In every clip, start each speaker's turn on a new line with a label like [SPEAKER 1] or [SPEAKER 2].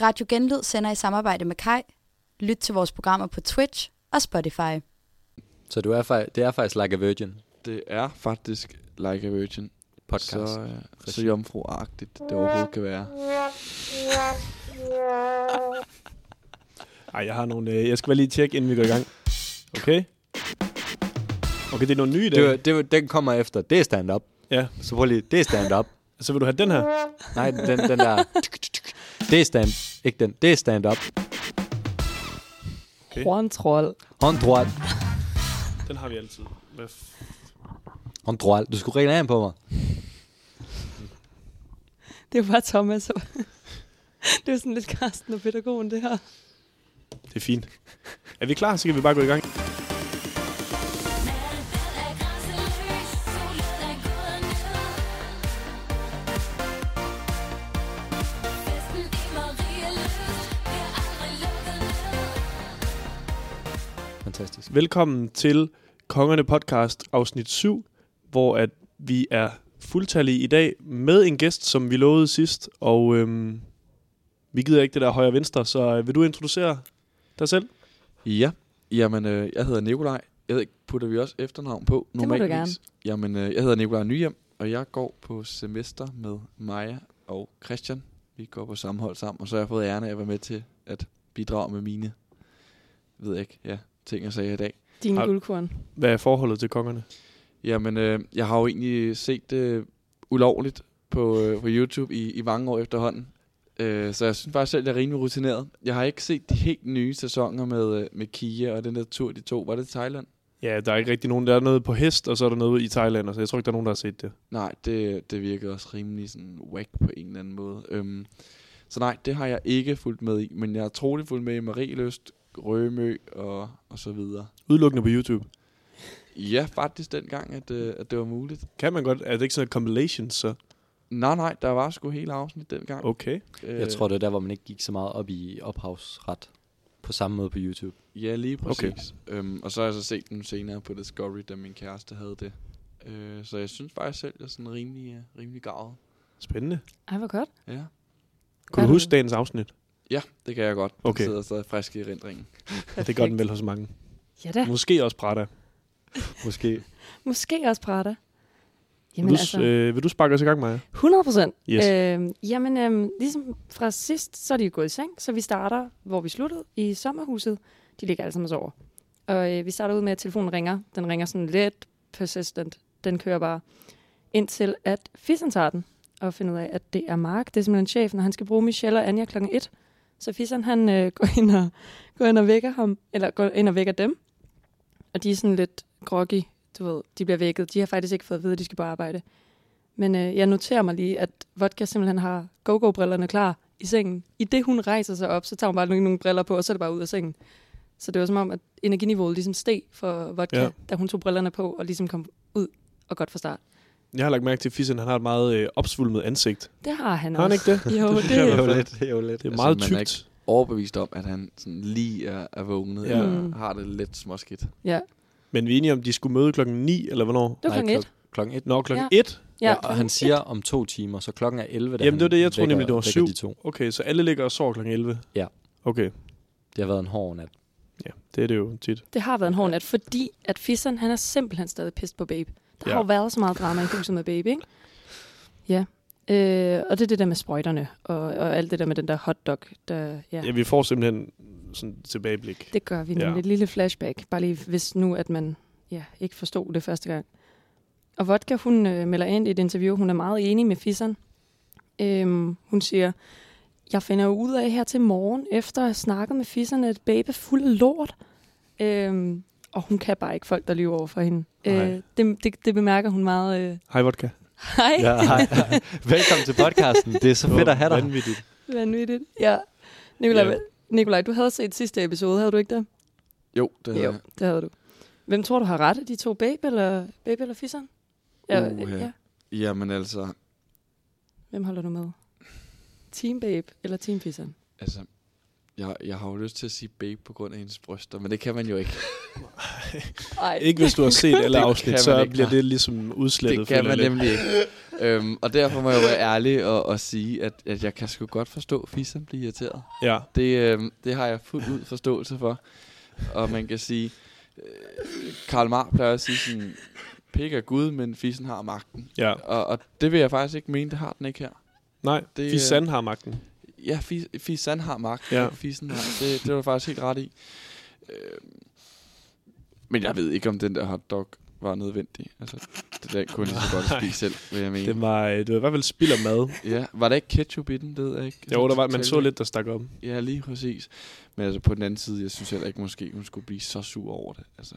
[SPEAKER 1] Radio Genlyd sender i samarbejde med Kai. Lyt til vores programmer på Twitch og Spotify.
[SPEAKER 2] Så du er, fa- det er faktisk Like a Virgin
[SPEAKER 3] Det er faktisk Like a Virgin.
[SPEAKER 2] podcast.
[SPEAKER 3] Så, øh, så jomfruagtigt det overhovedet kan være.
[SPEAKER 4] Ej, jeg har nogle... Øh, jeg skal bare lige tjekke, inden vi går i gang. Okay? Okay, det er nogle nye i dag.
[SPEAKER 2] det, var, det var, den kommer efter. Det er stand-up.
[SPEAKER 4] Ja,
[SPEAKER 2] Så prøv lige, det er stand-up.
[SPEAKER 4] så vil du have den her?
[SPEAKER 2] Nej, den, den der... Det er stand... Ikke den. Det er stand-up.
[SPEAKER 4] Okay.
[SPEAKER 5] Horntroll.
[SPEAKER 2] Hånd droit.
[SPEAKER 4] Den har vi altid. Hvad f-
[SPEAKER 2] Hånd droit. Du skulle ringe af på mig.
[SPEAKER 5] Det var Thomas. og- det var sådan lidt Karsten og pædagogen, det her.
[SPEAKER 4] Det er fint. Er vi klar, så kan vi bare gå i gang.
[SPEAKER 2] Fantastisk.
[SPEAKER 4] Velkommen til Kongerne Podcast afsnit 7, hvor at vi er fuldtallige i dag med en gæst, som vi lovede sidst, og øhm, vi gider ikke det der højre og venstre, så øh, vil du introducere dig selv?
[SPEAKER 3] Ja, jamen øh, jeg hedder Nikolaj. Jeg ved ikke, putter vi også efternavn på
[SPEAKER 5] må du
[SPEAKER 3] normalt?
[SPEAKER 5] gerne.
[SPEAKER 3] Jamen øh, jeg hedder Nikolaj Nyhjem, og jeg går på semester med Maja og Christian. Vi går på samme hold sammen, og så har jeg fået æren af at være med til at bidrage med mine, ved jeg ikke, ja, ting jeg sagde i dag.
[SPEAKER 5] Din
[SPEAKER 4] Har-
[SPEAKER 5] guldkorn.
[SPEAKER 4] Hvad er forholdet til kongerne?
[SPEAKER 3] Jamen, øh, jeg har jo egentlig set det øh, ulovligt på, øh, på YouTube i, i mange år efterhånden. Øh, så jeg synes faktisk selv, jeg er rimelig rutineret. Jeg har ikke set de helt nye sæsoner med, øh, med Kia og den der tur, de to. Var det Thailand?
[SPEAKER 4] Ja, der er ikke rigtig nogen. Der er noget på hest, og så er der noget i Thailand, så jeg tror ikke, der er nogen, der har set det.
[SPEAKER 3] Nej, det, det virkede også rimelig sådan whack på en eller anden måde. Øhm, så nej, det har jeg ikke fulgt med i, men jeg har troligt fulgt med i Marieløst, Rømø og, og så videre.
[SPEAKER 4] Udelukkende på YouTube.
[SPEAKER 3] Ja, faktisk dengang, at, øh, at det var muligt.
[SPEAKER 4] Kan man godt? Er det ikke sådan en compilation, så?
[SPEAKER 3] Nej, nej, der var sgu hele afsnit dengang.
[SPEAKER 4] Okay.
[SPEAKER 3] Øh,
[SPEAKER 2] Jeg tror, det er der, hvor man ikke gik så meget op i ophavsret. På samme måde på YouTube.
[SPEAKER 3] Ja, lige
[SPEAKER 4] Okay.
[SPEAKER 3] præcis. Okay. Øhm, og så har jeg så set den senere på Discovery, da min kæreste havde det. Øh, så jeg synes faktisk selv, jeg er sådan rimelig, øh, rimelig gavet.
[SPEAKER 4] Spændende.
[SPEAKER 5] Ej, hvor godt.
[SPEAKER 3] Ja,
[SPEAKER 4] Kunne du
[SPEAKER 5] Hvad-
[SPEAKER 4] huske dagens afsnit?
[SPEAKER 3] ja det kan jeg godt.
[SPEAKER 4] Okay.
[SPEAKER 3] Jeg sidder stadig frisk i erindringen.
[SPEAKER 4] Ja, det gør den vel hos mange.
[SPEAKER 5] Ja da.
[SPEAKER 4] Måske også Prada.
[SPEAKER 2] Måske.
[SPEAKER 5] Måske også Prada.
[SPEAKER 4] Vil
[SPEAKER 5] Jamen
[SPEAKER 4] du,
[SPEAKER 5] altså,
[SPEAKER 4] øh, vil du sparke os i gang, Maja?
[SPEAKER 5] 100 procent.
[SPEAKER 4] Yes.
[SPEAKER 5] Øh, jamen, øh, ligesom fra sidst, så er de jo gået i seng, så vi starter, hvor vi sluttede, i sommerhuset. De ligger alle sammen og sover. Og øh, vi starter ud med, at telefonen ringer. Den ringer sådan lidt persistent. Den kører bare indtil, at Fissen tager den og finder ud af, at det er Mark. Det er simpelthen chefen, og han skal bruge Michelle og Anja klokken 1. Så Fissen, han øh, går, ind og, går ind og vækker ham, eller går ind og vækker dem. Og de er sådan lidt groggy, du ved. De bliver vækket. De har faktisk ikke fået at vide, at de skal på arbejde. Men øh, jeg noterer mig lige, at Vodka simpelthen har go-go-brillerne klar i sengen. I det hun rejser sig op, så tager hun bare nogle, nogle briller på, og så er det bare ud af sengen. Så det var som om, at energiniveauet ligesom steg for Vodka,
[SPEAKER 4] Ja.
[SPEAKER 5] ja. da hun tog brillerne på og ligesom kom ud og godt fra start.
[SPEAKER 4] Jeg har lagt mærke til, at Fissen han har et meget øh, opsvulmet ansigt.
[SPEAKER 5] Det har han
[SPEAKER 4] Har han
[SPEAKER 5] også.
[SPEAKER 4] ikke det?
[SPEAKER 5] Jo,
[SPEAKER 4] Det synes jeg i
[SPEAKER 5] det,
[SPEAKER 4] hvert fald.
[SPEAKER 2] det er jo lidt.
[SPEAKER 4] Det er
[SPEAKER 3] Altså,
[SPEAKER 4] meget
[SPEAKER 3] man er
[SPEAKER 4] tykt.
[SPEAKER 3] ikke- Overbevist om, at han sådan lige er, er vågnet.
[SPEAKER 4] Ja.
[SPEAKER 3] Ja.
[SPEAKER 5] Mm.
[SPEAKER 3] Eller har det lidt småskidt.
[SPEAKER 5] ja.
[SPEAKER 4] Men vi er enige om, de skulle møde klokken 9, eller hvornår?
[SPEAKER 5] Det var klokken et.
[SPEAKER 2] Klokken et.
[SPEAKER 4] Nå, klokken
[SPEAKER 5] Ja.
[SPEAKER 4] 1.
[SPEAKER 2] Ja, og han siger om to timer, så klokken er 11, da
[SPEAKER 4] Jamen,
[SPEAKER 2] han
[SPEAKER 4] det var det, jeg troede
[SPEAKER 2] vækker-
[SPEAKER 4] nemlig, det var
[SPEAKER 2] vækker
[SPEAKER 4] syv.
[SPEAKER 2] De to.
[SPEAKER 4] Okay, så alle ligger og sover klokken 11?
[SPEAKER 2] Ja.
[SPEAKER 4] Okay,
[SPEAKER 2] Det har været en hård nat.
[SPEAKER 4] ja, det er det jo tit.
[SPEAKER 5] Det har været en hård nat, fordi at Fisseren, han er simpelthen stadig pist på Babe.
[SPEAKER 4] Ja.
[SPEAKER 5] Der ja. har jo været så meget drama i huset med Babe, ikke? Ja. Øh, og det er det der med sprøjterne, og, og alt det der med den der hotdog, der, ja.
[SPEAKER 4] Ja. ja, vi får simpelthen sådan tilbageblik.
[SPEAKER 5] Det gør vi nemlig.
[SPEAKER 4] Ja.
[SPEAKER 5] Ja. Et lille flashback. Bare lige hvis nu, at man ja, ikke forstod det første gang. Og Vodka, hun øh, melder ind i et interview. Hun er meget enig med Fisseren. Øhm, hun siger, jeg finder jo ud af her til morgen, efter at have snakket med Fisseren, at babe er fuld af lort. Øhm, og hun kan bare ikke folk, der lyver over for hende.
[SPEAKER 4] Nej.
[SPEAKER 5] Øh, det, det, det bemærker hun meget. Øh,
[SPEAKER 4] Hej, vodka.
[SPEAKER 5] hej.
[SPEAKER 2] Ja, hej. Velkommen til podcasten. Det er så fedt at have dig.
[SPEAKER 4] Vanvittigt.
[SPEAKER 5] Vanvittigt. Ja. Nikolaj,
[SPEAKER 4] Ja.
[SPEAKER 5] ja. Nikolaj, du havde set sidste episode, havde du ikke det?
[SPEAKER 3] Jo, det havde
[SPEAKER 5] Jo,
[SPEAKER 4] Øh.
[SPEAKER 3] jeg.
[SPEAKER 5] det havde du. Hvem tror du har ret? De to babe eller, babe eller fisseren? Ja,
[SPEAKER 3] Uha.
[SPEAKER 5] ja.
[SPEAKER 3] Jamen altså,
[SPEAKER 5] Hvem holder du med? Team babe eller team fisseren?
[SPEAKER 3] altså jeg, jeg har jo lyst til at sige babe på grund af hendes bryster, men det kan man jo ikke.
[SPEAKER 5] Nej,
[SPEAKER 4] Ikke hvis du har set alle
[SPEAKER 3] Det
[SPEAKER 4] afsnit,
[SPEAKER 3] kan
[SPEAKER 4] så
[SPEAKER 3] man ikke,
[SPEAKER 4] bliver
[SPEAKER 3] nej.
[SPEAKER 4] det ligesom udslettet.
[SPEAKER 3] det kan
[SPEAKER 4] føler
[SPEAKER 3] man
[SPEAKER 4] jeg lidt.
[SPEAKER 3] nemlig ikke. øhm, og derfor må jeg jo være ærlig og, og sige, at, at jeg kan sgu godt forstå, at fisseren bliver irriteret.
[SPEAKER 4] Ja.
[SPEAKER 3] Det, øhm, det har jeg fuldt ud forståelse for. Og man kan sige, øh, Karl Marx plejer at sige sådan, pik er Gud, men fissen har magten.
[SPEAKER 4] ja.
[SPEAKER 3] Og, og det vil jeg faktisk ikke mene, det har den ikke her.
[SPEAKER 4] Nej,
[SPEAKER 3] Det,
[SPEAKER 4] det, Fisan har magten.
[SPEAKER 3] Ja, fis, Fisan har magt.
[SPEAKER 4] Ja.
[SPEAKER 3] Ja. Fisen har. Det, det var du faktisk helt ret i. Øh, men jeg ved ikke, om den der hotdog var nødvendig. Altså, det der kunne jeg lige så godt spise selv, vil jeg mene.
[SPEAKER 4] Det var, øh, det var i hvert fald spild af mad.
[SPEAKER 3] Ja, var der ikke ketchup i den? Det ved jeg ikke.
[SPEAKER 4] Jo, der var, man
[SPEAKER 3] Sådan
[SPEAKER 4] så lidt, der stak op.
[SPEAKER 3] Ja, lige præcis. Men altså, på den anden side, jeg synes heller ikke, måske hun skulle blive så sur over det. Altså,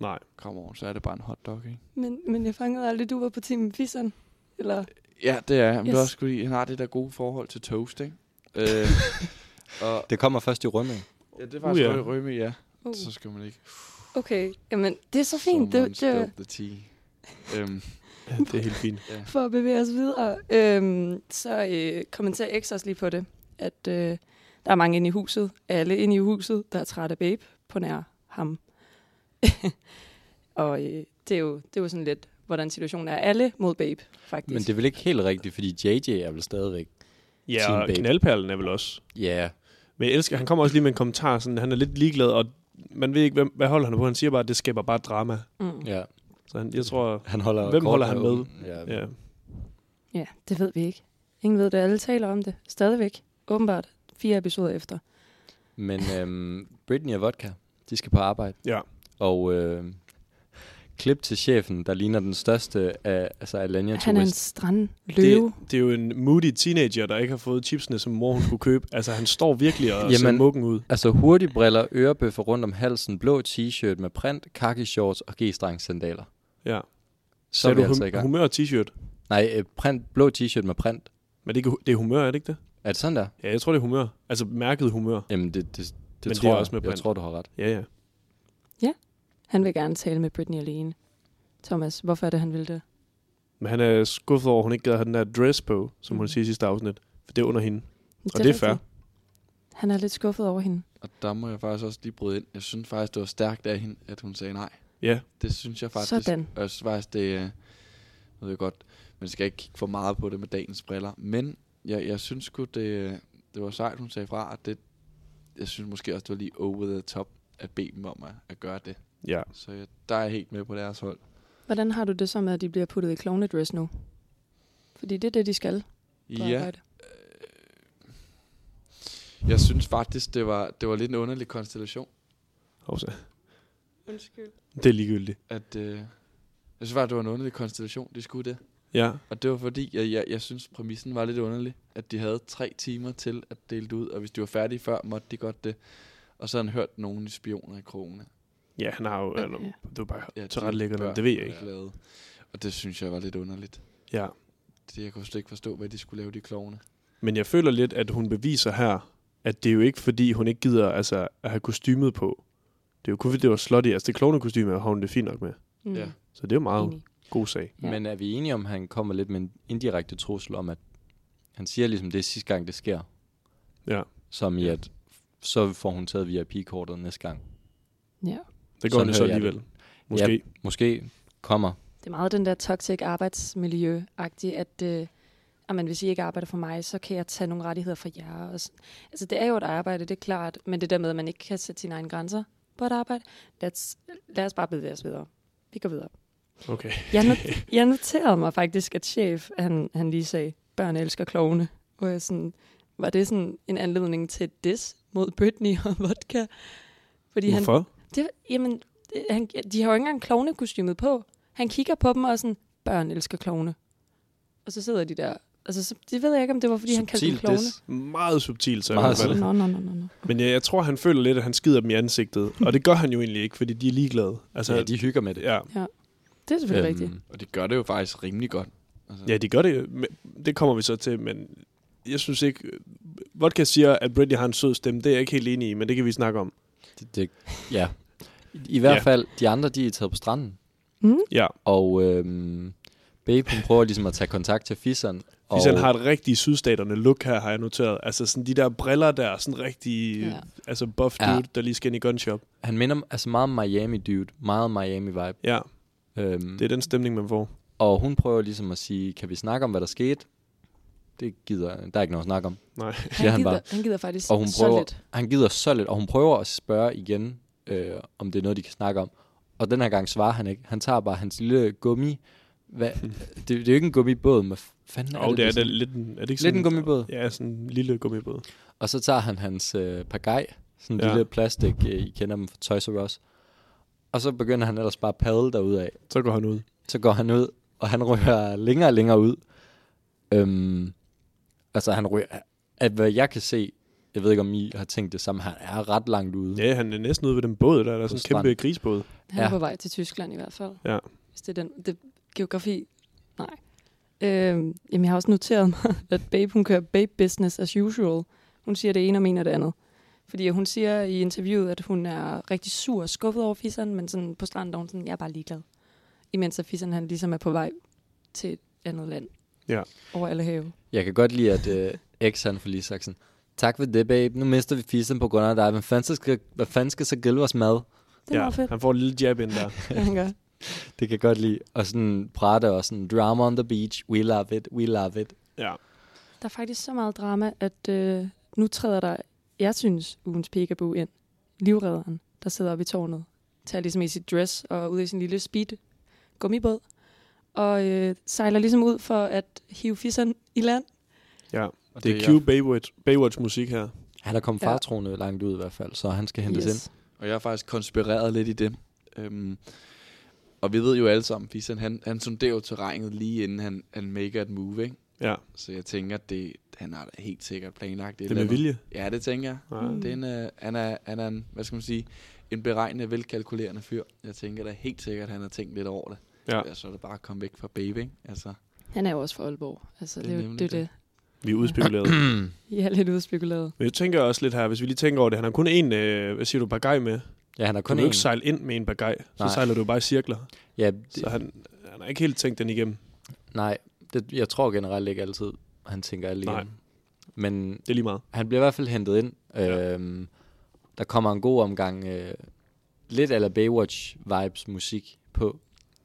[SPEAKER 4] Nej.
[SPEAKER 3] kom over, så er det bare en hotdog, ikke?
[SPEAKER 5] Men, men jeg fangede aldrig, du var på team Fissen. Eller,
[SPEAKER 3] Ja, det er. Men yes. det er
[SPEAKER 5] Yes.
[SPEAKER 3] også fordi, han har det der gode forhold til toast, ikke? øh, og,
[SPEAKER 2] Det kommer først i rømme.
[SPEAKER 3] ja, det
[SPEAKER 4] var
[SPEAKER 3] var
[SPEAKER 4] Uh,
[SPEAKER 3] uh,
[SPEAKER 4] ja.
[SPEAKER 3] ja. rømme, ja.
[SPEAKER 5] uh,
[SPEAKER 3] Så skal man ikke...
[SPEAKER 5] okay, jamen det er så fint. Det, det,
[SPEAKER 3] the tea. Øhm,
[SPEAKER 4] Ja, det er helt fint.
[SPEAKER 5] for at bevæge os videre, øhm, så øh, kommenterer X også lige på det, at øh, der er mange inde i huset, alle inde i huset, der er trætte af babe på nær ham. og øh, det, er jo, det er jo sådan lidt, hvordan situationen er. Alle mod babe, faktisk.
[SPEAKER 2] Men det er vel ikke helt rigtigt, fordi JJ er vel stadigvæk...
[SPEAKER 4] Ja,
[SPEAKER 2] Team
[SPEAKER 4] og
[SPEAKER 2] Babe.
[SPEAKER 4] knaldperlen er vel også.
[SPEAKER 2] Ja,
[SPEAKER 4] Men jeg elsker, han kommer også lige med en kommentar, sådan, han er lidt ligeglad, og man ved ikke, hvem, hvad holder han på. Han siger bare, at det skaber bare drama.
[SPEAKER 5] mm.
[SPEAKER 2] ja.
[SPEAKER 4] Så han, jeg tror,
[SPEAKER 2] Han holder
[SPEAKER 4] Hvem
[SPEAKER 2] kortene
[SPEAKER 4] holder han med?
[SPEAKER 2] åbne. Ja.
[SPEAKER 4] ja.
[SPEAKER 5] Ja, det ved vi ikke. Ingen ved det. Alle taler om det. Stadigvæk. Åbenbart. Fire episoder efter.
[SPEAKER 2] Men øhm, Britney og Vodka, de skal på arbejde.
[SPEAKER 4] Ja.
[SPEAKER 2] Og øh, klip til chefen, der ligner den største af altså Alanya
[SPEAKER 5] Han er en
[SPEAKER 2] Tourist.
[SPEAKER 5] strandløve.
[SPEAKER 4] Det, det, er jo en moody teenager, der ikke har fået chipsene, som mor hun skulle købe. Altså, han står virkelig og Jamen. ser
[SPEAKER 2] Jamen.
[SPEAKER 4] mukken ud.
[SPEAKER 2] Altså hurtigbriller, ørebøffer rundt om halsen, blå t-shirt med print, khaki shorts og g-streng sandaler.
[SPEAKER 4] Ja.
[SPEAKER 2] Så er
[SPEAKER 4] Sagde
[SPEAKER 2] vi
[SPEAKER 4] du
[SPEAKER 2] altså
[SPEAKER 4] hum-
[SPEAKER 2] i gang.
[SPEAKER 4] humør og t-shirt?
[SPEAKER 2] Nej, øh, print, blå t-shirt med print.
[SPEAKER 4] Men det, er ikke hu- det er humør, er det ikke det?
[SPEAKER 2] Er det sådan der?
[SPEAKER 4] Ja, jeg tror, det er humør. Altså mærket humør.
[SPEAKER 2] Jamen, det, det, det
[SPEAKER 4] det
[SPEAKER 2] tror
[SPEAKER 4] er
[SPEAKER 2] jeg.
[SPEAKER 4] også med
[SPEAKER 2] jeg
[SPEAKER 4] print.
[SPEAKER 2] tror, du har ret.
[SPEAKER 4] Ja, ja.
[SPEAKER 5] Han vil gerne tale med Britney alene. Thomas, hvorfor er det, han vil det?
[SPEAKER 4] Men han er skuffet over, at hun ikke gad have den der dress på, som hun
[SPEAKER 5] Mhm.
[SPEAKER 4] siger i sidste afsnit. For det er under hende.
[SPEAKER 5] det
[SPEAKER 4] Og det er fair.
[SPEAKER 5] rigtigt. Han er lidt skuffet over hende.
[SPEAKER 3] og der må jeg faktisk også lige bryde ind. Jeg synes faktisk, det var stærkt af hende, at hun sagde nej.
[SPEAKER 4] Ja.
[SPEAKER 3] Det synes jeg faktisk.
[SPEAKER 5] Sådan.
[SPEAKER 3] Og Øh, jeg synes faktisk, det er... Nu ved jeg godt, man skal ikke kigge for meget på det med dagens briller. Men jeg, jeg synes sgu, det, øh, det var sejt, hun sagde fra. Og det, jeg synes måske også, det var lige over the top at bede dem om at, at gøre det.
[SPEAKER 4] Ja.
[SPEAKER 3] Så jeg, der er jeg helt med på deres hold.
[SPEAKER 5] Hvordan har du det så med, at de bliver puttet i klovnedress nu? Fordi det er det, de skal på
[SPEAKER 3] Ja,
[SPEAKER 5] arbejde.
[SPEAKER 3] jeg synes faktisk, det var, det var lidt en underlig konstellation.
[SPEAKER 4] Og så-
[SPEAKER 5] Undskyld.
[SPEAKER 4] Det er ligegyldigt.
[SPEAKER 3] At, øh, jeg synes faktisk, det var en underlig konstellation, de skulle det.
[SPEAKER 4] Ja.
[SPEAKER 3] Og det var fordi, jeg, jeg, jeg synes, præmissen var lidt underlig, at de havde tre timer til at dele det ud, og hvis de var færdige før, måtte de godt det. Og så havde han hørt nogen spioner i krogene.
[SPEAKER 4] Ja, han har jo...
[SPEAKER 5] Ja,
[SPEAKER 4] Altså,
[SPEAKER 5] ja.
[SPEAKER 4] det var bare ja,
[SPEAKER 3] de
[SPEAKER 4] til ret lækkerne.
[SPEAKER 3] børn
[SPEAKER 4] Det ved jeg
[SPEAKER 3] var
[SPEAKER 4] ikke.
[SPEAKER 3] glade. Og det synes jeg var lidt underligt.
[SPEAKER 4] Ja.
[SPEAKER 3] Det, jeg kunne slet ikke forstå, hvad de skulle lave, de klovne.
[SPEAKER 4] Men jeg føler lidt, at hun beviser her, at det er jo ikke fordi, hun ikke gider altså, at have kostymet på. Det er jo kun fordi, det var slutty. Altså det klovne kostyme har hun det fint nok med.
[SPEAKER 5] Mm.
[SPEAKER 3] Ja.
[SPEAKER 4] Så det er jo meget
[SPEAKER 5] Enig.
[SPEAKER 4] god sag.
[SPEAKER 5] Ja.
[SPEAKER 2] Ja. Men er vi enige om, at han kommer lidt med en indirekte trussel om, at han siger ligesom, det er sidste gang, det sker.
[SPEAKER 4] Ja.
[SPEAKER 2] Som i,
[SPEAKER 4] Ja.
[SPEAKER 2] at så får hun taget VIP-kortet næste gang.
[SPEAKER 5] ja.
[SPEAKER 4] Det går
[SPEAKER 2] Sådan
[SPEAKER 4] hun jo så
[SPEAKER 2] hører jeg
[SPEAKER 4] alligevel. Måske. Ja.
[SPEAKER 2] Måske kommer.
[SPEAKER 5] Det er meget den der toxic arbejdsmiljø-agtige, at øh, jamen, hvis I ikke arbejder for mig, så kan jeg tage nogle rettigheder fra jer. Og sådan. altså, det er jo et arbejde, det er klart, men det der med, at man ikke kan sætte sine egne grænser på et arbejde, let's, lad os bare bevæge os videre. Vi går videre.
[SPEAKER 4] Okay.
[SPEAKER 5] Jeg, not- jeg noterede mig faktisk, at chef, han, han lige sagde, børn elsker klovne. Hvor jeg sådan, var det sådan en anledning til et diss mod Britney og vodka? Fordi han,
[SPEAKER 4] Hvorfor?
[SPEAKER 5] det, jamen, det, han, de har jo ikke engang klovnekostymet på. Han kigger på dem og er sådan, børn elsker klovne. Og så sidder de der. Altså, så, det ved jeg ikke, om det var, fordi han kaldte dem
[SPEAKER 2] Subtil Altså,
[SPEAKER 5] klovne.
[SPEAKER 2] diss.
[SPEAKER 4] Meget subtilt, så i
[SPEAKER 2] Meget
[SPEAKER 4] hvert fald.
[SPEAKER 2] subtilt.
[SPEAKER 5] Nå, nå, nå, nå, nå.
[SPEAKER 4] Men jeg, jeg tror, han føler lidt, at han skider dem i ansigtet. Og det gør han jo egentlig ikke, fordi de er ligeglade. Altså,
[SPEAKER 2] Ja, de hygger med det.
[SPEAKER 4] ja.
[SPEAKER 5] Det er selvfølgelig øhm. rigtigt.
[SPEAKER 3] Og de gør det jo faktisk rimelig godt. Altså,
[SPEAKER 4] ja, de gør det. men Det kommer vi så til, men jeg synes ikke... Vodka siger, at Britney har en sød stemme. Det er jeg ikke helt enig i, men det kan vi snakke om.
[SPEAKER 2] Det, det, ja. I hvert
[SPEAKER 4] Ja.
[SPEAKER 2] ja. fald, de andre, de er taget på stranden.
[SPEAKER 5] Mm?
[SPEAKER 4] Ja,
[SPEAKER 2] Og øhm, Babe, hun prøver ligesom at tage kontakt til fisseren.
[SPEAKER 4] og... han har et rigtigt sydstaterne look her, har jeg noteret. Altså sådan de der briller der, sådan rigtig ja.
[SPEAKER 5] Ja.
[SPEAKER 4] altså buff dude,
[SPEAKER 2] Ja.
[SPEAKER 4] ja. der lige skal ind i gunshop.
[SPEAKER 2] han minder om- altså meget om Miami dude. Meget Miami vibe.
[SPEAKER 4] Ja,
[SPEAKER 2] Øhm,
[SPEAKER 4] det er den stemning, man får.
[SPEAKER 2] Og hun prøver ligesom at sige, kan vi snakke om, hvad der skete? Det gider, der er ikke noget at snakke om.
[SPEAKER 4] Nej.
[SPEAKER 2] Siger han
[SPEAKER 5] gider,
[SPEAKER 2] bare.
[SPEAKER 5] han gider faktisk
[SPEAKER 2] Og hun
[SPEAKER 5] så
[SPEAKER 2] prøver,
[SPEAKER 5] lidt.
[SPEAKER 2] han gider så lidt, og hun prøver at spørge igen, øh, om det er noget, de kan snakke om. Og den her gang svarer han ikke. Han tager bare hans lille gummi. Hvad? Det, det er jo ikke en gummibåd, men f- fanden er
[SPEAKER 4] Og
[SPEAKER 2] det,
[SPEAKER 4] det er, det
[SPEAKER 2] sådan-
[SPEAKER 4] er lidt en, er det ikke
[SPEAKER 2] Lidt
[SPEAKER 4] sådan,
[SPEAKER 2] en gummibåd.
[SPEAKER 4] Ja, sådan en lille gummibåd.
[SPEAKER 2] Og så tager han hans øh, pagaj, sådan en
[SPEAKER 4] Ja.
[SPEAKER 2] ja. lille plastik, øh, I kender dem fra Toys R Us. Og så begynder han ellers bare at padle derudad.
[SPEAKER 4] Så går han ud.
[SPEAKER 2] Så går han ud, og han ryger længere og længere ud. Øhm, altså han ryger, at hvad jeg kan se, jeg ved ikke om I har tænkt det samme, han er ret langt ude.
[SPEAKER 4] Ja, han er næsten ude ved den båd, der er der er sådan en
[SPEAKER 2] stranden.
[SPEAKER 4] kæmpe grisbåd.
[SPEAKER 5] Han er
[SPEAKER 2] Ja.
[SPEAKER 5] på vej til Tyskland i hvert fald.
[SPEAKER 4] Ja.
[SPEAKER 5] Hvis det er den. Det, geografi? Nej. Øhm, jamen, jeg har også noteret mig, at Babe, hun kører Babe business as usual. Hun siger det ene og mener det andet. Fordi hun siger i interviewet, at hun er rigtig sur og skuffet over fisseren, men sådan på stranden, der er hun sådan, jeg er bare ligeglad. Imens at fisseren, han ligesom er på vej til et andet land.
[SPEAKER 4] Ja.
[SPEAKER 5] Over alle have.
[SPEAKER 2] Jeg kan godt lide, at øh, X han får lige sagt sådan, tak for det babe, nu mister vi fissen på grund af dig, hvad fanden så skal, hvad fanden skal så gælde vores mad?
[SPEAKER 5] Det er
[SPEAKER 4] ja,
[SPEAKER 5] meget fedt,
[SPEAKER 4] han får en lille jab ind der.
[SPEAKER 5] ja. han gør.
[SPEAKER 2] Det kan jeg godt lide. Og sådan prate og sådan, drama on the beach, we love it, we love it.
[SPEAKER 4] Ja.
[SPEAKER 5] Der er faktisk så meget drama, at øh, nu træder der, jeg synes, ugens peekaboo ind. Livredderen, der sidder oppe i tårnet, tager ligesom i sit dress og ud i sin lille speed gummibåd, og øh, sejler ligesom ud for at hive fisseren i land.
[SPEAKER 4] ja.
[SPEAKER 2] Og
[SPEAKER 4] Det er Q Baywatch, Baywatch musik her.
[SPEAKER 2] Han er kommet
[SPEAKER 5] Ja.
[SPEAKER 2] fartroende langt ud i hvert fald, så han skal hentes yes. ind.
[SPEAKER 3] Og jeg har faktisk konspireret lidt i det. Øhm, og vi ved jo alle sammen, Fisan, han, han sonderer jo terrænet lige inden han, han maker et move, ikke?
[SPEAKER 4] Ja,
[SPEAKER 3] Så jeg tænker, at det, han har da helt sikkert planlagt et
[SPEAKER 4] det er
[SPEAKER 3] eller
[SPEAKER 4] med
[SPEAKER 3] andet.
[SPEAKER 4] vilje.
[SPEAKER 3] Ja, det tænker jeg.
[SPEAKER 4] Ja.
[SPEAKER 5] Mm.
[SPEAKER 3] Det er en, øh, han, er, han er en, hvad skal man sige, en beregnende, velkalkulerende fyr. Jeg tænker da helt sikkert, at han har tænkt lidt over det.
[SPEAKER 4] Ja.
[SPEAKER 3] Ja, så er det bare at komme væk fra baby, ikke? Altså,
[SPEAKER 5] Han er jo også fra Aalborg. Altså,
[SPEAKER 3] Det
[SPEAKER 5] det,
[SPEAKER 3] er
[SPEAKER 5] det, er jo,
[SPEAKER 3] nemlig
[SPEAKER 5] det, er det.
[SPEAKER 4] Vi er udspekuleret.
[SPEAKER 5] I er lidt udspekuleret.
[SPEAKER 4] Men jeg tænker også lidt her, hvis vi lige tænker over det, han har kun én, øh, hvad siger du, bagaj med.
[SPEAKER 2] Ja, han er
[SPEAKER 4] Kun
[SPEAKER 2] kun
[SPEAKER 4] du kan jo
[SPEAKER 2] en.
[SPEAKER 4] ikke sejle ind med en bagaj, så
[SPEAKER 2] Nej.
[SPEAKER 4] sejler du jo bare i cirkler.
[SPEAKER 2] Ja, det,
[SPEAKER 4] Så han, han har ikke helt tænkt den igennem.
[SPEAKER 2] nej, det, jeg tror generelt ikke altid, han tænker alle
[SPEAKER 4] Nej.
[SPEAKER 2] igen. Men
[SPEAKER 4] Det er lige meget.
[SPEAKER 2] han bliver i hvert fald hentet ind.
[SPEAKER 4] Ja.
[SPEAKER 2] Øhm, der kommer en god omgang, øh, lidt eller Baywatch-vibes musik på.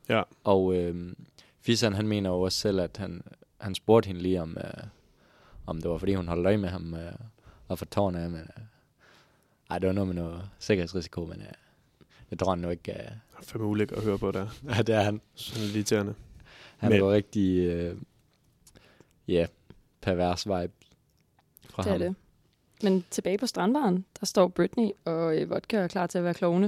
[SPEAKER 4] Ja.
[SPEAKER 2] Og øh, Fisan, han mener jo også selv, at han, han spurgte hende lige, om, øh, om det var fordi, hun holdt øje med ham øh, og for tårne af, men øh, ej, det var noget med noget sikkerhedsrisiko, men øh, jeg tror han nu ikke, øh,
[SPEAKER 4] Han er fandme ulækker at høre på der.
[SPEAKER 2] at det er han.
[SPEAKER 4] Sådan lidt irriterende.
[SPEAKER 2] Han
[SPEAKER 4] Men-
[SPEAKER 2] men. var rigtig, øh, ja, pervers vibe fra
[SPEAKER 5] Det er
[SPEAKER 2] ham.
[SPEAKER 5] det. Men tilbage på strandbaren, der står Britney og øh, Vodka er klar til at være klovne.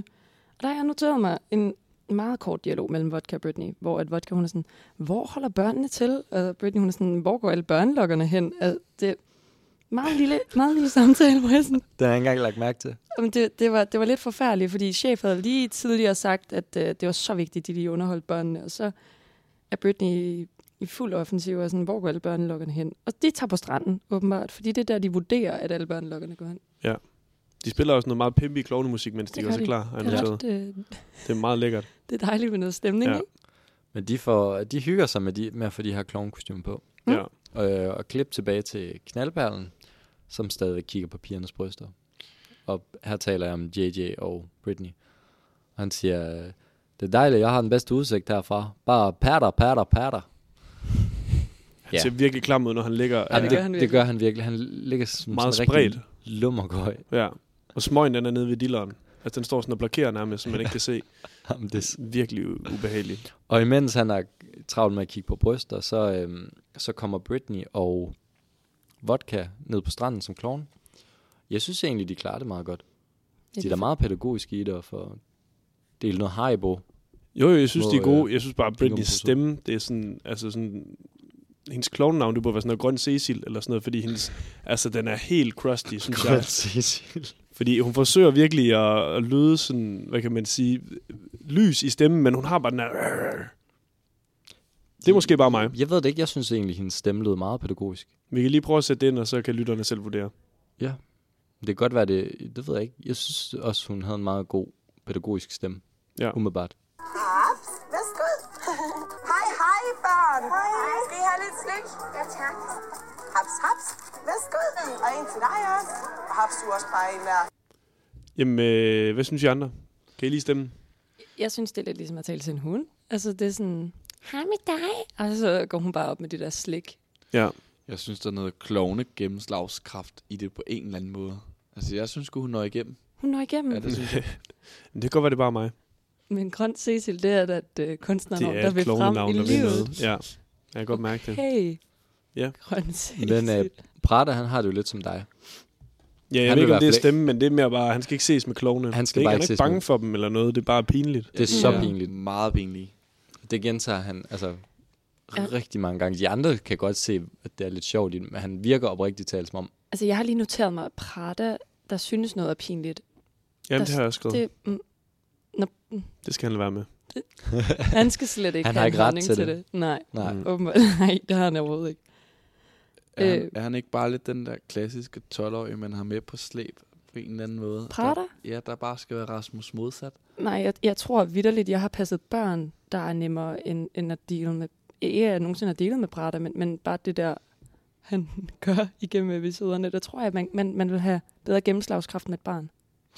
[SPEAKER 5] Og der har jeg noteret mig en meget kort dialog mellem Vodka og Britney, hvor at Vodka hun er sådan, hvor holder børnene til? Og Britney hun er sådan, hvor går alle børnelokkerne hen? Og det er meget lille, meget lille samtale, hvor jeg sådan,
[SPEAKER 2] Det har jeg ikke engang lagt mærke til.
[SPEAKER 5] Jamen, det, det, var, det var lidt forfærdeligt, fordi chef havde lige tidligere sagt, at øh, det var så vigtigt, at de lige underholdt børnene. Og så er Britney i fuld offensiv og sådan, hvor går alle børnelokkerne hen? Og de tager på stranden, åbenbart, fordi det er der, de vurderer, at alle børnelokkerne går hen.
[SPEAKER 4] De spiller også noget meget pimpig klovnemusik, mens de
[SPEAKER 5] Det
[SPEAKER 4] gør
[SPEAKER 5] gør
[SPEAKER 4] sig
[SPEAKER 5] de.
[SPEAKER 4] klar. har jeg
[SPEAKER 5] Det er,
[SPEAKER 4] noteret.
[SPEAKER 5] ret, øh,
[SPEAKER 4] Det er meget lækkert.
[SPEAKER 5] det er dejligt med noget stemning,
[SPEAKER 4] Ja.
[SPEAKER 5] ja.
[SPEAKER 2] Men de, får, de hygger sig med, de, med at få de her klovnkostymer på.
[SPEAKER 5] Mm.
[SPEAKER 4] Ja.
[SPEAKER 2] Øh, og klip tilbage til knaldperlen, som stadig kigger på pigernes bryster. Og her taler jeg om JJ og Britney. Og han siger, øh, det er dejligt, jeg har den bedste udsigt herfra. Bare patter, patter, patter.
[SPEAKER 4] Han
[SPEAKER 2] Ja.
[SPEAKER 4] ser virkelig klam ud, når han ligger.
[SPEAKER 5] Ja, det
[SPEAKER 4] er
[SPEAKER 5] gør han
[SPEAKER 2] det, det
[SPEAKER 5] virkelig.
[SPEAKER 2] gør han virkelig. Han ligger som
[SPEAKER 4] meget
[SPEAKER 2] sådan en rigtig
[SPEAKER 4] spredt.
[SPEAKER 2] lummergøj.
[SPEAKER 4] Ja. Og smøgen, den er nede ved dilleren. Altså, den står sådan og blokerer nærmest, så man ikke kan se.
[SPEAKER 2] Jamen, det, er
[SPEAKER 4] Virkelig u- ubehageligt.
[SPEAKER 2] Og imens han er travlt med at kigge på bryster, så, øhm, så kommer Britney og Vodka ned på stranden som klovn. Jeg synes egentlig, de klarer det meget godt. De er da meget pædagogiske i det, og for dele noget Haribo.
[SPEAKER 4] Jo, jo, jeg synes,
[SPEAKER 2] Hvor,
[SPEAKER 4] de er gode.
[SPEAKER 2] øh,
[SPEAKER 4] Jeg synes bare, at Britneys
[SPEAKER 2] Kingdom
[SPEAKER 4] stemme, det er sådan, altså sådan, hendes klovnenavn, det burde være sådan noget grøn Cecil, eller sådan noget, fordi hendes, altså, den er helt crusty, synes jeg.
[SPEAKER 2] Cecil.
[SPEAKER 4] Fordi hun forsøger virkelig at, at lyde sådan, hvad kan man sige, lys i stemmen, men hun har bare den her... Det er måske bare mig.
[SPEAKER 2] Jeg ved det ikke, jeg synes egentlig, hendes stemme lød meget pædagogisk.
[SPEAKER 4] Vi kan lige prøve at sætte det ind, og så kan lytterne selv vurdere.
[SPEAKER 2] Det kan godt være, det, det ved jeg ikke. Jeg synes også, hun havde en meget god pædagogisk stemme.
[SPEAKER 4] Ja.
[SPEAKER 2] Umiddelbart.
[SPEAKER 6] Ups, værsgo. hej, hej, børn. Hej. Skal I have lidt slik? Ja, tak. Haps, haps. Værsgo. Og en til dig også. Og haps, du også bare en der.
[SPEAKER 4] Jamen, øh, hvad synes I andre? Kan I lige stemme?
[SPEAKER 5] Jeg synes, det er lidt ligesom at tale til en hund. Altså, det er sådan, hej med dig. Og så går hun bare op med det der slik.
[SPEAKER 4] Ja.
[SPEAKER 3] Jeg synes, der er noget klovne gennemslagskraft i det på en eller anden måde. Altså, jeg synes, hun når igennem.
[SPEAKER 5] Hun når igennem.
[SPEAKER 3] Ja, det synes jeg.
[SPEAKER 4] Men det kan godt være, det er bare mig.
[SPEAKER 5] Men grøn Cecil, det er da et øh, kunstnernavn,
[SPEAKER 4] det er
[SPEAKER 5] der
[SPEAKER 4] et
[SPEAKER 5] vil frem
[SPEAKER 4] klovnenavn,
[SPEAKER 5] i
[SPEAKER 4] der vil
[SPEAKER 5] livet.
[SPEAKER 4] noget. Ja, jeg kan godt mærke det.
[SPEAKER 5] Hey,
[SPEAKER 4] Ja.
[SPEAKER 5] grøn Cecil.
[SPEAKER 2] Men øh, Prada, han har det jo lidt som dig.
[SPEAKER 4] Ja,
[SPEAKER 2] Han
[SPEAKER 4] jeg ved
[SPEAKER 2] vil
[SPEAKER 4] ikke, om
[SPEAKER 2] i
[SPEAKER 4] det er
[SPEAKER 2] hvert fald
[SPEAKER 4] stemme, men det er mere bare, han skal ikke ses med klovene.
[SPEAKER 2] Han skal
[SPEAKER 4] det er
[SPEAKER 2] bare ikke
[SPEAKER 4] ikke, han er
[SPEAKER 2] ses
[SPEAKER 4] ikke bange
[SPEAKER 2] med-
[SPEAKER 4] for dem eller noget, det er bare pinligt.
[SPEAKER 2] Det er så
[SPEAKER 3] Ja.
[SPEAKER 2] pinligt.
[SPEAKER 3] Meget pinligt.
[SPEAKER 2] Det gentager han altså
[SPEAKER 5] Ja.
[SPEAKER 2] ja. rigtig mange gange. De andre kan godt se, at det er lidt sjovt, i det, men han virker oprigtigt talt som om,
[SPEAKER 5] Altså, jeg har lige noteret mig, at Prada, der synes noget er pinligt.
[SPEAKER 4] Jamen,
[SPEAKER 5] Der-
[SPEAKER 4] det har jeg også skrevet. Det,
[SPEAKER 5] Det, mm, nå, mm,
[SPEAKER 4] det skal han lade være med.
[SPEAKER 5] han skal slet ikke
[SPEAKER 2] Han har
[SPEAKER 5] have en
[SPEAKER 2] ikke ret
[SPEAKER 5] holdning
[SPEAKER 2] til
[SPEAKER 5] til det.
[SPEAKER 2] det.
[SPEAKER 5] Nej,
[SPEAKER 2] nej,
[SPEAKER 4] Mm.
[SPEAKER 5] åbenbart. Nej, det har han overhovedet ikke.
[SPEAKER 3] Er,
[SPEAKER 5] Øh.
[SPEAKER 3] han, er han ikke bare lidt den der klassiske 12-årige, man har med på slæb på en eller anden måde?
[SPEAKER 5] Prada?
[SPEAKER 3] Der, ja, der bare skal være Rasmus modsat.
[SPEAKER 5] Nej, jeg, jeg tror vidderligt, jeg har passet børn, der er nemmere end, end at dele med... Ikke at jeg nogensinde har delet med Prada, men, men bare det der, han gør igennem episoderne, der tror jeg, at man, man, man vil have bedre gennemslagskraft med et barn.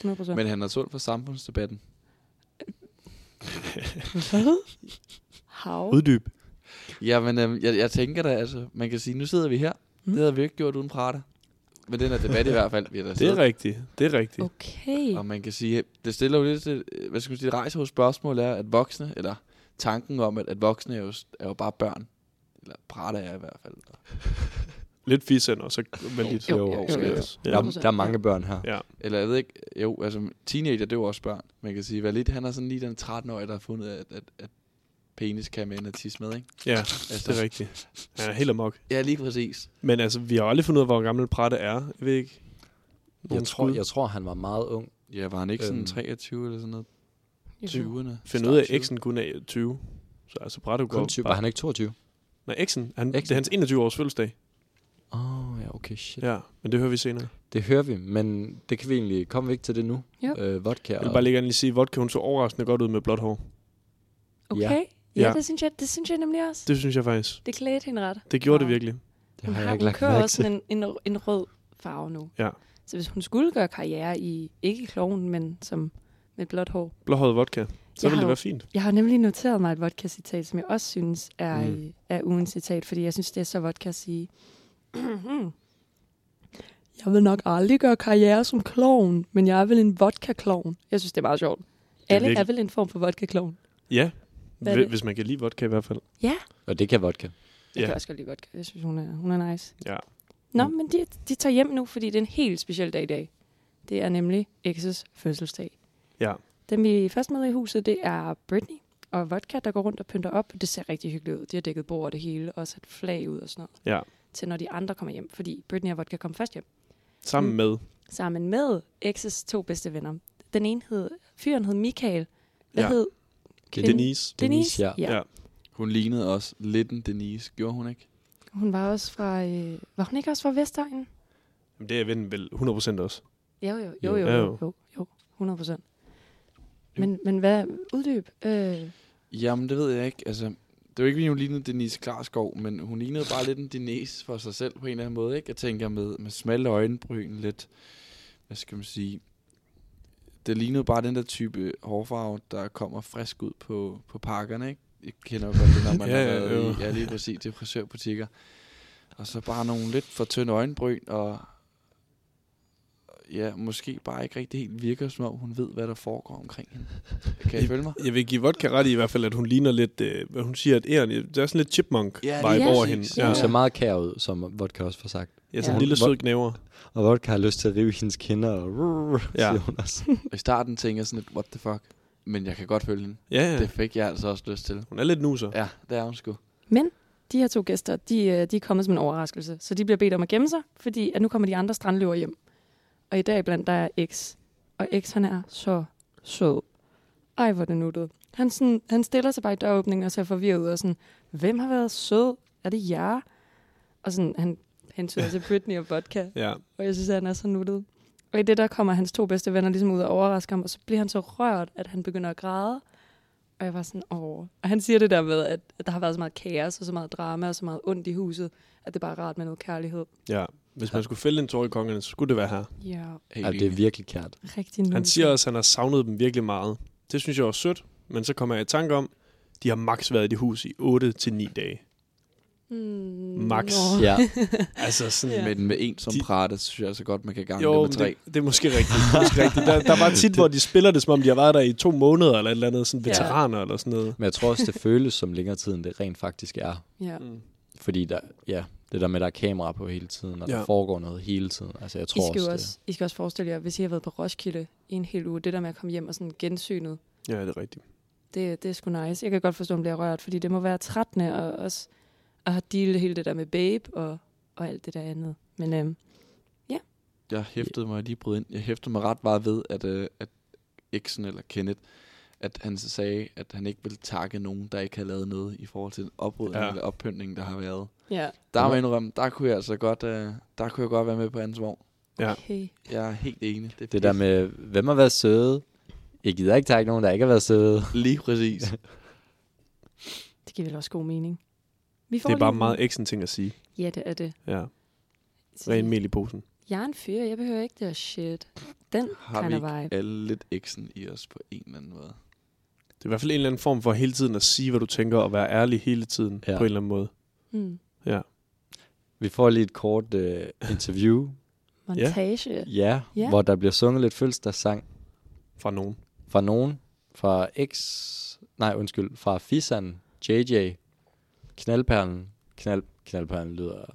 [SPEAKER 5] 100%. Men,
[SPEAKER 3] Men han er sund for samfundsdebatten.
[SPEAKER 5] Hav.
[SPEAKER 4] Uddyb.
[SPEAKER 3] Jamen, øhm, jeg, jeg tænker da, altså, man kan sige, nu sidder vi her.
[SPEAKER 5] Mm.
[SPEAKER 3] Mm. Det havde vi ikke gjort uden Prada. Men den her debat i hvert fald, vi har da
[SPEAKER 4] Det
[SPEAKER 3] siddet.
[SPEAKER 4] er rigtigt. Det er rigtigt.
[SPEAKER 5] Okay.
[SPEAKER 3] Og man kan sige, det stiller jo lidt, til- øh, hvad skal man sige, det rejser hos spørgsmålet er, at voksne, eller tanken om, at, at voksne er jo, er jo bare børn. Eller Prada er i hvert fald.
[SPEAKER 4] Lidt fisen, og så vælge lidt.
[SPEAKER 5] Jo, jo,
[SPEAKER 4] skal
[SPEAKER 3] jo,
[SPEAKER 4] jeg
[SPEAKER 3] jo.
[SPEAKER 4] også.
[SPEAKER 2] der,
[SPEAKER 4] Ja.
[SPEAKER 2] er- der er mange børn her.
[SPEAKER 4] Ja.
[SPEAKER 3] Eller jeg ved ikke, jo, altså teenager, det er jo også børn. Man kan sige, Valit, han er sådan lige den 13-årige, der har fundet, at, at, at penis kan med en at tisse med, ikke?
[SPEAKER 4] ja,
[SPEAKER 3] Altså,
[SPEAKER 4] det er rigtigt. Han er helt amok.
[SPEAKER 3] Ja, lige præcis.
[SPEAKER 4] Men altså, vi har aldrig fundet ud af, hvor gammel Prada er. Jeg ved ikke.
[SPEAKER 2] Jeg,
[SPEAKER 4] Nogle
[SPEAKER 2] tror,
[SPEAKER 4] skud.
[SPEAKER 2] jeg tror, han var meget ung.
[SPEAKER 3] Ja, var han ikke sådan
[SPEAKER 2] Øhm.
[SPEAKER 3] 23 eller sådan noget? 20'erne?
[SPEAKER 4] Find ud af, at
[SPEAKER 3] Start 20'erne.
[SPEAKER 4] Exen kun er 20. Så altså, Prada går
[SPEAKER 2] Kun 20. Var han ikke 22?
[SPEAKER 4] Nej, Exen. Han,
[SPEAKER 2] Exen.
[SPEAKER 4] Det er hans 21-års fødselsdag.
[SPEAKER 2] Åh, oh, ja, okay, shit.
[SPEAKER 4] Ja, men det hører vi senere.
[SPEAKER 2] Det hører vi, men det kan vi egentlig... Kom vi ikke til det nu?
[SPEAKER 5] Jo.
[SPEAKER 2] Øh, vodka
[SPEAKER 4] Jeg vil
[SPEAKER 2] og...
[SPEAKER 4] bare lige gerne lige sige, at vodka hun så overraskende godt ud med blåt hår.
[SPEAKER 5] Okay. Ja,
[SPEAKER 4] Ja.
[SPEAKER 5] ja. Det, synes jeg, det synes jeg nemlig også.
[SPEAKER 4] Det synes jeg faktisk.
[SPEAKER 5] Det klædte hende ret.
[SPEAKER 4] Det gjorde
[SPEAKER 5] Nå.
[SPEAKER 4] det virkelig.
[SPEAKER 2] Det
[SPEAKER 5] Hun,
[SPEAKER 2] har
[SPEAKER 5] har,
[SPEAKER 2] jeg ikke
[SPEAKER 5] hun
[SPEAKER 2] lagt
[SPEAKER 5] kører
[SPEAKER 2] mærke
[SPEAKER 5] også en, en, en rød farve nu.
[SPEAKER 4] Ja.
[SPEAKER 5] Så hvis hun skulle gøre karriere i, ikke kloven, men som med blåt hår.
[SPEAKER 4] Blåhåret vodka. Så
[SPEAKER 5] Jeg
[SPEAKER 4] ville
[SPEAKER 5] har
[SPEAKER 4] det
[SPEAKER 5] jo-
[SPEAKER 4] være fint.
[SPEAKER 5] Jeg har nemlig noteret mig et vodka-citat, som jeg også synes er,
[SPEAKER 4] Mm.
[SPEAKER 5] mm. er ugens citat, fordi jeg synes, det er så vodka at sige. jeg vil nok aldrig gøre karriere som kloven, men jeg er vel en vodka-kloven. Jeg synes, det er meget sjovt.
[SPEAKER 4] er
[SPEAKER 5] Alle er
[SPEAKER 4] virkelig-
[SPEAKER 5] vel en form for vodka-kloven.
[SPEAKER 4] Ja,
[SPEAKER 5] Hvad er
[SPEAKER 4] Hvi-
[SPEAKER 5] det?
[SPEAKER 4] hvis man kan lide vodka i hvert fald.
[SPEAKER 2] Og det kan vodka.
[SPEAKER 5] Jeg
[SPEAKER 4] Ja.
[SPEAKER 5] kan også godt lide vodka. Jeg synes, hun er, hun er nice.
[SPEAKER 4] Ja.
[SPEAKER 5] Nå,
[SPEAKER 4] Mm.
[SPEAKER 5] men de, de tager hjem nu, fordi det er en helt speciel dag i dag. Det er nemlig X's fødselsdag.
[SPEAKER 4] Ja.
[SPEAKER 5] Den vi først møder i huset, det er Britney og Vodka, der går rundt og pynter op. Det ser rigtig hyggeligt ud. De har dækket bord og det hele, og sat flag ud og sådan noget.
[SPEAKER 4] Ja.
[SPEAKER 5] Til når de andre kommer hjem, fordi Britney og Vodka kom først hjem.
[SPEAKER 4] Sammen
[SPEAKER 5] Mm.
[SPEAKER 4] med.
[SPEAKER 5] Sammen med X's to bedste venner. Den ene hed, fyren hed Michael. Hvad
[SPEAKER 4] Ja.
[SPEAKER 5] hed
[SPEAKER 2] Det-
[SPEAKER 5] kvinden?
[SPEAKER 4] Denise.
[SPEAKER 2] Denise, ja.
[SPEAKER 5] ja.
[SPEAKER 4] Ja.
[SPEAKER 3] Hun lignede også lidt en Denise, gjorde hun ikke?
[SPEAKER 5] Hun var også fra... Øh, var hun ikke også fra Vestegnen?
[SPEAKER 4] Jamen, det er ven vel 100% også.
[SPEAKER 5] Jo, jo, jo,
[SPEAKER 4] Jo.
[SPEAKER 5] jo,
[SPEAKER 4] Ja,
[SPEAKER 5] jo,
[SPEAKER 4] jo.
[SPEAKER 5] jo, jo 100 procent. Men, men hvad, uddyb, øh,
[SPEAKER 3] Jamen, det ved jeg ikke. Altså, det var ikke, fordi hun lignede Denise Klarskov, men hun lignede bare lidt en Denise for sig selv på en eller anden måde. Ikke? Jeg tænker med, med smalle øjenbryn, lidt, hvad skal man sige, det lignede bare den der type hårfarve, der kommer frisk ud på, på pakkerne. Ikke? Jeg kender jo godt det, når man
[SPEAKER 4] Ja,
[SPEAKER 3] ja, har
[SPEAKER 4] ja,
[SPEAKER 3] været
[SPEAKER 4] jo.
[SPEAKER 3] i, ja, lige præcis, til frisørbutikker. Og så bare nogle lidt for tynde øjenbryn, og ja, måske bare ikke rigtig helt virker, som om hun ved, hvad der foregår omkring hende. Kan I følge mig?
[SPEAKER 4] Jeg vil give vodka ret i i hvert fald, at hun ligner lidt... Øh, hvad hun siger, at æren... Der er sådan lidt chipmunk-vibe
[SPEAKER 3] Ja,
[SPEAKER 4] ja,
[SPEAKER 3] lige
[SPEAKER 4] over hende.
[SPEAKER 3] præcis.
[SPEAKER 4] Ja.
[SPEAKER 2] Hun
[SPEAKER 4] ja.
[SPEAKER 2] ser meget kær ud, som vodka også får sagt.
[SPEAKER 4] sådan en
[SPEAKER 5] Ja.
[SPEAKER 4] lille sød knæver.
[SPEAKER 2] Og vodka har lyst til at rive hendes kinder, og rrr,
[SPEAKER 4] Ja.
[SPEAKER 2] ja. siger hun også.
[SPEAKER 3] Og I starten tænker jeg sådan lidt, what the fuck? Men jeg kan godt følge hende.
[SPEAKER 4] Ja,
[SPEAKER 3] Ja.
[SPEAKER 4] ja.
[SPEAKER 3] Det fik jeg altså også lyst til.
[SPEAKER 4] Hun er lidt nuser.
[SPEAKER 3] Ja, det er hun sgu.
[SPEAKER 5] men de her to gæster, de, øh, de er kommet som en overraskelse, så de bliver bedt om at gemme sig, fordi at nu kommer de andre strandløver hjem. Og i dag blandt der er X, og X han er så sød. Ej, hvor er det nuttet. Han, sådan, han stiller sig bare i døråbningen og ser forvirret ud og sådan, hvem har været sød? Er det jer? Og sådan, han hentyder til Britney og vodka.
[SPEAKER 4] Ja.
[SPEAKER 5] Og jeg synes, at han er så nuttet. Og i det, der kommer hans to bedste venner ligesom ud og overrasker ham, og så bliver han så rørt, at han begynder at græde. Og jeg var sådan, åh. Og han siger det der med, at at der har været så meget kaos, og så meget drama, og så meget ondt i huset, at det bare er rart med noget kærlighed.
[SPEAKER 4] ja. Hvis man skulle fælde en tår i kongerne, så skulle det være her.
[SPEAKER 5] Ja,
[SPEAKER 2] Ja, det er virkelig kært.
[SPEAKER 5] rigtig nuttet.
[SPEAKER 4] Han siger også, at han har savnet dem virkelig meget. Det synes jeg var sødt, men så kommer jeg i tanke om, de har maks været i det hus i 8 til 9 dage.
[SPEAKER 5] Mm,
[SPEAKER 4] Max.
[SPEAKER 5] nå.
[SPEAKER 2] Ja,
[SPEAKER 4] Altså sådan
[SPEAKER 5] Ja.
[SPEAKER 3] Men med en som
[SPEAKER 4] De-
[SPEAKER 3] prater, synes jeg altså godt, man kan gange
[SPEAKER 4] Jo,
[SPEAKER 3] det
[SPEAKER 4] men
[SPEAKER 3] med tre.
[SPEAKER 4] det, det er måske rigtigt. Det er måske rigtigt. Der, der var tit, hvor de spiller det, som om de har været der i to måneder, eller et eller andet, sådan
[SPEAKER 5] Ja.
[SPEAKER 4] veteraner eller sådan noget.
[SPEAKER 2] men jeg tror også, det føles som længere tid, end det rent faktisk er.
[SPEAKER 5] Ja.
[SPEAKER 4] Mm.
[SPEAKER 2] Fordi der, ja, det der med, at der er kamera på hele tiden, og ja.
[SPEAKER 4] Ja.
[SPEAKER 2] der foregår noget hele tiden. Altså, jeg
[SPEAKER 5] I
[SPEAKER 2] tror
[SPEAKER 5] skal,
[SPEAKER 2] også,
[SPEAKER 5] jo
[SPEAKER 2] det-
[SPEAKER 5] også, I skal også forestille jer, hvis I har været på Roskilde i en hel uge, det der med at komme hjem og sådan gensynet,
[SPEAKER 4] Ja, det er rigtigt.
[SPEAKER 5] det, det er sgu nice. Jeg kan godt forstå, at man bliver rørt, fordi det må være trættende og også at have dealet hele det der med babe og, og alt det der andet. Men øhm,
[SPEAKER 3] Jeg hæftede mig jeg lige bryde ind. Jeg hæftede mig ret meget ved, at, øh, at Exen eller Kenneth, at han så sagde, at han ikke ville takke nogen, der ikke havde lavet noget i forhold til den oprydning
[SPEAKER 4] Ja.
[SPEAKER 3] ja. eller oppyntning, der har været.
[SPEAKER 5] ja,
[SPEAKER 3] Der
[SPEAKER 2] Ja.
[SPEAKER 3] må jeg indrømme, der kunne jeg altså godt, øh, der kunne jeg godt være med på hans vogn.
[SPEAKER 4] Ja.
[SPEAKER 5] okay.
[SPEAKER 3] Jeg er helt enig. Det, er
[SPEAKER 2] Det der med, hvem har været søde? Jeg gider ikke takke nogen, der ikke har været søde.
[SPEAKER 3] Lige præcis.
[SPEAKER 5] Det giver vel også god mening. Vi får
[SPEAKER 4] Det er bare
[SPEAKER 5] lige-
[SPEAKER 4] meget eksen ting at sige.
[SPEAKER 5] Ja, det er det.
[SPEAKER 4] Ja, ren mel i posen.
[SPEAKER 5] Jeg er en fyr, jeg behøver ikke det her shit. Den
[SPEAKER 3] Har
[SPEAKER 5] kind
[SPEAKER 3] vi
[SPEAKER 5] of
[SPEAKER 3] ikke
[SPEAKER 5] vibe.
[SPEAKER 3] alle lidt eksen i os på en eller anden måde?
[SPEAKER 4] Det er i hvert fald en eller anden form for hele tiden at sige, hvad du tænker, og være ærlig hele tiden ja.
[SPEAKER 2] Ja.
[SPEAKER 4] på en eller anden måde.
[SPEAKER 5] Mm.
[SPEAKER 2] Vi får lige et kort øh, interview,
[SPEAKER 5] Montage. Ja.
[SPEAKER 2] ja,
[SPEAKER 5] Ja.
[SPEAKER 2] yeah. hvor der bliver sunget lidt fødselsdagssang
[SPEAKER 4] Fra nogen.
[SPEAKER 2] fra nogen. Fra X, nej undskyld, fra Fisan, JJ, Knaldperlen. Knald, knaldperlen lyder,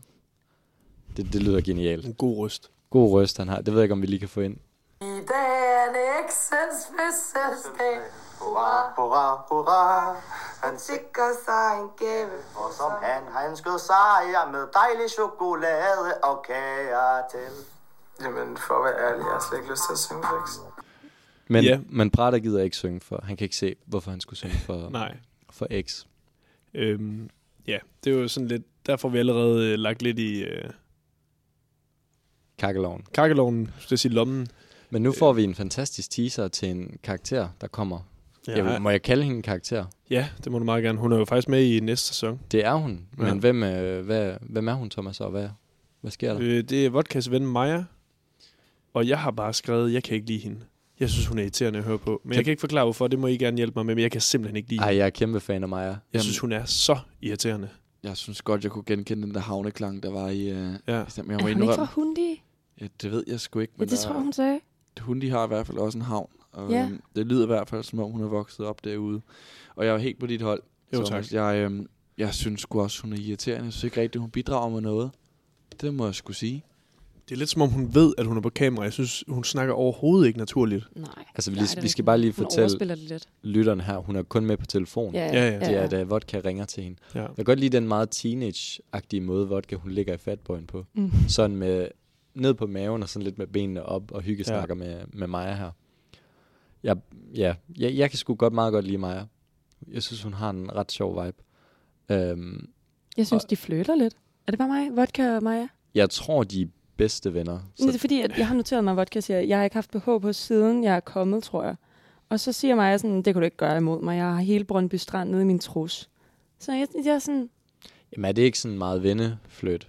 [SPEAKER 2] det, det lyder genialt.
[SPEAKER 4] En god røst.
[SPEAKER 2] God røst han har, det ved jeg ikke, om vi lige kan få ind.
[SPEAKER 6] I dag er det eksens fødselsdag.
[SPEAKER 7] Hurra, hurra, hurra. Han
[SPEAKER 6] Han
[SPEAKER 7] sig,
[SPEAKER 6] sikrer sig en gave.
[SPEAKER 7] og som han, han skød sejr med dejlig chokolade og kager til.
[SPEAKER 8] Jamen, for at være ærlig, jeg har slet ikke lyst til at synge tekst.
[SPEAKER 2] Men,
[SPEAKER 4] Ja.
[SPEAKER 2] yeah. men Prater gider ikke synge for, han kan ikke se, hvorfor han skulle synge for,
[SPEAKER 4] Nej.
[SPEAKER 2] for X.
[SPEAKER 4] Øhm, ja, det er jo sådan lidt... Derfor har vi allerede øh, lagt lidt i øh,
[SPEAKER 2] Kakkeloven.
[SPEAKER 4] kakkeloven, skulle jeg sige lommen.
[SPEAKER 2] Men nu får vi en fantastisk teaser til en karakter, der kommer. Ja. Jeg, vil- må jeg kalde hende en karakter?
[SPEAKER 4] ja, det må du meget gerne. Hun er jo faktisk med i næste sæson.
[SPEAKER 2] Det er hun.
[SPEAKER 4] Ja.
[SPEAKER 2] Men hvem, øh, hvad, hvem er hun, Thomas, og hvad, hvad sker der?
[SPEAKER 4] Øh, det er vodkas ven Maja, og jeg har bare skrevet, jeg kan ikke lide hende. Jeg synes, hun er irriterende at høre på. Men
[SPEAKER 2] Kan-
[SPEAKER 4] jeg kan ikke forklare, hvorfor. Det må I gerne hjælpe mig med, men jeg kan simpelthen ikke lide hende.
[SPEAKER 2] Ej, jeg er kæmpe fan af Maja.
[SPEAKER 4] Jeg synes, hun er så irriterende.
[SPEAKER 3] Jeg synes godt, jeg kunne genkende den der havneklang, der var i... Øh,
[SPEAKER 4] Ja.
[SPEAKER 3] Jamen, jeg
[SPEAKER 5] Er
[SPEAKER 3] må
[SPEAKER 5] hun ikke
[SPEAKER 3] indrømme.
[SPEAKER 5] fra Hundi?
[SPEAKER 3] Ja, det ved jeg sgu ikke,
[SPEAKER 5] Ja,
[SPEAKER 3] men
[SPEAKER 5] det
[SPEAKER 3] der,
[SPEAKER 5] tror jeg, hun sagde.
[SPEAKER 3] hun de har i hvert fald også en havn. Og,
[SPEAKER 5] Ja.
[SPEAKER 3] ja. øhm, det lyder i hvert fald, som om hun er vokset op derude. Og jeg er helt på dit hold.
[SPEAKER 4] Jo,
[SPEAKER 3] Thomas.
[SPEAKER 4] tak.
[SPEAKER 3] Jeg, øhm, jeg synes sgu også, hun er irriterende. Jeg synes ikke rigtigt, hun bidrager med noget. Det må jeg sgu sige.
[SPEAKER 4] Det er lidt som om, hun ved, at hun er på kamera. Jeg synes, hun snakker overhovedet ikke naturligt.
[SPEAKER 5] Nej.
[SPEAKER 2] Altså, vi,
[SPEAKER 5] Nej,
[SPEAKER 2] lige,
[SPEAKER 5] det er
[SPEAKER 2] vi skal
[SPEAKER 5] rigtigt.
[SPEAKER 2] bare lige
[SPEAKER 5] Hun
[SPEAKER 2] fortælle
[SPEAKER 5] overspiller det lidt.
[SPEAKER 2] lytteren her, hun er kun med på telefon.
[SPEAKER 5] Ja,
[SPEAKER 4] Ja, ja.
[SPEAKER 2] Det er, at øh, Vodka ringer til hende.
[SPEAKER 4] Ja.
[SPEAKER 2] Jeg kan godt lide den meget teenage-agtige måde, Vodka hun ligger i fatbøjen på.
[SPEAKER 5] Mm.
[SPEAKER 2] Sådan med ned på maven og sådan lidt med benene op og hygge snakker ja. med, med Maja her. Jeg, ja, jeg, jeg kan sgu godt meget godt lide Maja. Jeg synes, hun har en ret sjov vibe. Øhm,
[SPEAKER 5] Jeg synes, de flytter lidt. Er det bare mig? Vodka og Maja?
[SPEAKER 2] Jeg tror, de er bedste venner.
[SPEAKER 5] Så... Det er
[SPEAKER 2] Så
[SPEAKER 5] fordi, at jeg har noteret mig, at vodka siger, jeg har ikke haft BH på, siden jeg er kommet, tror jeg. Og så siger Maja sådan, det kunne du ikke gøre imod mig. Jeg har hele Brøndby Strand nede i min trus. Så jeg, jeg er sådan,
[SPEAKER 2] jamen, er det ikke sådan meget venneflødt?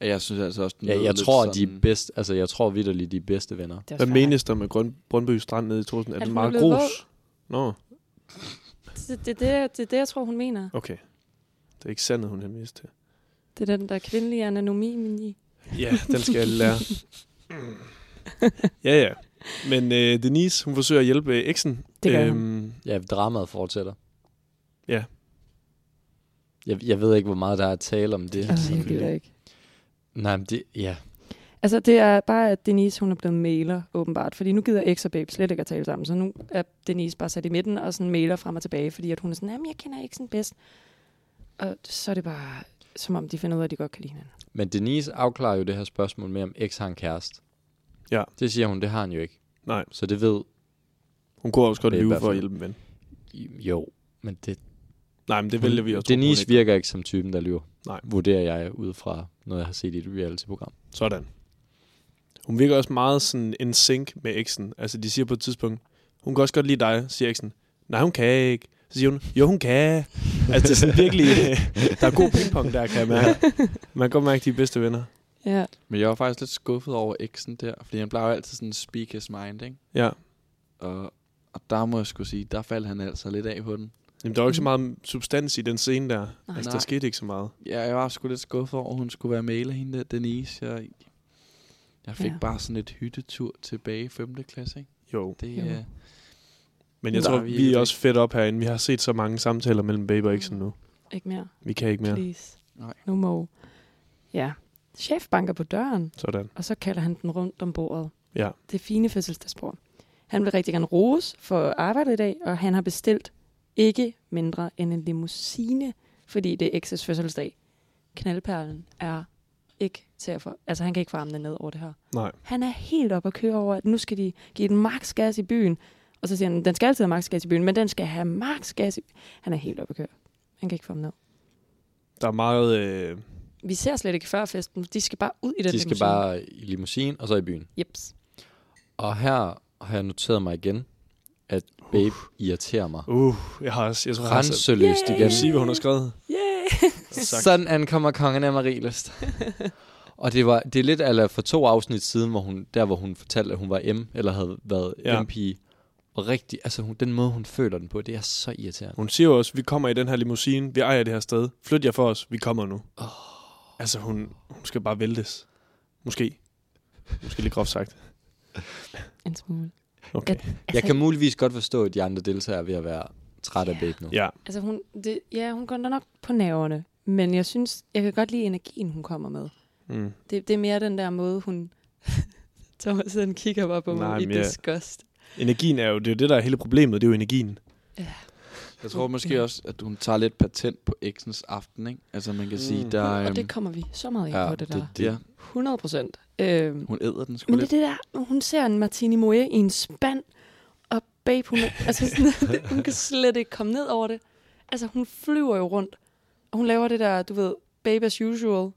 [SPEAKER 3] Ja, Jeg synes altså også, den
[SPEAKER 2] Ja,
[SPEAKER 3] lød
[SPEAKER 2] jeg
[SPEAKER 3] lidt
[SPEAKER 2] tror, de
[SPEAKER 3] sådan,
[SPEAKER 2] er bedst, altså jeg tror vidderligt, de er bedste venner.
[SPEAKER 5] det er
[SPEAKER 4] Hvad
[SPEAKER 5] også
[SPEAKER 4] menes der med Grøn, Brøndby Strand nede i 2000? Er
[SPEAKER 5] At
[SPEAKER 4] det
[SPEAKER 5] hun
[SPEAKER 4] meget
[SPEAKER 5] er blevet
[SPEAKER 4] grus? Nå,
[SPEAKER 5] fair. Det, det, det, er- det, er det, jeg tror, hun mener.
[SPEAKER 4] okay. Det er ikke sandet, hun henviser til.
[SPEAKER 5] Det er den der kvindelige anatomi, men i.
[SPEAKER 4] Ja, den skal jeg lære. Mm. ja, ja. Men øh, Denise, hun forsøger at hjælpe øh, eksen.
[SPEAKER 5] Det gør
[SPEAKER 4] øhm,
[SPEAKER 2] Ja, dramaet fortsætter.
[SPEAKER 4] Ja.
[SPEAKER 2] Jeg, jeg ved ikke, hvor meget der er at tale om det.
[SPEAKER 5] Altså, jeg gider ikke.
[SPEAKER 2] Nej, men det, ja.
[SPEAKER 5] Altså, det er bare, at Denise, hun er blevet maler, åbenbart. Fordi nu gider X og Babe slet ikke at tale sammen. Så nu er Denise bare sat i midten og sådan mailer frem og tilbage, fordi at hun er sådan, jamen, jeg kender X'en bedst. Og så er det bare, som om de finder ud af, at de godt kan lide hinanden.
[SPEAKER 2] Men Denise afklarer jo det her spørgsmål med, om X har en kæreste.
[SPEAKER 4] Ja.
[SPEAKER 2] Det siger hun, det har han jo ikke.
[SPEAKER 4] Nej.
[SPEAKER 2] Så det ved...
[SPEAKER 4] Hun kunne også godt
[SPEAKER 2] Det er i
[SPEAKER 4] lyve
[SPEAKER 2] hvert
[SPEAKER 4] for at
[SPEAKER 2] fald-
[SPEAKER 4] hjælpe en ven.
[SPEAKER 2] Jo, men det...
[SPEAKER 4] Nej, men det vælger vi også.
[SPEAKER 2] Denise virker ikke som typen, der lyver.
[SPEAKER 4] Nej.
[SPEAKER 2] Vurderer jeg ud fra noget, jeg har set i et reality-program.
[SPEAKER 4] Sådan. Hun virker også meget sådan en sync med eksen. Altså, de siger på et tidspunkt, hun kan også godt lide dig, siger eksen. Nej, hun kan ikke. Så siger hun, jo, hun kan. Altså, det er sådan virkelig, øh, der er god pingpong der, kan jeg mærke. Man kan godt mærke, de er bedste venner.
[SPEAKER 5] Ja,
[SPEAKER 3] Men jeg var faktisk lidt skuffet over eksen der, fordi han plejer jo altid sådan speak his mind, ikke?
[SPEAKER 4] Ja,
[SPEAKER 3] Og, og der må jeg sgu sige, der faldt han altså lidt af på den.
[SPEAKER 4] Jamen, der var jo ikke så meget substans i den scene der. Nej. Altså, der
[SPEAKER 3] Nej.
[SPEAKER 4] skete ikke så meget.
[SPEAKER 3] Ja, jeg var sgu lidt skuffet over, at hun skulle være med eller hende der, Denise. Jeg, jeg fik
[SPEAKER 5] Ja.
[SPEAKER 3] ja. bare sådan et hyttetur tilbage i 5. klasse, ikke?
[SPEAKER 4] Jo.
[SPEAKER 3] Det,
[SPEAKER 5] Jo.
[SPEAKER 3] øh,
[SPEAKER 4] Men jeg
[SPEAKER 3] Nej,
[SPEAKER 4] tror,
[SPEAKER 3] vi er
[SPEAKER 4] vi er
[SPEAKER 3] ikke-
[SPEAKER 4] også fedt op herinde. Vi har set så mange samtaler mellem Babe og Iksen nu.
[SPEAKER 5] Ikke mere.
[SPEAKER 4] Vi kan ikke mere.
[SPEAKER 5] Please.
[SPEAKER 3] Nej.
[SPEAKER 5] No more. Ja. Chef banker på døren,
[SPEAKER 4] Sådan.
[SPEAKER 5] og så kalder han den rundt om bordet.
[SPEAKER 4] Ja.
[SPEAKER 5] Det fine fødselsdagsbord. Han vil rigtig gerne rose for arbejdet i dag, og han har bestilt ikke mindre end en limousine, fordi det er X's fødselsdag. Knaldperlen er ikke til at få... Altså, han kan ikke få armene ned over det her.
[SPEAKER 4] Nej.
[SPEAKER 5] Han er helt op at køre over, at nu skal de give den maks gas i byen. Og så siger han, den skal altid have maks gas i byen, men den skal have maks gas i... Han er helt op at køre. Han kan ikke få ham ned.
[SPEAKER 4] Der er meget... Øh,
[SPEAKER 5] Vi ser slet ikke før festen. De skal bare ud i den
[SPEAKER 2] De skal
[SPEAKER 5] limousine.
[SPEAKER 2] bare i limousinen, og så i byen.
[SPEAKER 5] Jeps.
[SPEAKER 2] Og her har jeg noteret mig igen, at Babe irriterer mig.
[SPEAKER 4] uh, jeg har også... Jeg tror, jeg har så-
[SPEAKER 2] Renseløst
[SPEAKER 5] Yay!
[SPEAKER 2] igen.
[SPEAKER 4] Kan du sige, hvad hun har skrevet?
[SPEAKER 5] Yay!
[SPEAKER 4] Sagt.
[SPEAKER 2] Sådan ankommer kongen af Marieløst. og det, var, det er lidt ala for to afsnit siden, hvor hun, der hvor hun fortalte, at hun var M, eller havde været
[SPEAKER 4] Ja.
[SPEAKER 2] ja. M-pige. Og rigtig, altså hun, den måde, hun føler den på, det er så irriterende.
[SPEAKER 4] Hun siger jo også, vi kommer i den her limousine, vi ejer det her sted. Flyt jer for os, vi kommer nu. Oh. Altså, hun, hun skal bare væltes. Måske. Måske lidt groft sagt.
[SPEAKER 5] En smule.
[SPEAKER 4] Okay.
[SPEAKER 5] Altså-
[SPEAKER 2] Jeg kan muligvis godt forstå, at de andre deltagere er ved at være træt af
[SPEAKER 5] Ja.
[SPEAKER 2] Babe nu.
[SPEAKER 4] Ja,
[SPEAKER 5] Altså, hun, det, ja, hun går da nok på nerverne. Men jeg synes, jeg kan godt lide energien, hun kommer med.
[SPEAKER 4] mm.
[SPEAKER 5] Det, det er mere den der måde, hun... Thomas, han kigger bare på mig
[SPEAKER 4] Nej,
[SPEAKER 5] i
[SPEAKER 4] men jeg-
[SPEAKER 5] disgust.
[SPEAKER 4] Energien er jo, det er jo det, der er hele problemet, det er jo energien.
[SPEAKER 3] jeg tror måske også, at hun tager lidt patent på eksens aften, ikke? Altså, man kan mm. sige,
[SPEAKER 4] Mm.
[SPEAKER 3] der er...
[SPEAKER 5] Og det kommer vi så meget ind
[SPEAKER 2] Ja,
[SPEAKER 5] på, det der.
[SPEAKER 2] det-
[SPEAKER 3] det, ja,
[SPEAKER 5] 100 procent. Øhm,
[SPEAKER 3] hun æder den sgu
[SPEAKER 5] men
[SPEAKER 3] lidt.
[SPEAKER 5] det er det der, hun ser en Martini Moe i en spand, og babe, hun, er- altså sådan, det, hun kan slet ikke komme ned over det. Altså, hun flyver jo rundt, og hun laver det der, du ved, babe as usual,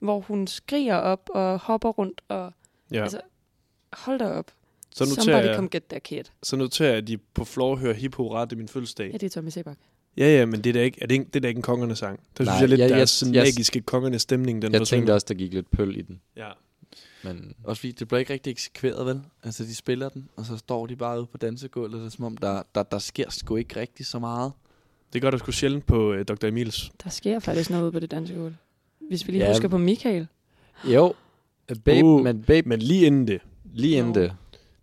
[SPEAKER 5] hvor hun skriger op og hopper rundt, og
[SPEAKER 4] Ja.
[SPEAKER 5] Altså, hold da op.
[SPEAKER 4] så, noterer
[SPEAKER 5] Somebody come
[SPEAKER 4] jeg,
[SPEAKER 5] get that kid.
[SPEAKER 4] så noterer jeg, at de på floor hører hip hurra, det er min fødselsdag.
[SPEAKER 5] Ja, det er Tommy Sebak.
[SPEAKER 4] Ja, ja, men det er da ikke, er det, ikke, det er da ikke en kongernes sang. Der synes
[SPEAKER 2] Nej,
[SPEAKER 4] jeg lidt,
[SPEAKER 2] jeg-
[SPEAKER 4] der er
[SPEAKER 2] jeg-
[SPEAKER 4] sådan
[SPEAKER 2] jeg-
[SPEAKER 4] magiske kongernes stemning, den
[SPEAKER 2] Jeg
[SPEAKER 4] forsvinder.
[SPEAKER 2] tænkte også, der gik lidt pøl i den.
[SPEAKER 4] Ja.
[SPEAKER 2] Men
[SPEAKER 3] Også fordi det bliver ikke rigtig eksekveret, vel? Altså, de spiller den, og så står de bare ude på dansegulvet, og det er som om, der, der, der sker sgu ikke rigtig så meget.
[SPEAKER 4] Det gør der sgu sjældent på øh, Dr. Emils.
[SPEAKER 5] Der sker faktisk noget ude på det danske gulv. Hvis vi lige ja.
[SPEAKER 2] Ja.
[SPEAKER 5] husker på Michael.
[SPEAKER 2] jo, Babe,
[SPEAKER 4] Uh,
[SPEAKER 2] uh, men Babe,
[SPEAKER 4] Men lige inden det,
[SPEAKER 2] lige inden
[SPEAKER 5] Nå.
[SPEAKER 2] det,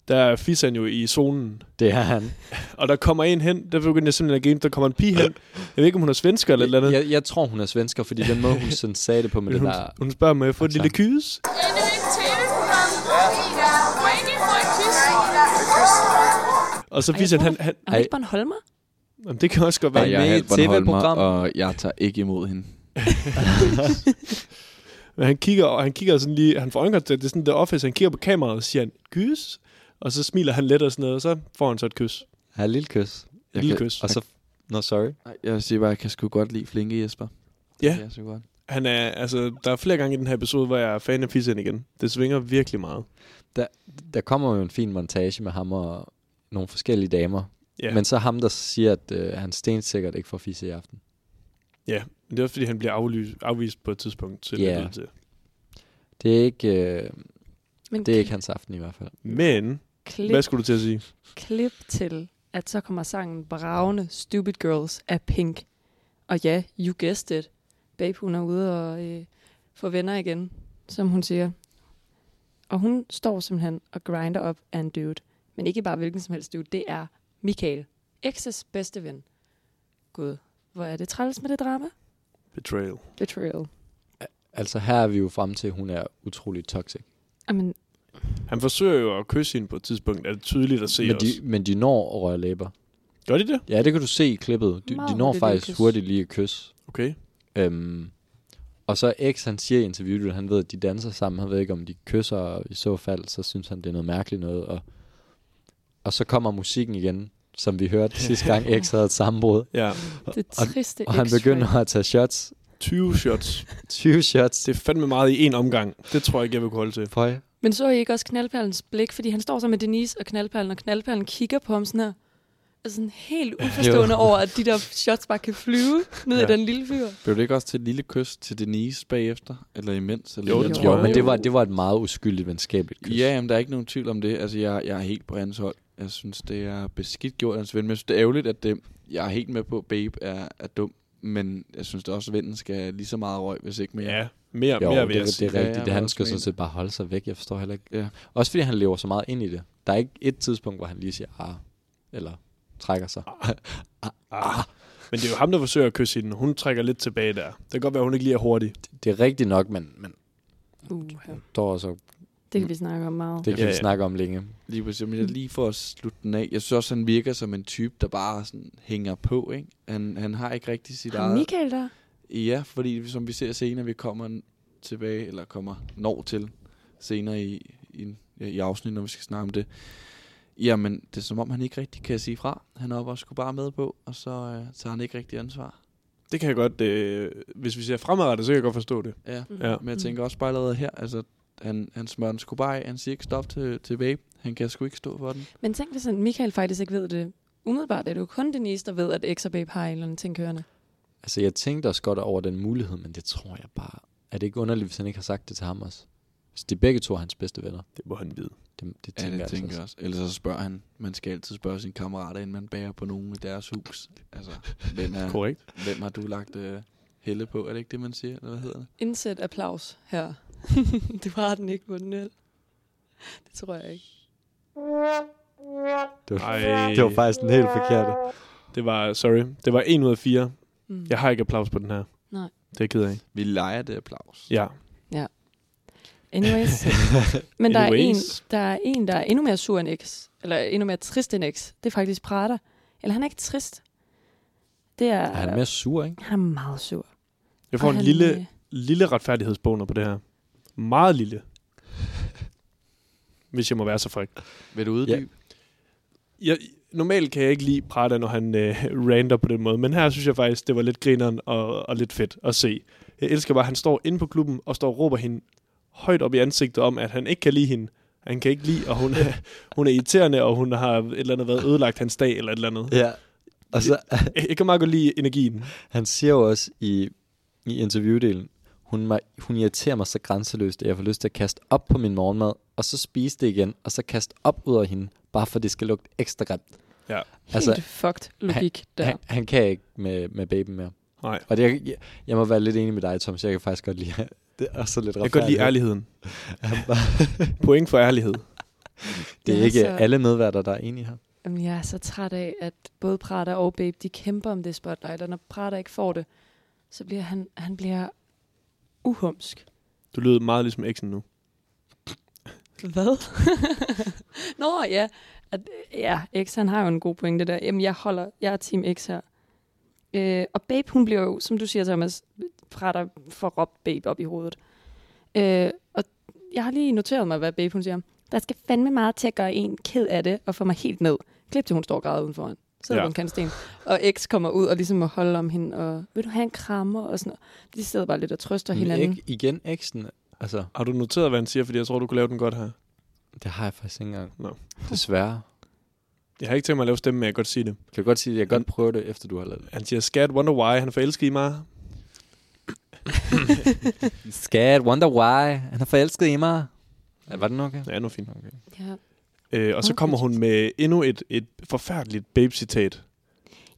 [SPEAKER 4] der er Fisan jo i zonen.
[SPEAKER 2] det er han.
[SPEAKER 4] Og der kommer en hen, der begynder jeg simpelthen at game, der kommer en pige hen. Jeg ved ikke, om hun er svensker eller et eller andet.
[SPEAKER 2] Jeg, jeg tror, hun er svensker, fordi den måde, hun sådan sagde det på med
[SPEAKER 4] Men
[SPEAKER 2] det
[SPEAKER 4] hun,
[SPEAKER 2] der... Altså-
[SPEAKER 4] hun spørger, må jeg få et lille
[SPEAKER 2] accent.
[SPEAKER 4] kys?
[SPEAKER 9] Endnu en tale fra Ida. Må jeg ikke få et kys?
[SPEAKER 4] Og så viser han, han,
[SPEAKER 5] Er hun ikke Bornholmer?
[SPEAKER 4] Jamen, det kan også godt være.
[SPEAKER 2] Ej, jeg er med i et TV-program.
[SPEAKER 3] og jeg tager ikke imod hende.
[SPEAKER 4] Men han kigger, og han kigger sådan lige, han får øjenkontakt, det er sådan The Office, han kigger på kameraet og siger han, kys, og så smiler han let og sådan noget, og så får han så et kys.
[SPEAKER 2] Ja, lille kys. Jeg
[SPEAKER 4] lille
[SPEAKER 2] kan-
[SPEAKER 4] kys.
[SPEAKER 2] Og så... Nå, sorry.
[SPEAKER 3] Nej, jeg siger bare, jeg kan sgu godt lide flinke Jesper.
[SPEAKER 4] Ja.
[SPEAKER 3] Det kan jeg sgu godt.
[SPEAKER 4] Han er, altså, der er flere gange i den her episode, hvor jeg er fan af Fissen igen. Det svinger virkelig meget.
[SPEAKER 2] Der kommer jo en fin montage med ham og nogle forskellige damer.
[SPEAKER 4] Ja,
[SPEAKER 2] Men så ham, der siger, at øh, han stensikkert ikke får fisse i aften.
[SPEAKER 4] ja. men det er også, fordi han bliver aflyst, afvist på et tidspunkt til
[SPEAKER 2] Ja.
[SPEAKER 4] yeah. det til.
[SPEAKER 2] Det er ikke, øh,
[SPEAKER 5] Men
[SPEAKER 2] det er ikke hans aften i hvert fald.
[SPEAKER 4] Men,
[SPEAKER 5] klip,
[SPEAKER 4] hvad skulle du til at sige?
[SPEAKER 5] klip til, at så kommer sangen Bravende Stupid Girls af Pink. Og ja, you guessed it. Babe, hun er ude og øh, får venner igen, som hun siger. Og hun står simpelthen og grinder op af en dude. Men ikke bare hvilken som helst dude, det er Michael. Exes bedste ven. Gud, hvor er det træls med det drama?
[SPEAKER 4] Betrayal.
[SPEAKER 5] Betrayal.
[SPEAKER 2] Altså, her er vi jo frem til, at hun er utrolig toxic.
[SPEAKER 5] Jamen,
[SPEAKER 4] Han forsøger jo at kysse hende på et tidspunkt, er det tydeligt at se
[SPEAKER 2] Men
[SPEAKER 4] men også.
[SPEAKER 2] de, men de når at røre læber.
[SPEAKER 4] Gør de det?
[SPEAKER 2] Ja, det kan du se i klippet. De, de
[SPEAKER 5] Meget
[SPEAKER 2] når
[SPEAKER 5] hurtigt lige
[SPEAKER 2] faktisk
[SPEAKER 5] kys.
[SPEAKER 2] hurtigt lige at kysse.
[SPEAKER 4] Okay.
[SPEAKER 2] Øhm, og så X, han siger i interviewet, at han ved, at de danser sammen. Han ved ikke, om de kysser, og i så fald, så synes han, det er noget mærkeligt noget. Og, og så kommer musikken igen, som vi hørte sidste gang, X havde et sammenbrud.
[SPEAKER 4] Ja.
[SPEAKER 5] det
[SPEAKER 2] Og-
[SPEAKER 5] triste
[SPEAKER 2] Og han
[SPEAKER 5] X-ray.
[SPEAKER 2] begynder at tage shots.
[SPEAKER 4] 20 shots.
[SPEAKER 2] 20 shots.
[SPEAKER 4] Det er fandme meget i en omgang. Det tror jeg ikke, jeg vil kunne holde til.
[SPEAKER 2] Føj.
[SPEAKER 5] Men så I ikke også knaldperlens blik? Fordi han står så med Denise og knaldperlen, og knaldperlen kigger på ham sådan her. Altså sådan helt uforstående over, at de der shots bare kan flyve ned ja.
[SPEAKER 4] Ja.
[SPEAKER 5] i den lille fyr.
[SPEAKER 3] Blev det ikke også til et lille kys til Denise bagefter? Eller imens? Eller
[SPEAKER 4] Jo,
[SPEAKER 3] et
[SPEAKER 4] det
[SPEAKER 3] eller
[SPEAKER 4] tror
[SPEAKER 2] Jo,
[SPEAKER 3] andet?
[SPEAKER 4] jeg.
[SPEAKER 2] men det var, det var et meget uskyldigt venskabeligt kys.
[SPEAKER 3] Ja, jamen, der er ikke nogen tvivl om det. Altså, jeg, jeg er helt på hans hold. Jeg synes, det er beskidt gjort af hans ven. Men jeg synes, det er ærgerligt, at det, jeg er helt med på, at Babe er, er dum, men jeg synes da også, at vennen skal have lige så meget røg, hvis ikke mere.
[SPEAKER 4] Ja, mere,
[SPEAKER 2] Jo,
[SPEAKER 4] mere
[SPEAKER 2] det,
[SPEAKER 4] vil jeg
[SPEAKER 2] det,
[SPEAKER 4] sige.
[SPEAKER 2] det er
[SPEAKER 3] Ja, jeg
[SPEAKER 2] rigtigt. Det,
[SPEAKER 3] var
[SPEAKER 2] han
[SPEAKER 3] også
[SPEAKER 2] skal sådan
[SPEAKER 3] med.
[SPEAKER 2] set bare holde sig væk. Jeg forstår heller ikke.
[SPEAKER 3] Ja.
[SPEAKER 2] Også fordi han lever så meget ind i det. Der er ikke et tidspunkt, hvor han lige siger, ah, eller trækker sig.
[SPEAKER 4] Ah. Men det er jo ham, der forsøger at kysse hende. Hun trækker lidt tilbage der. Det kan godt være, hun ikke lige er hurtig.
[SPEAKER 2] Det er rigtigt nok, men, men
[SPEAKER 5] Uh,
[SPEAKER 2] der er også,
[SPEAKER 5] det kan vi snakke om meget.
[SPEAKER 2] det kan
[SPEAKER 4] Ja,
[SPEAKER 2] ja, vi
[SPEAKER 4] ja.
[SPEAKER 2] snakke om længe.
[SPEAKER 3] Lige præcis. Men jeg lige for at slutte den af. Jeg synes også, han virker som en type, der bare sådan hænger på, ikke? Han, han har ikke rigtig sit
[SPEAKER 5] Har
[SPEAKER 3] eget...
[SPEAKER 5] Michael der?
[SPEAKER 3] Ja, fordi som vi ser senere, vi kommer n- tilbage, eller kommer når til senere i, i, i afsnit, når vi skal snakke om det. Jamen, det er som om, han ikke rigtig kan sige fra. Han er oppe og skulle bare med på, og så øh, tager han ikke rigtig ansvar.
[SPEAKER 4] Det kan jeg godt... Øh, hvis vi ser fremadrettet, så kan jeg godt forstå det.
[SPEAKER 3] Ja.
[SPEAKER 4] Ja.
[SPEAKER 3] Men jeg tænker også bare allerede her, altså, han, han smører den sgu bare af. Han siger ikke stop til, til babe. Han kan sgu ikke stå for den.
[SPEAKER 5] Mm. Men tænk, hvis han- Michael faktisk ikke ved det. Umiddelbart er det jo kun Denise, der ved, at X og Babe har en eller anden ting kørende.
[SPEAKER 2] Altså, jeg tænkte også godt over den mulighed, men det tror jeg bare... Er det ikke underligt, hvis han ikke har sagt det til ham også? Så de er begge to er hans bedste venner.
[SPEAKER 4] Det må han vide.
[SPEAKER 2] Det, det
[SPEAKER 3] Ja,
[SPEAKER 2] tænker
[SPEAKER 3] det
[SPEAKER 2] jeg
[SPEAKER 3] tænker
[SPEAKER 2] tænker. Altså.
[SPEAKER 3] jeg også. Ellers så spørger han. Man skal altid spørge sine kammerater, inden man bærer på nogen i deres hus. Altså, hvem,
[SPEAKER 4] Ja.
[SPEAKER 3] er,
[SPEAKER 4] Korrekt.
[SPEAKER 3] hvem har du lagt øh, helle på? Er det ikke det, man siger? Eller hvad hedder det?
[SPEAKER 5] Indsæt applaus her. du har den ikke, Mundel. Det tror jeg ikke.
[SPEAKER 2] Det, var,
[SPEAKER 4] Ej.
[SPEAKER 2] det var faktisk den helt forkerte.
[SPEAKER 4] Det var, sorry, det var 1 ud af 4.
[SPEAKER 5] Mm.
[SPEAKER 4] Jeg har ikke applaus på den her.
[SPEAKER 5] Nej.
[SPEAKER 4] Det er jeg ked af.
[SPEAKER 3] Vi leger det applaus.
[SPEAKER 4] Ja.
[SPEAKER 5] Anyways. Men der er, en,
[SPEAKER 4] Anyways.
[SPEAKER 5] der er en, der er endnu mere sur end X. Eller endnu mere trist end X. Det er faktisk Prada. Eller han er ikke trist. Det er...
[SPEAKER 2] Er han mere sur, ikke?
[SPEAKER 5] han er meget sur.
[SPEAKER 4] Jeg får
[SPEAKER 5] Og
[SPEAKER 4] en
[SPEAKER 5] han,
[SPEAKER 4] lille,
[SPEAKER 5] øh,
[SPEAKER 4] lille retfærdighedsboner på det her. Meget lille. Hvis jeg må være så fræk.
[SPEAKER 3] Vil du uddybe?
[SPEAKER 4] Jeg, normalt kan jeg ikke lide Prada, når han øh, rander på den måde, men her synes jeg faktisk, det var lidt grineren og, og lidt fedt at se. Jeg elsker bare, at han står inde på klubben og står og råber hende højt op i ansigtet om, at han ikke kan lide hende. Han kan ikke lide, og hun er, hun er irriterende, og hun har et eller andet været ødelagt hans dag, eller et eller andet.
[SPEAKER 2] Ja. Og så,
[SPEAKER 4] Jeg, jeg kan meget godt lide energien.
[SPEAKER 2] han siger jo også i, i interviewdelen, hun, mig, hun irriterer mig så grænseløst, at jeg får lyst til at kaste op på min morgenmad, og så spise det igen, og så kaste op ud af hende, bare for det skal lugte ekstra grimt.
[SPEAKER 4] Ja.
[SPEAKER 5] Helt altså, fucked logik der.
[SPEAKER 2] Han, han kan ikke med, med babyen mere.
[SPEAKER 4] Nej.
[SPEAKER 2] Og det, jeg, jeg må være lidt enig med dig, Thomas. Jeg kan faktisk godt lide, det er også lidt
[SPEAKER 4] Jeg kan godt lide ærligheden.
[SPEAKER 2] Han bare,
[SPEAKER 4] Point for ærlighed.
[SPEAKER 2] det er
[SPEAKER 5] Ja,
[SPEAKER 2] ikke
[SPEAKER 5] så-
[SPEAKER 2] alle medværter, der er enige her.
[SPEAKER 5] Jamen, jeg er så træt af, at både Prada og Babe, de kæmper om det spotlight, og når Prada ikke får det, så bliver han, han bliver uhumsk.
[SPEAKER 4] Du lyder meget ligesom eksen nu.
[SPEAKER 5] Hvad? Nå, ja. At, ja, X, han har jo en god pointe der. Jamen, jeg holder, jeg er team X her. Øh, og Babe, hun bliver jo, som du siger, Thomas, Prada får råbt Babe op i hovedet. Øh, og jeg har lige noteret mig, hvad Babe, hun siger. Der skal fandme meget til at gøre en ked af det, og få mig helt ned. Klip til, hun står og græder udenfor han. Sidder
[SPEAKER 4] Ja.
[SPEAKER 5] ja. på en kantsten. Og X kommer ud og ligesom må holde om hende, og vil du have en krammer og sådan noget. De sidder bare lidt og trøster
[SPEAKER 2] Men
[SPEAKER 5] hinanden.
[SPEAKER 2] ikke, igen, eksen, altså,
[SPEAKER 4] Har du noteret, hvad han siger? Fordi jeg tror, du kunne lave den godt her.
[SPEAKER 2] det har jeg faktisk ikke engang.
[SPEAKER 4] Nå.
[SPEAKER 2] Desværre.
[SPEAKER 4] Jeg har ikke tænkt mig at lave stemmen, men jeg kan godt sige det.
[SPEAKER 2] Kan du godt sige, at jeg kan godt prøve det, efter du har lavet det?
[SPEAKER 4] Han siger, skat, wonder why, han forelsker i mig.
[SPEAKER 2] Skat, wonder why. Han har forelsket i mig. Ja, var den okay?
[SPEAKER 4] Ja, nu er fint.
[SPEAKER 5] Ja.
[SPEAKER 4] Øh, og så
[SPEAKER 5] Nå,
[SPEAKER 4] kommer
[SPEAKER 5] fedt.
[SPEAKER 4] hun med endnu et, et forfærdeligt babe-citat.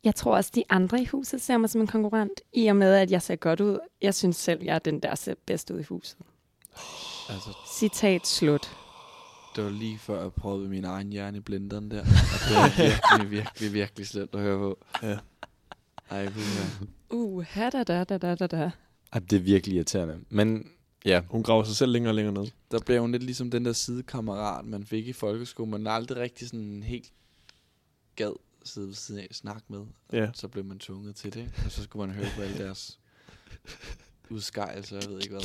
[SPEAKER 5] Jeg tror også, de andre i huset ser mig som en konkurrent, i og med, at jeg ser godt ud. Jeg synes selv, jeg er den, der ser bedst ud i huset.
[SPEAKER 3] Altså,
[SPEAKER 5] Citat slut.
[SPEAKER 3] det var lige før, jeg prøvede min egen hjerne i blenderen der. Og det var virkelig, virkelig, virkelig slemt at høre på.
[SPEAKER 4] Ja.
[SPEAKER 3] Ej, puha.
[SPEAKER 5] Uh, da da da da da da.
[SPEAKER 2] Ej, det er virkelig irriterende. Men ja,
[SPEAKER 4] Hun graver sig selv længere og længere ned.
[SPEAKER 3] Der blev hun lidt ligesom den der sidekammerat, man fik i folkeskolen. Man aldrig rigtig sådan helt gad sidde ved siden af og snakke med.
[SPEAKER 4] Ja.
[SPEAKER 3] Så blev man tvunget til det, ikke? Og så skulle man høre på alle deres udskejelser, jeg ved ikke hvad.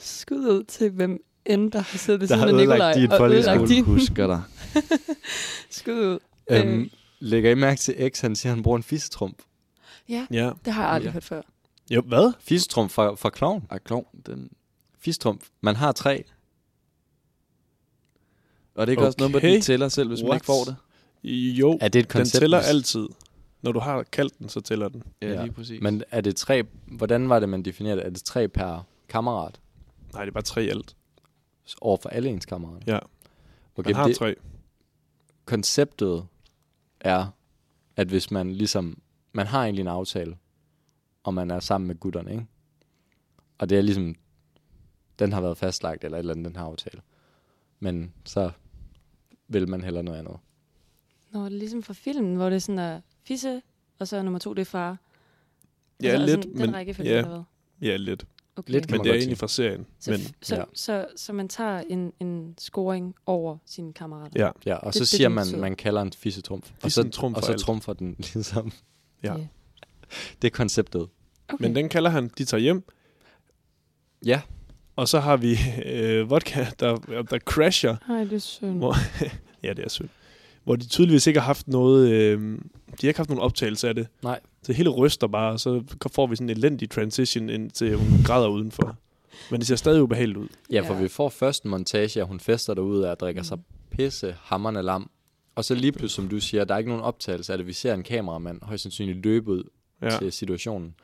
[SPEAKER 5] Skud ud til hvem end, der har siddet ved
[SPEAKER 2] Der har
[SPEAKER 5] siden af Nikolaj.
[SPEAKER 2] ødelagt din
[SPEAKER 5] og ødelagt
[SPEAKER 2] folkeskole.
[SPEAKER 5] din.
[SPEAKER 3] husker dig.
[SPEAKER 5] Skud ud.
[SPEAKER 2] øhm, lægger I mærke til X, han siger, at han bruger en fisetrump.
[SPEAKER 5] Ja,
[SPEAKER 4] Ja.
[SPEAKER 5] det har jeg aldrig
[SPEAKER 3] Ja.
[SPEAKER 5] ja. hørt før.
[SPEAKER 4] Jo, hvad?
[SPEAKER 2] Fisetrump fra, fra klovn.
[SPEAKER 3] Ej, klovn, den...
[SPEAKER 2] Fisetrump. Man har tre.
[SPEAKER 3] Og det er ikke okay. også noget, hvor
[SPEAKER 4] Okay.
[SPEAKER 3] de tæller selv, hvis What? man
[SPEAKER 4] What?
[SPEAKER 3] ikke får det.
[SPEAKER 4] Jo,
[SPEAKER 2] Er det et
[SPEAKER 4] den
[SPEAKER 2] koncept?
[SPEAKER 4] tæller
[SPEAKER 2] hvis-
[SPEAKER 4] altid. Når du har kaldt den, så tæller den.
[SPEAKER 3] Ja,
[SPEAKER 2] Ja.
[SPEAKER 3] ja. lige præcis.
[SPEAKER 2] Men er det tre... Hvordan var det, man definerede det? Er det tre per kammerat?
[SPEAKER 4] Nej, det er bare tre i alt.
[SPEAKER 2] Over for alle ens kammerater?
[SPEAKER 4] Ja.
[SPEAKER 2] Okay,
[SPEAKER 4] Man har
[SPEAKER 2] det,
[SPEAKER 4] tre.
[SPEAKER 2] konceptet er, at hvis man ligesom, man har egentlig en aftale, og man er sammen med gutterne, ikke? Og det er ligesom, den har været fastlagt, eller et eller andet, den her aftale. Men så vil man heller noget andet.
[SPEAKER 5] Nå, det er ligesom fra filmen, hvor det sådan er fisse, og så er nummer to, det er far.
[SPEAKER 4] Ja,
[SPEAKER 5] altså,
[SPEAKER 4] lidt,
[SPEAKER 5] Sådan, den
[SPEAKER 4] men-
[SPEAKER 5] rækkefølge,
[SPEAKER 4] ja.
[SPEAKER 5] eller hvad?
[SPEAKER 4] Ja, lidt.
[SPEAKER 5] Okay.
[SPEAKER 2] Lidt kan
[SPEAKER 4] Men
[SPEAKER 2] man
[SPEAKER 4] det er
[SPEAKER 2] godt
[SPEAKER 4] egentlig fra serien.
[SPEAKER 5] så,
[SPEAKER 4] men
[SPEAKER 5] f- så,
[SPEAKER 2] ja.
[SPEAKER 5] så, så, man tager en, en scoring over sine kammerater.
[SPEAKER 4] Ja.
[SPEAKER 2] Ja, og
[SPEAKER 5] Det-
[SPEAKER 2] så
[SPEAKER 5] det
[SPEAKER 2] siger
[SPEAKER 5] lyder
[SPEAKER 2] man,
[SPEAKER 5] sødt.
[SPEAKER 2] man kalder en fissetrumf. Og
[SPEAKER 4] Fissen
[SPEAKER 2] så,
[SPEAKER 4] trumfer
[SPEAKER 2] og så
[SPEAKER 4] alt.
[SPEAKER 2] trumfer den ligesom.
[SPEAKER 4] Ja.
[SPEAKER 5] Ja.
[SPEAKER 2] Det er konceptet.
[SPEAKER 5] Okay.
[SPEAKER 4] men den kalder han, de tager hjem,
[SPEAKER 2] Ja,
[SPEAKER 4] og så har vi øh, vodka, der, der crasher.
[SPEAKER 5] Ej, det er synd.
[SPEAKER 4] Hvor- Ja, det er sødt. Hvor de tydeligvis ikke har haft noget, øh, de har ikke haft nogen optagelse af det.
[SPEAKER 2] Nej.
[SPEAKER 4] Så det hele ryster bare, og så får vi sådan en elendig transition, indtil hun græder udenfor. Men det ser stadig ubehageligt ud.
[SPEAKER 2] ja for
[SPEAKER 5] Ja.
[SPEAKER 2] vi får først en montage, at hun fester derude og drikker sig pisse hammerne lam. Og så lige pludselig, som du siger, der er ikke nogen optagelse af det. Vi ser en kameramand højst sandsynligt løbe ud ja.
[SPEAKER 4] Ja.
[SPEAKER 2] til situationen.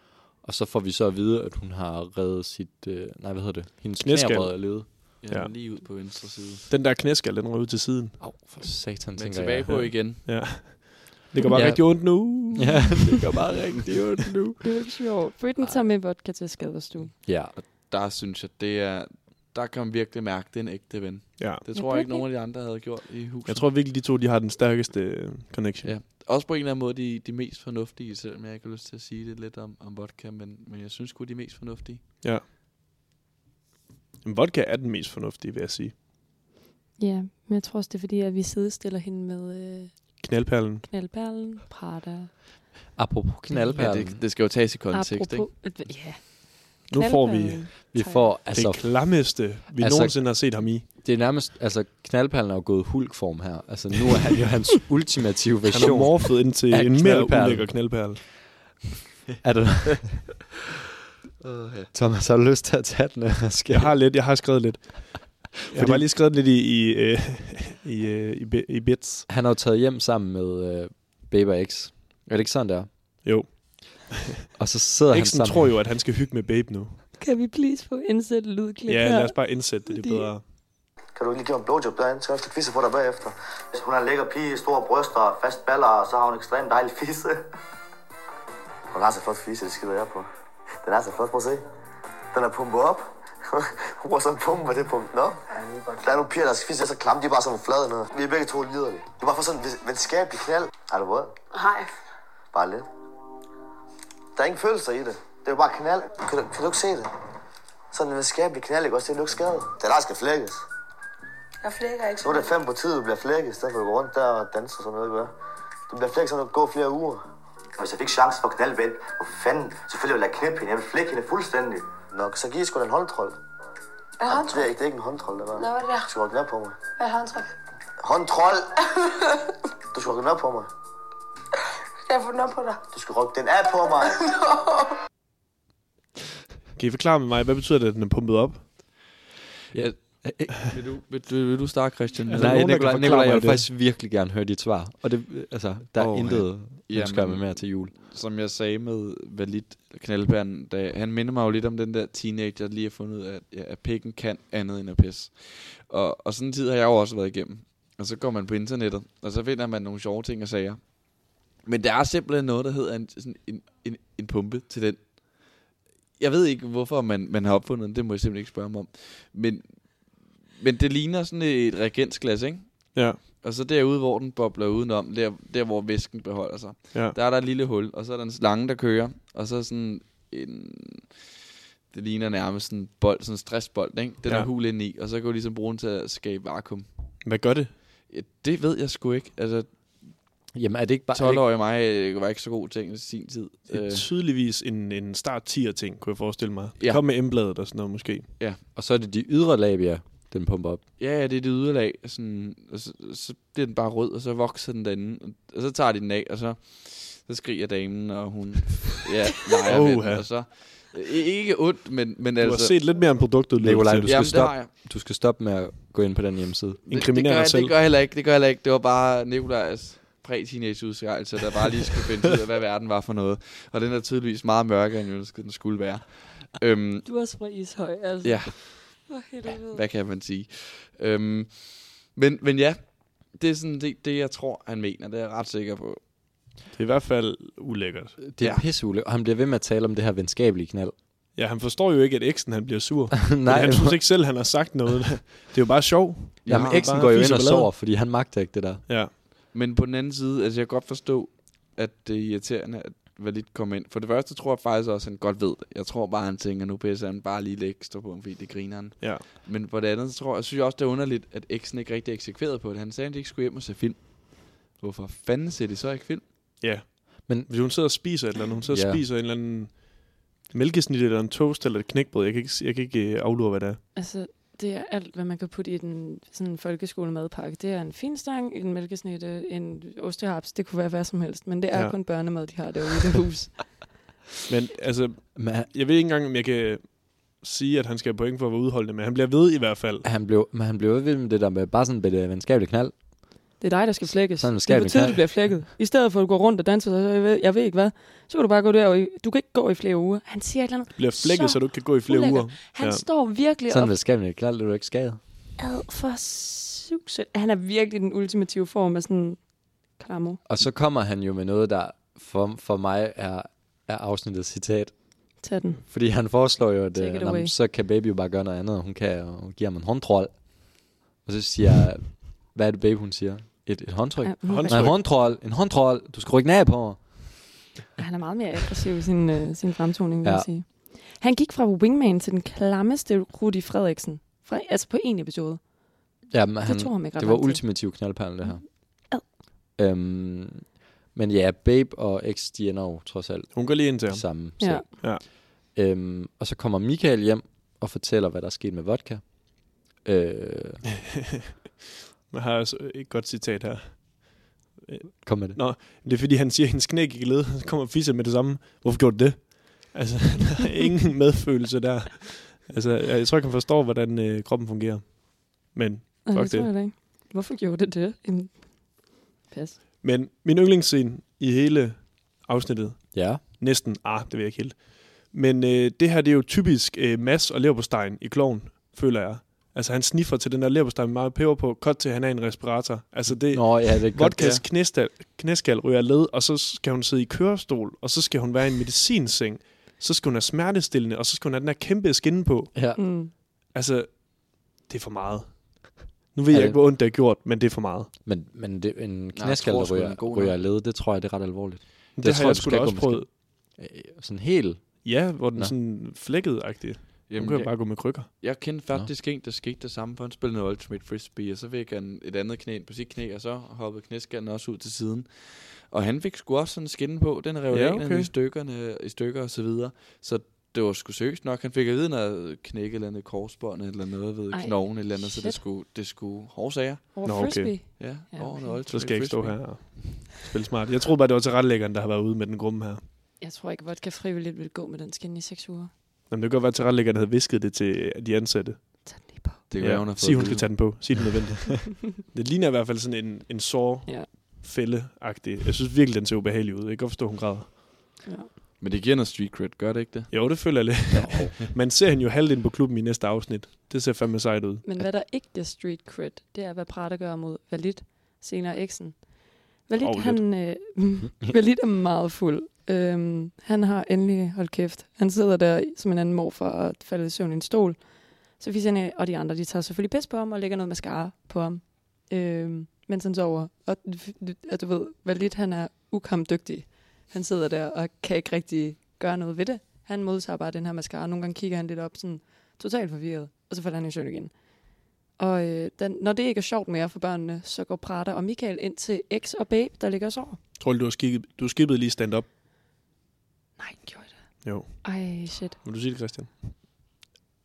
[SPEAKER 2] Og så får vi så at vide, at hun har reddet sit... Øh, nej, hvad hedder det? Hendes
[SPEAKER 4] Knæskal.
[SPEAKER 2] knæbrød er levet.
[SPEAKER 3] Ja,
[SPEAKER 4] Ja.
[SPEAKER 3] lige ud på venstre side.
[SPEAKER 4] Den der knæskal, den røg ud til siden.
[SPEAKER 2] Åh, oh, for satan,
[SPEAKER 3] Men
[SPEAKER 2] tænker
[SPEAKER 3] tilbage
[SPEAKER 2] jeg.
[SPEAKER 3] på igen.
[SPEAKER 4] Det går bare
[SPEAKER 2] Ja.
[SPEAKER 4] ja. rigtig ondt nu.
[SPEAKER 2] Ja, det gør bare rigtig ondt nu.
[SPEAKER 5] Det er jo sjovt. Britain tager med vodka til skaderstuen.
[SPEAKER 2] Ja,
[SPEAKER 3] Der synes jeg, det er... Der kan man virkelig mærke, det er en ægte ven.
[SPEAKER 4] Ja.
[SPEAKER 3] Det
[SPEAKER 5] Ja,
[SPEAKER 3] tror jeg ikke,
[SPEAKER 5] Britney.
[SPEAKER 3] nogen af de andre havde gjort i huset.
[SPEAKER 4] Jeg tror virkelig, de to de har den stærkeste øh, connection.
[SPEAKER 3] Ja. Også på en eller anden måde de, de mest fornuftige, selvom jeg ikke har lyst til at sige det lidt om, om vodka, men, men jeg synes sgu, de er mest fornuftige.
[SPEAKER 4] Men vodka er den mest fornuftige, vil jeg sige.
[SPEAKER 5] Ja, men jeg tror også, det er fordi, at vi sidestiller hende med øh,
[SPEAKER 4] Knaldperlen.
[SPEAKER 5] knaldperlen, Prada.
[SPEAKER 2] apropos knaldperlen. Ja,
[SPEAKER 3] det skal jo tages i kontekst, ikke?
[SPEAKER 5] Apropos, øh, ja,
[SPEAKER 4] Nu får vi
[SPEAKER 5] knaldperlen.
[SPEAKER 2] vi
[SPEAKER 5] tak.
[SPEAKER 2] får,
[SPEAKER 4] altså,
[SPEAKER 2] altså,
[SPEAKER 4] det klammeste, vi
[SPEAKER 2] Altså-
[SPEAKER 4] altså, nogensinde har set ham i.
[SPEAKER 2] Det er nærmest, altså knaldperlen er jo gået hulkform her. Altså nu er han jo hans ultimative
[SPEAKER 4] Han er
[SPEAKER 2] version.
[SPEAKER 4] morfet ind til
[SPEAKER 2] af
[SPEAKER 4] en mere
[SPEAKER 2] knaldperlen.
[SPEAKER 4] ulækker knaldperle.
[SPEAKER 2] er det... Thomas, har du lyst til at tage den her skæld?
[SPEAKER 4] Jeg har lidt, jeg har skrevet lidt. Jeg har
[SPEAKER 2] Fordi-
[SPEAKER 4] bare lige skrevet lidt i, i, øh, i, øh, i, bi- i bits.
[SPEAKER 2] Han har jo taget hjem sammen med øh, Baby X. Er det ikke sådan, der?
[SPEAKER 4] Jo.
[SPEAKER 2] Og så sidder han
[SPEAKER 4] Eksen
[SPEAKER 2] sammen...
[SPEAKER 4] tror jo, at han skal hygge med babe nu.
[SPEAKER 5] Kan vi please få indsætte lydklip
[SPEAKER 4] Ja,
[SPEAKER 5] her?
[SPEAKER 4] lad os bare indsætte det, det er
[SPEAKER 5] Fordi-
[SPEAKER 4] bedre.
[SPEAKER 6] Kan du ikke lige give mig en blowjob derinde, så kan jeg også kvisse på dig bagefter. Hvis hun er en lækker pige, store bryster og fast baller, og så har hun en ekstremt dejlig fisse. Hun har så flot fisse, det skider jeg på. Den er så flot, prøv at se. Den er pumpet op. hun bruger sådan en pumpe, og det er pumpet op. Der er nogle piger, der skal fisse, så klamme de er bare sådan flade ned. Vi er begge to liderlige. Du bare for sådan en ven- venskabelig knald. Er du våd?
[SPEAKER 10] Hej.
[SPEAKER 6] Bare lidt. Der er ingen følelser i det. Det er jo bare knald. Kan du, kan du ikke se det? Sådan en venskabelig knald, ikke også? Det er jo ikke skadet. Den der skal flækkes.
[SPEAKER 10] Jeg flækker ikke.
[SPEAKER 6] Så er det fem på tid, du bliver flækket, i stedet for at gå rundt der og danse og sådan noget, ikke hvad? Du bliver flækket, så du gå flere uger. Hvis jeg fik chance for at knalde ven, hvorfor fanden? Selvfølgelig vil jeg knippe hende, jeg vil flække hende fuldstændig. Nå, så giv jeg sgu da en håndtrold.
[SPEAKER 10] Hvad er
[SPEAKER 6] Det er,
[SPEAKER 10] håndtryk?
[SPEAKER 6] ikke, det er ikke en håndtrold, det der.
[SPEAKER 10] Nå, hvad er det der?
[SPEAKER 6] Du skal rykke den op på mig.
[SPEAKER 10] Hvad er håndtryk?
[SPEAKER 6] Håndtrold! du skal rykke den op på mig.
[SPEAKER 10] Kan jeg få den op på dig?
[SPEAKER 6] Du skal rykke den af på mig.
[SPEAKER 4] Kan I forklare med mig, hvad betyder det, at den er pumpet op?
[SPEAKER 2] Ja.
[SPEAKER 3] Vil du, vil, vil, vil du starte, Christian?
[SPEAKER 4] Er der
[SPEAKER 2] Øh, Nej,
[SPEAKER 4] nogen, der
[SPEAKER 2] Nicolaj,
[SPEAKER 4] kan forklare
[SPEAKER 2] Nicolaj, jeg
[SPEAKER 4] mig
[SPEAKER 2] vil
[SPEAKER 4] det?
[SPEAKER 2] faktisk virkelig gerne høre dit svar. Og det, øh, altså, der er
[SPEAKER 3] Åh,
[SPEAKER 2] oh, intet, ja.
[SPEAKER 3] Jamen.
[SPEAKER 2] ønsker med mere til jul.
[SPEAKER 3] som jeg sagde med Valid Knaldbæren, da, han minder mig jo lidt om den der teenager, der lige har fundet ud af, at, ja, at pikken kan andet end at pisse. Og, og sådan en tid har jeg jo også været igennem. Og så går man på internettet, og så finder man nogle sjove ting og sager. Men der er simpelthen noget, der hedder en, sådan en, en, en pumpe til den. Jeg ved ikke, hvorfor man, man har opfundet den, det må jeg simpelthen ikke spørge mig om. Men, men det ligner sådan et reagensglas, ikke?
[SPEAKER 4] Ja.
[SPEAKER 3] Og så derude, hvor den bobler udenom, der, der hvor væsken beholder sig,
[SPEAKER 4] Ja.
[SPEAKER 3] der er der et lille hul, og så er der en slange, der kører, og så er sådan en... Det ligner nærmest sådan en bold, sådan en stressbold, ikke? Den
[SPEAKER 4] Ja.
[SPEAKER 3] ja. er hul ind i, og så kan du ligesom bruge den til at skabe vakuum.
[SPEAKER 4] Hvad gør det?
[SPEAKER 3] Ja, det ved jeg sgu ikke. Altså,
[SPEAKER 2] Jamen, er det ikke bare... er det
[SPEAKER 3] 12 år i mig øh, var ikke så god ting i sin tid.
[SPEAKER 4] Det
[SPEAKER 3] Øh,
[SPEAKER 4] er tydeligvis en, en start 10'er ting, kunne jeg forestille mig.
[SPEAKER 3] Ja.
[SPEAKER 4] Ja. Kom med embladet og sådan noget måske.
[SPEAKER 2] ikke- Og så er det de ydre labia, den pumper op.
[SPEAKER 3] ja, ja, det er det yderlag. Sådan, og så, så bliver den bare rød, og så vokser den derinde. Og så tager de den af, og så, så skriger damen, og hun ja, leger med den,
[SPEAKER 4] Oha.
[SPEAKER 3] og så... øh, Ikke ondt, men, men
[SPEAKER 4] Du
[SPEAKER 3] altså...
[SPEAKER 4] har set lidt mere end produktet.
[SPEAKER 2] Nicolaj,
[SPEAKER 4] Nicolaj,
[SPEAKER 2] du
[SPEAKER 4] du
[SPEAKER 2] skal
[SPEAKER 3] jamen, det
[SPEAKER 2] stoppe.
[SPEAKER 3] har jeg.
[SPEAKER 2] Du skal stoppe med at gå ind på den hjemmeside.
[SPEAKER 4] inkriminerer
[SPEAKER 3] det, det,
[SPEAKER 4] dig
[SPEAKER 3] gør,
[SPEAKER 4] selv.
[SPEAKER 3] det gør jeg heller ikke, det gør jeg heller ikke. Det var bare Nikolajs præ-teenage-udskærelse, der bare lige skulle finde ud af, hvad verden var for noget. Og den er tydeligvis meget mørkere, end jeg ønskede, den skulle være. Øhm,
[SPEAKER 5] Du er også fra Ishøj, altså.
[SPEAKER 3] ja,
[SPEAKER 5] For helvede.
[SPEAKER 3] hvad kan man sige? Øhm, men, men ja, det er sådan det, det, jeg tror, han mener. Det er jeg ret sikker på.
[SPEAKER 4] Det er i hvert fald ulækkert.
[SPEAKER 2] Det er ja. pisseulle, og han bliver ved med at tale om det her venskabelige knald.
[SPEAKER 4] Ja, han forstår jo ikke, at eksen han bliver sur. Nej,
[SPEAKER 2] Nej,
[SPEAKER 4] han synes ikke selv, han har sagt noget. Det er jo bare sjov.
[SPEAKER 2] jamen,
[SPEAKER 4] Ja,
[SPEAKER 2] eksen
[SPEAKER 4] bare
[SPEAKER 2] går jo ind
[SPEAKER 4] fis
[SPEAKER 2] og
[SPEAKER 4] ballade.
[SPEAKER 2] sover, fordi han magter ikke det der.
[SPEAKER 4] Ja.
[SPEAKER 3] Men på den anden side, altså jeg kan godt forstå, at det er irriterende, at Valit kommer ind. For det første tror jeg faktisk også, at han godt ved det. Jeg tror bare, han tænker, nu pisser han bare lige lidt ekstra på ham, fordi det griner han.
[SPEAKER 4] Ja.
[SPEAKER 3] Men på det andet, så tror jeg, synes jeg også, det er underligt, at eksen ikke rigtig eksekverede på det. Han sagde, at de ikke skulle hjem og se film. Hvorfor fanden ser de så ikke film?
[SPEAKER 4] Hvis hun sidder og spiser et eller andet, hun sidder
[SPEAKER 2] Ja.
[SPEAKER 4] og spiser en eller anden mælkesnit eller en toast eller et knækbrød. Jeg kan ikke, jeg kan ikke øh, aflure, hvad det er.
[SPEAKER 5] Altså, det er alt, hvad man kan putte i den sådan en folkeskolemadpakke. Det er en finstang, en mælkesnitte, en ostehaps. Det kunne være hvad som helst, men det er
[SPEAKER 4] Ja.
[SPEAKER 5] ja. kun børnemad, de har derude i det hus.
[SPEAKER 4] Men altså,
[SPEAKER 2] Men han-
[SPEAKER 4] jeg ved ikke engang, om jeg kan sige, at han skal have point for at være udholdende, men han bliver ved i hvert fald.
[SPEAKER 2] han blev, men han blev ved med det der med bare sådan et øh, venskabeligt knald.
[SPEAKER 5] Det er dig, der skal flækkes.
[SPEAKER 2] Sådan
[SPEAKER 5] det
[SPEAKER 2] skal
[SPEAKER 5] er
[SPEAKER 2] vi
[SPEAKER 5] på tide,
[SPEAKER 2] klare.
[SPEAKER 5] du bliver flækket. I stedet for at gå rundt og danse, så jeg ved, jeg ved ikke hvad, så kan du bare gå der. Og i, du kan ikke gå i flere uger. Han siger et eller andet.
[SPEAKER 4] Bliver flækket, så,
[SPEAKER 5] Så
[SPEAKER 4] du ikke kan gå i flere
[SPEAKER 5] ulækkert.
[SPEAKER 4] uger. Ja.
[SPEAKER 5] Han ja. står virkelig
[SPEAKER 2] Sådan
[SPEAKER 5] og
[SPEAKER 2] et venskabeligt knald, det er du ikke skadet.
[SPEAKER 5] ad for suset. Han er virkelig den ultimative form af sådan klamo.
[SPEAKER 2] Og så kommer han jo med noget, der for, for mig er, er afsnittets citat.
[SPEAKER 5] Tag den.
[SPEAKER 2] Fordi han foreslår jo, at
[SPEAKER 5] Take
[SPEAKER 2] øh,
[SPEAKER 5] it
[SPEAKER 2] "Nå,
[SPEAKER 5] away."
[SPEAKER 2] men så kan baby jo bare gøre noget andet, og hun kan og hun giver ham en håndtrold. Og så siger jeg, hvad er det baby, hun siger? Et, et håndtryk?
[SPEAKER 5] Ja,
[SPEAKER 2] Ja.
[SPEAKER 5] hun,
[SPEAKER 4] Håndtryk.
[SPEAKER 2] Nej, en håndtrold, en håndtrold, du skal rykke den af på mig.
[SPEAKER 5] han er meget mere aggressiv i sin, øh, sin fremtoning, vil
[SPEAKER 2] Ja.
[SPEAKER 5] ja. jeg sige. Han gik fra wingman til den klammeste Rudi Frederiksen. Fra, altså på en episode.
[SPEAKER 2] Ja, men
[SPEAKER 5] Han,
[SPEAKER 2] han,
[SPEAKER 5] det tog ham ikke ret
[SPEAKER 2] det var
[SPEAKER 5] lang tid.
[SPEAKER 2] ultimativ knaldperlen, det her.
[SPEAKER 5] Ad.
[SPEAKER 2] Øhm, men ja, Babe og X, de ender jo trods alt
[SPEAKER 4] Hun går lige ind til ham.
[SPEAKER 2] ja. sammen.
[SPEAKER 5] Ja.
[SPEAKER 4] Ja.
[SPEAKER 2] Øhm, og så kommer Michael hjem og fortæller, hvad der er sket med vodka. Øh,
[SPEAKER 4] Jeg har også et godt citat her.
[SPEAKER 2] kom med det.
[SPEAKER 4] Nå. Det er fordi, han siger, at hendes knæ gik i led, så kommer Fisse med det samme. Hvorfor gjorde du det? Altså, der er ingen medfølelse der. Altså, jeg jeg tror ikke, han forstår, hvordan øh, kroppen fungerer. Men,
[SPEAKER 5] Nej,
[SPEAKER 4] Fuck
[SPEAKER 5] det tror
[SPEAKER 4] det.
[SPEAKER 5] jeg da ikke. Hvorfor gjorde det det? Jamen, pas.
[SPEAKER 4] men min yndlingsscene i hele afsnittet,
[SPEAKER 2] Ja.
[SPEAKER 4] næsten, ah, det ved jeg ikke helt. Men øh, det her, det er jo typisk øh, Mads og leverpostejen i kloven, føler jeg. Altså, han sniffer til den der leverpostej med meget peber på, kort til, at han er i en respirator. Altså, det,
[SPEAKER 2] Nå, ja, det er godt.
[SPEAKER 4] Vodkas knæskal, knæskal ryger led, og så skal hun sidde i kørestol, og så skal hun være i en medicinseng, så skal hun have smertestillende, og så skal hun have den her kæmpe skinne på.
[SPEAKER 2] Ja.
[SPEAKER 5] Mm.
[SPEAKER 4] Altså, det er for meget. Nu ved jeg
[SPEAKER 2] det?
[SPEAKER 4] ikke, hvor ondt det er gjort, men det er for meget.
[SPEAKER 2] Men, men det, en
[SPEAKER 3] jeg
[SPEAKER 2] knæskal,
[SPEAKER 3] tror
[SPEAKER 2] der
[SPEAKER 3] sgu, den
[SPEAKER 2] ryger,
[SPEAKER 3] er god nok.
[SPEAKER 2] ryger led, det tror jeg, det er ret alvorligt.
[SPEAKER 4] Det,
[SPEAKER 2] Jeg
[SPEAKER 4] det
[SPEAKER 2] tror,
[SPEAKER 4] har jeg
[SPEAKER 2] du
[SPEAKER 4] sgu
[SPEAKER 2] skal
[SPEAKER 4] da
[SPEAKER 2] gå
[SPEAKER 4] også
[SPEAKER 2] med
[SPEAKER 4] prøvet.
[SPEAKER 2] Øh, sådan helt.
[SPEAKER 4] Ja, hvor den
[SPEAKER 2] Nå.
[SPEAKER 4] Nå. sådan flækket-agtig. Jamen, kunne jeg
[SPEAKER 3] jeg,
[SPEAKER 4] bare gå med krykker.
[SPEAKER 3] jeg kendte faktisk en, der skete det samme, for han spillede noget Ultimate Frisbee, og så fik han et andet knæ ind på sit knæ, og så hoppede knæskallen også ud til siden. Og han fik sgu også sådan en skinne på, den rev
[SPEAKER 4] Ja,
[SPEAKER 3] ja, okay.
[SPEAKER 4] okay.
[SPEAKER 3] i, stykkerne, i stykker og så videre. Så det var sgu seriøst nok. Han fik at vide noget knække et eller andet korsbånd eller noget ved
[SPEAKER 5] Ej,
[SPEAKER 3] knogen eller andet, så det
[SPEAKER 5] shit.
[SPEAKER 3] skulle, det skulle hårde sager.
[SPEAKER 5] Over
[SPEAKER 4] Nå,
[SPEAKER 5] Nå,
[SPEAKER 4] okay.
[SPEAKER 5] frisbee. Okay.
[SPEAKER 3] Ja,
[SPEAKER 5] Ja,
[SPEAKER 3] over
[SPEAKER 5] okay.
[SPEAKER 3] noget
[SPEAKER 4] Så skal jeg ikke stå
[SPEAKER 3] Ultimate
[SPEAKER 4] her og spille smart. Jeg troede bare, det var tilrettelæggeren, der har været ude med den grumme her.
[SPEAKER 5] Jeg tror ikke, vodka frivilligt vil gå med den skinne i seks uger.
[SPEAKER 4] Jamen, det kan godt være, at tilrettelæggeren havde visket det til de ansatte.
[SPEAKER 5] Tag den lige på.
[SPEAKER 3] Det kan være, hun har fået
[SPEAKER 4] Sig, hun
[SPEAKER 3] at
[SPEAKER 4] skal
[SPEAKER 3] vide.
[SPEAKER 4] tage den på. Sig, den er ventet. det ligner i hvert fald sådan en, en sår
[SPEAKER 5] Ja.
[SPEAKER 4] fælde -agtig. Jeg synes virkelig, den ser ubehagelig ud. Jeg kan godt forstå, hun græder.
[SPEAKER 5] Ja.
[SPEAKER 3] Men det giver noget street cred, gør det ikke det?
[SPEAKER 4] Jo, det føler jeg lidt. Man ser hende jo halvdelen på klubben i næste afsnit. Det ser fandme sejt ud.
[SPEAKER 5] Men hvad der ikke giver street cred, det er, hvad Prada gør mod Valit, senere eksen. Valit,
[SPEAKER 4] Og
[SPEAKER 5] oh, han, øh, Valit er meget fuld. Øhm, han har endelig holdt kæft. Han sidder der som en anden mor for at falde i søvn i en stol. Så Fisanne og de andre, de tager selvfølgelig pis på ham og lægger noget mascara på ham, øhm, mens han sover. Og, og du ved, Valit, han er ukampdygtig. Han sidder der og kan ikke rigtig gøre noget ved det. Han modtager bare den her mascara. Nogle gange kigger han lidt op, sådan totalt forvirret, og så falder han i søvn igen. Og øh, den, når det ikke er sjovt mere for børnene, så går Prada og Michael ind til X og Babe, der ligger og sover.
[SPEAKER 4] Tror du, du har skibet, du har skibet lige stand-up?
[SPEAKER 5] Nej, gjorde jeg det?
[SPEAKER 4] Jo.
[SPEAKER 5] Ej, shit.
[SPEAKER 4] Vil du sige det, Christian?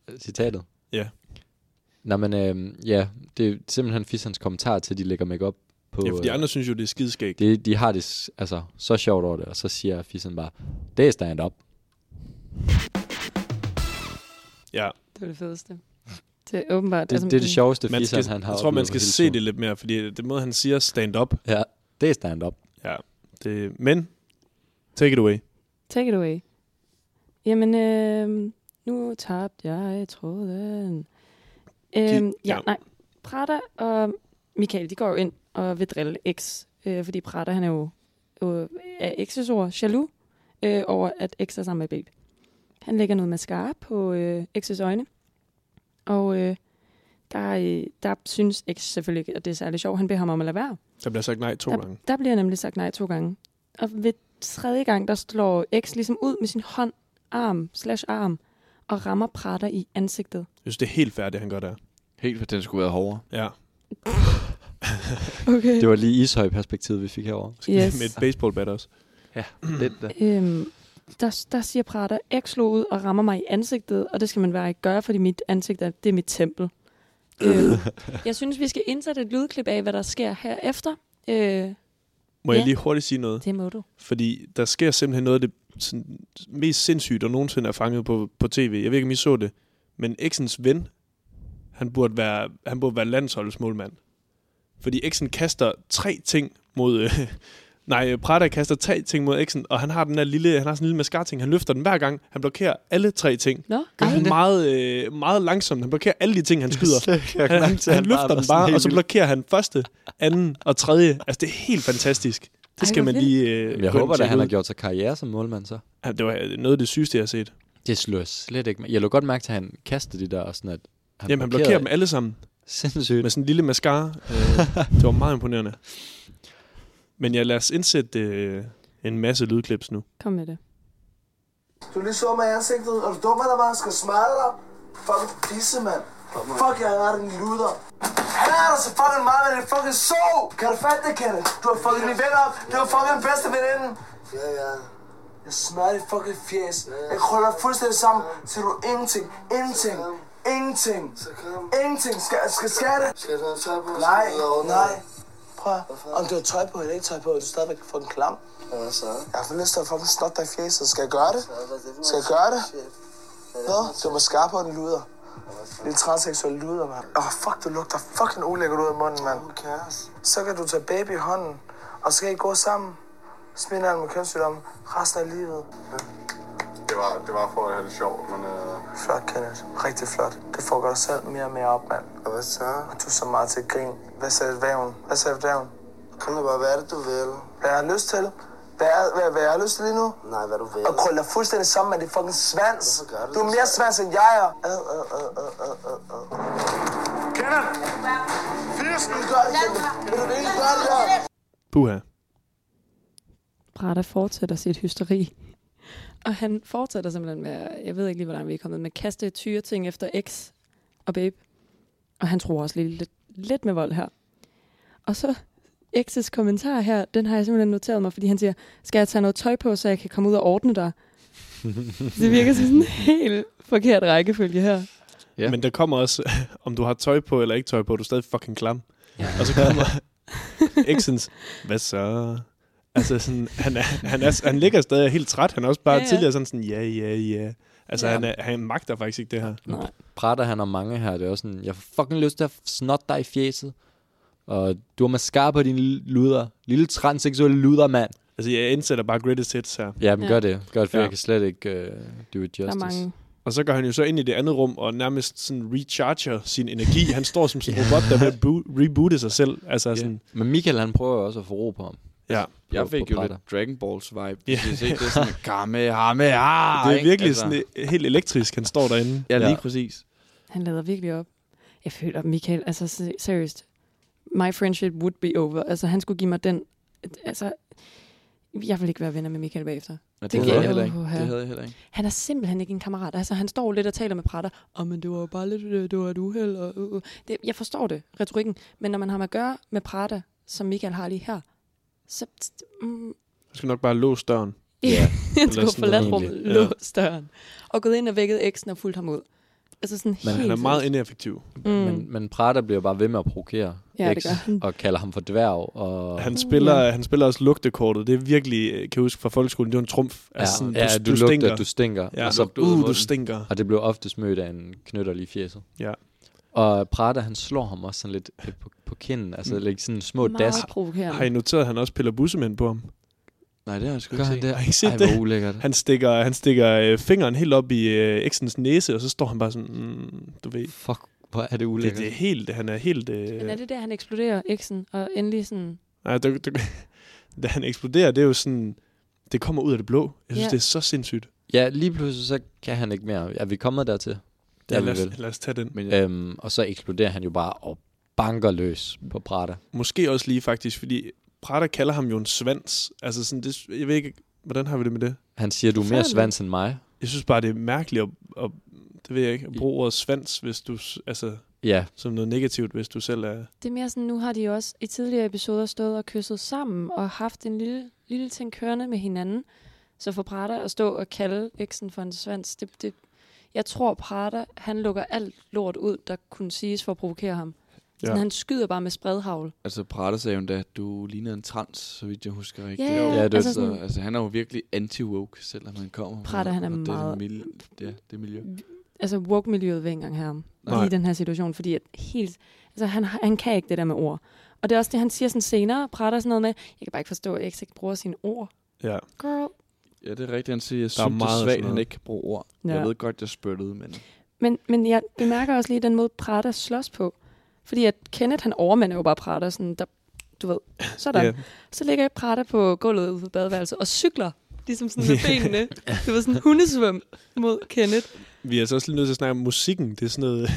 [SPEAKER 2] øh, Citatet.
[SPEAKER 4] Ja.
[SPEAKER 2] Nå, men øh, ja, det er simpelthen Fissans kommentar til, at de lægger makeup på...
[SPEAKER 4] Ja, for de
[SPEAKER 2] øh,
[SPEAKER 4] andre synes jo, det er skideskægt.
[SPEAKER 2] det, de har det s- altså, så sjovt over det, og så siger Fissen bare, det er stand-up.
[SPEAKER 4] Ja,
[SPEAKER 5] Det var det fedeste. Det er åbenbart...
[SPEAKER 2] Det,
[SPEAKER 5] altså,
[SPEAKER 3] Altså,
[SPEAKER 2] det, er det sjoveste,
[SPEAKER 4] man
[SPEAKER 2] Fissen
[SPEAKER 4] skal,
[SPEAKER 2] han har
[SPEAKER 4] jeg tror, man
[SPEAKER 2] oplevet
[SPEAKER 4] skal
[SPEAKER 2] hele
[SPEAKER 4] se
[SPEAKER 2] turen.
[SPEAKER 4] det lidt mere, fordi det måde, han siger stand-up,
[SPEAKER 2] Ja, det er stand-up.
[SPEAKER 4] det, men take it away.
[SPEAKER 5] Take it away. Jamen, øh, nu tabte jeg tråden.
[SPEAKER 4] Gi-
[SPEAKER 5] Øh,
[SPEAKER 4] ja.
[SPEAKER 5] ja, nej. Prada og Michael, de går jo ind og vil drille X, øh, fordi Prada, han er jo øh, af exes ord, jaloux, øh, over at ex er sammen med baby. Han lægger noget mascara på øh, exes øjne, og øh, der, øh, der synes ex selvfølgelig ikke, at det er særlig sjovt. Han beder ham om at lade være.
[SPEAKER 4] Der bliver sagt nej to
[SPEAKER 5] der,
[SPEAKER 4] gange.
[SPEAKER 5] Der bliver nemlig sagt nej to gange. Og ved tredje gang, der slår X ligesom ud med sin hånd, arm, slash arm, og rammer Prater i ansigtet.
[SPEAKER 4] Jeg synes, det er helt færdigt, han gør der.
[SPEAKER 3] Helt for den skulle være hårdere.
[SPEAKER 4] Ja.
[SPEAKER 5] Okay.
[SPEAKER 2] Det var lige ishøj-perspektivet, vi fik herover.
[SPEAKER 5] Yes.
[SPEAKER 4] Med et baseballbat også.
[SPEAKER 3] Lidt da.
[SPEAKER 5] Øhm, der, der siger Prater, X slog ud og rammer mig i ansigtet, og det skal man bare ikke gøre, fordi mit ansigt er, det er mit tempel. øhm, jeg synes, vi skal indsætte et lydklip af, hvad der sker herefter.
[SPEAKER 4] Må
[SPEAKER 5] Øh,
[SPEAKER 4] ja.
[SPEAKER 5] Ja.
[SPEAKER 4] jeg lige hurtigt sige noget?
[SPEAKER 5] det må du.
[SPEAKER 4] Fordi der sker simpelthen noget af det sådan, mest sindssygt, der nogensinde er fanget på, på tv. Jeg ved ikke, om I så det. Men eksens ven, han burde være, han burde være landsholdets målmand. Fordi eksen kaster tre ting mod... Øh, nej, Prada kaster tre ting mod eksen, og han har den der lille, han har sådan en lille mascara-ting. Han løfter den hver gang. Han blokerer alle tre ting.
[SPEAKER 5] Nå,
[SPEAKER 4] Gør
[SPEAKER 5] ej.
[SPEAKER 4] han meget, øh, meget langsomt. Han blokerer alle de ting, han skyder.
[SPEAKER 2] Jeg
[SPEAKER 4] Han,
[SPEAKER 2] kan
[SPEAKER 4] han,
[SPEAKER 2] mærke til, at
[SPEAKER 4] han
[SPEAKER 2] var
[SPEAKER 4] løfter
[SPEAKER 2] der
[SPEAKER 4] den
[SPEAKER 2] sådan
[SPEAKER 4] bare,
[SPEAKER 2] helt
[SPEAKER 4] og så
[SPEAKER 2] vildt.
[SPEAKER 4] blokerer han første, anden og tredje. Altså, det er helt fantastisk.
[SPEAKER 5] Ej,
[SPEAKER 4] Det skal
[SPEAKER 5] hvor
[SPEAKER 4] man lige øh,
[SPEAKER 2] Jamen, Jeg
[SPEAKER 4] gå ind
[SPEAKER 2] håber
[SPEAKER 4] og
[SPEAKER 2] da,
[SPEAKER 4] tjekke
[SPEAKER 2] han har
[SPEAKER 4] ud.
[SPEAKER 2] gjort sig karriere som målmand så.
[SPEAKER 4] Ja, det var øh, noget af det sygeste, jeg har set.
[SPEAKER 2] Det slår jeg slet ikke. med. Jeg lå godt mærke til, at han kastede de der, og sådan at han
[SPEAKER 4] Han Jamen, han blokerer dem alle sammen
[SPEAKER 2] Sindssygt.
[SPEAKER 4] med sådan en lille mascara. Øh, det var meget imponerende. Men jeg ja, lad os indsætte øh, en masse lydklips nu.
[SPEAKER 5] kom med det.
[SPEAKER 6] Du er lige så med ansigtet. Er du dum eller hvad? Skal jeg smadre dig? Fucking pisse, mand. Fuck, jeg er en luder. Han er der så fucking meget, men det er fucking så. Kan du fatte det, Kenneth? Du har fucking min ven op. Det var fucking bedste veninde. Ja, ja. Jeg smadrer dit fucking fjes. Jeg krøller dig fuldstændig sammen, til du ingenting. Ingenting. Ingenting. Ingenting. Skal, skal, skal jeg det? Skal du have tøj på? Nej, nej. Prøv at- om du har tøj på eller ikke tøj på, er du stadigvæk fucking klam. Hvad så? Jeg har lyst til at fucking snotte dig i fjeset. Skal jeg gøre det? Skal jeg gøre det? Nå, du må skarpe på den luder. Lidt transseksuel luder, mand. Åh, oh, fuck, det lugter fucking ulækkert ud af munden, mand. Så kan du tage baby i hånden, og så kan I gå sammen. Smid hinanden med kønssygdomme resten af livet.
[SPEAKER 8] Det var, det var for at have det sjovt, men... Øh...
[SPEAKER 6] Flot, Kenneth. Rigtig flot. Det får dig selv mere og mere op, mand.
[SPEAKER 8] Og hvad så?
[SPEAKER 6] Og du er så meget til grin. Hvad sagde dværgen? Hvad sagde dværgen?
[SPEAKER 8] Kom nu bare, hvad er det, du vil?
[SPEAKER 6] Hvad jeg har lyst til? Hvad, er, hvad, hvad jeg har lyst til lige nu?
[SPEAKER 8] Nej, hvad du vil.
[SPEAKER 6] Og krølle dig fuldstændig sammen med det fucking svans.
[SPEAKER 8] Hvorfor gør du
[SPEAKER 6] Du er
[SPEAKER 8] det,
[SPEAKER 6] mere
[SPEAKER 8] så?
[SPEAKER 6] svans end jeg er. Ad, ad, ad, ad, ad, ad, ad.
[SPEAKER 9] Kenneth!
[SPEAKER 6] Vil du gøre det, Kenneth? Vil du virkelig gøre det der?
[SPEAKER 4] Puha.
[SPEAKER 5] Prada fortsætter sit hysteri. Og han fortsætter simpelthen med, at- jeg ved ikke lige, hvordan vi er kommet, med at kaste tyre ting efter X og babe. Og han tror også lige lidt, lidt med vold her. Og så X's kommentar her, den har jeg simpelthen noteret mig, fordi han siger, skal jeg tage noget tøj på, så jeg kan komme ud og ordne dig? det virker som sådan en helt forkert rækkefølge her.
[SPEAKER 2] Ja.
[SPEAKER 4] Ja. Men der kommer også, om du har tøj på eller ikke tøj på, du er stadig fucking klam. Ja. Og så kommer Exens, hvad så? Altså sådan, han, er, han, er, han ligger stadig og er helt træt. Han er også bare
[SPEAKER 5] Ja,
[SPEAKER 4] ja,
[SPEAKER 5] ja.
[SPEAKER 4] ja. tidligere sådan sådan, ja, ja, ja. Altså,
[SPEAKER 5] Ja.
[SPEAKER 4] ja. Han, er, han magter faktisk ikke det her.
[SPEAKER 5] Nej.
[SPEAKER 2] Prater han om mange her, det er også sådan, jeg får fucking lyst til at snotte dig i fjeset. Og du har mascara på din lille luder. Lille transseksuelle luder, mand.
[SPEAKER 4] Altså, jeg indsætter bare greatest hits her.
[SPEAKER 2] Ja, men ja.
[SPEAKER 5] Ja.
[SPEAKER 2] gør det. Gør det, for
[SPEAKER 4] Ja.
[SPEAKER 2] ja. jeg kan slet ikke uh, do it justice.
[SPEAKER 5] Der er mange.
[SPEAKER 4] Og så går han jo så ind i det andet rum og nærmest sådan recharger sin energi. Han står som sådan en robot, der vil bo- reboote sig selv. Altså
[SPEAKER 2] Ja.
[SPEAKER 4] sådan,
[SPEAKER 2] Men Michael, han prøver jo også at få ro på ham.
[SPEAKER 4] ja.
[SPEAKER 2] På-
[SPEAKER 3] Jeg fik
[SPEAKER 2] på
[SPEAKER 3] jo
[SPEAKER 2] brætter.
[SPEAKER 3] lidt Dragon Balls vibe.
[SPEAKER 4] Ja.
[SPEAKER 3] Yeah. Jeg ikke det er sådan, kamme, hamme, ha,
[SPEAKER 4] Det er
[SPEAKER 3] ikke?
[SPEAKER 4] virkelig sådan øh, helt elektrisk, han står derinde.
[SPEAKER 3] altså. Ja, lige
[SPEAKER 2] Ja.
[SPEAKER 3] præcis.
[SPEAKER 5] Han lader virkelig op. Jeg føler, Michael, altså se- seriøst, my friendship would be over. Altså, han skulle give mig den, altså, jeg vil ikke være venner med Michael bagefter.
[SPEAKER 3] Men det,
[SPEAKER 5] Det
[SPEAKER 3] det, havde jeg
[SPEAKER 5] kan-
[SPEAKER 3] heller ikke.
[SPEAKER 5] Uha.
[SPEAKER 3] Det havde jeg heller ikke.
[SPEAKER 5] Han er simpelthen ikke en kammerat. Altså, han står lidt og taler med pratter. Åh, oh, men det var jo bare lidt, øh, det var et uheld. Og, uh, uh. Det, jeg forstår det, retorikken. Men når man har med at gøre med pratter, som Michael har lige her, så... Mm,
[SPEAKER 4] Du skal nok bare låse døren.
[SPEAKER 5] Ja,
[SPEAKER 4] sådan
[SPEAKER 5] han skulle forlade
[SPEAKER 2] noget
[SPEAKER 5] rummet,
[SPEAKER 4] egentlig.
[SPEAKER 5] låst døren. Og gået ind og vækket eksen og fulgt ham ud. Altså sådan
[SPEAKER 4] Men
[SPEAKER 5] helt...
[SPEAKER 4] han er meget ineffektiv.
[SPEAKER 5] Mm.
[SPEAKER 2] Mm. Men, men Prater bliver bare ved med at provokere
[SPEAKER 5] Ja, det
[SPEAKER 2] X,
[SPEAKER 5] gør han.
[SPEAKER 2] og kalder ham for dværg. Og...
[SPEAKER 4] Han spiller, han spiller også lugtekortet. Det er virkelig, øh, kan jeg huske fra folkeskolen, det var en trumf. Altså,
[SPEAKER 2] ja,
[SPEAKER 4] sådan,
[SPEAKER 2] ja, Altså, du, lugter, du stinker.
[SPEAKER 4] ja,
[SPEAKER 2] Og, så,
[SPEAKER 4] du, uh, du stinker.
[SPEAKER 2] og det blev oftest mødt af en knytter lige i fjeset.
[SPEAKER 4] Ja.
[SPEAKER 2] Og Prada, han slår ham også sådan lidt øh, på, på kinden. Altså lidt sådan små
[SPEAKER 5] meget
[SPEAKER 2] dask.
[SPEAKER 5] provokerende.
[SPEAKER 4] Har I noteret, at han også piller bussemænd på ham?
[SPEAKER 3] Nej, det har jeg sgu
[SPEAKER 2] Gør
[SPEAKER 3] ikke
[SPEAKER 2] han
[SPEAKER 3] set.
[SPEAKER 2] det?
[SPEAKER 4] Har I ikke set
[SPEAKER 2] Ej,
[SPEAKER 4] det?
[SPEAKER 2] hvor ulækkert.
[SPEAKER 4] Han stikker, han stikker øh, fingeren helt op i øh, eksens næse, og så står han bare sådan, mm, du ved.
[SPEAKER 2] Fuck, hvor er det
[SPEAKER 4] Det,
[SPEAKER 2] ulækkert.
[SPEAKER 4] det er helt, han er helt... Øh,
[SPEAKER 5] Men er det der, han eksploderer eksen, og endelig sådan...
[SPEAKER 4] Nej, der, der, da han eksploderer, det er jo sådan, det kommer ud af det blå. Jeg synes,
[SPEAKER 5] Ja.
[SPEAKER 4] det er så sindssygt.
[SPEAKER 2] Ja, lige pludselig så kan han ikke mere. Er vi kommet dertil? Det
[SPEAKER 4] Ja,
[SPEAKER 2] er vi
[SPEAKER 4] lad,
[SPEAKER 2] vel.
[SPEAKER 4] os, lad os tage den.
[SPEAKER 3] Men ja,
[SPEAKER 2] Øhm, og så eksploderer han jo bare og banker løs på Prada.
[SPEAKER 4] Måske også lige faktisk, fordi Prada kalder ham jo en svans. Altså sådan, det, jeg ved ikke, hvordan har vi det med det?
[SPEAKER 2] Han siger, du er mere
[SPEAKER 5] Forfærdeligt.
[SPEAKER 2] svans end mig.
[SPEAKER 4] Jeg synes bare, det er mærkeligt at, at det ved jeg ikke, at bruge ordet svans, hvis du, s- altså,
[SPEAKER 2] Ja,
[SPEAKER 4] som noget negativt, hvis du selv er...
[SPEAKER 5] Det er mere sådan, nu har de også i tidligere episoder stået og kysset sammen og haft en lille, lille ting kørende med hinanden. Så for Prada at stå og kalde eksen for en svans, det, det, jeg tror Prada, han lukker alt lort ud, der kunne siges for at provokere ham. Ja. Sådan, han skyder bare med spredhavl.
[SPEAKER 3] altså Prada sagde jo endda, at du ligner en trans, så vidt jeg husker rigtigt.
[SPEAKER 5] Ja,
[SPEAKER 2] Ja, det er
[SPEAKER 5] altså
[SPEAKER 3] Så,
[SPEAKER 5] sådan,
[SPEAKER 3] altså, han er jo virkelig anti-woke, selvom han kommer fra-
[SPEAKER 5] Prada, han er
[SPEAKER 3] fra
[SPEAKER 5] meget-
[SPEAKER 3] Det, mil- ja, det miljø.
[SPEAKER 5] altså woke-miljøet vil ikke engang have ham
[SPEAKER 4] Nej.
[SPEAKER 5] i den her situation, fordi at helt, altså, han, har- han kan ikke det der med ord. Og det er også det, han siger sådan senere, Prada sådan noget med, jeg kan bare ikke forstå, at X ikke bruger sine ord.
[SPEAKER 4] Ja.
[SPEAKER 5] Girl,
[SPEAKER 3] Ja, det er rigtigt, han siger, jeg
[SPEAKER 4] Der er
[SPEAKER 3] synes, det
[SPEAKER 4] meget af
[SPEAKER 3] er
[SPEAKER 4] sådan
[SPEAKER 3] svagt,
[SPEAKER 4] noget.
[SPEAKER 3] han ikke kan bruge ord.
[SPEAKER 5] Ja.
[SPEAKER 3] Ja. Jeg ved godt, jeg spyttede, men...
[SPEAKER 5] Men, men jeg bemærker også lige den måde, Prada slås på. Fordi at Kenneth, han overmander jo bare Prada, sådan der, du ved, sådan.
[SPEAKER 4] Ja.
[SPEAKER 5] Yeah. Så ligger Prada på gulvet ude på badeværelset og cykler, ligesom sådan med benene. Det var sådan hundesvøm mod Kenneth.
[SPEAKER 4] Vi er altså også lige nødt til at snakke om musikken. Det er sådan noget...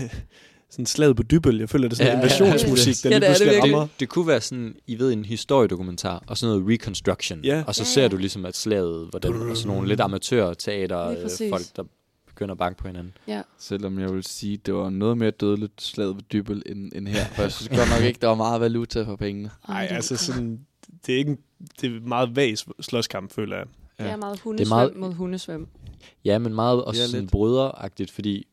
[SPEAKER 4] sådan slaget på dybøl. Jeg føler, det er sådan
[SPEAKER 2] Ja,
[SPEAKER 4] ja,
[SPEAKER 2] ja,
[SPEAKER 4] invasionsmusik,
[SPEAKER 2] ja,
[SPEAKER 4] der
[SPEAKER 5] ja,
[SPEAKER 4] lige
[SPEAKER 5] det er det
[SPEAKER 4] pludselig
[SPEAKER 5] virkelig.
[SPEAKER 4] rammer.
[SPEAKER 2] det kunne være sådan, I ved, en historiedokumentar, og sådan noget reconstruction.
[SPEAKER 4] Ja.
[SPEAKER 2] Og så
[SPEAKER 5] Ja,
[SPEAKER 2] ser
[SPEAKER 5] ja.
[SPEAKER 2] du ligesom, at slaget, hvordan og sådan nogle lidt amatørteater,
[SPEAKER 5] Lige præcis.
[SPEAKER 2] øh, folk, der begynder at banke på hinanden.
[SPEAKER 3] Selvom jeg vil sige, det var noget mere dødeligt slaget ved dybel end, end her. For jeg synes godt nok ikke, der var meget valuta for pengene.
[SPEAKER 4] Nej,
[SPEAKER 5] det er
[SPEAKER 4] altså
[SPEAKER 5] ikke
[SPEAKER 4] sådan... Det er ikke en, det er en meget vag sl- slåskamp, føler jeg.
[SPEAKER 5] godt. Det er meget hundesvøm
[SPEAKER 2] Det er meget-
[SPEAKER 5] mod hundesvøm.
[SPEAKER 2] Ja, men meget også
[SPEAKER 3] Ja,
[SPEAKER 2] ja, sådan
[SPEAKER 3] lidt.
[SPEAKER 2] bryderagtigt, fordi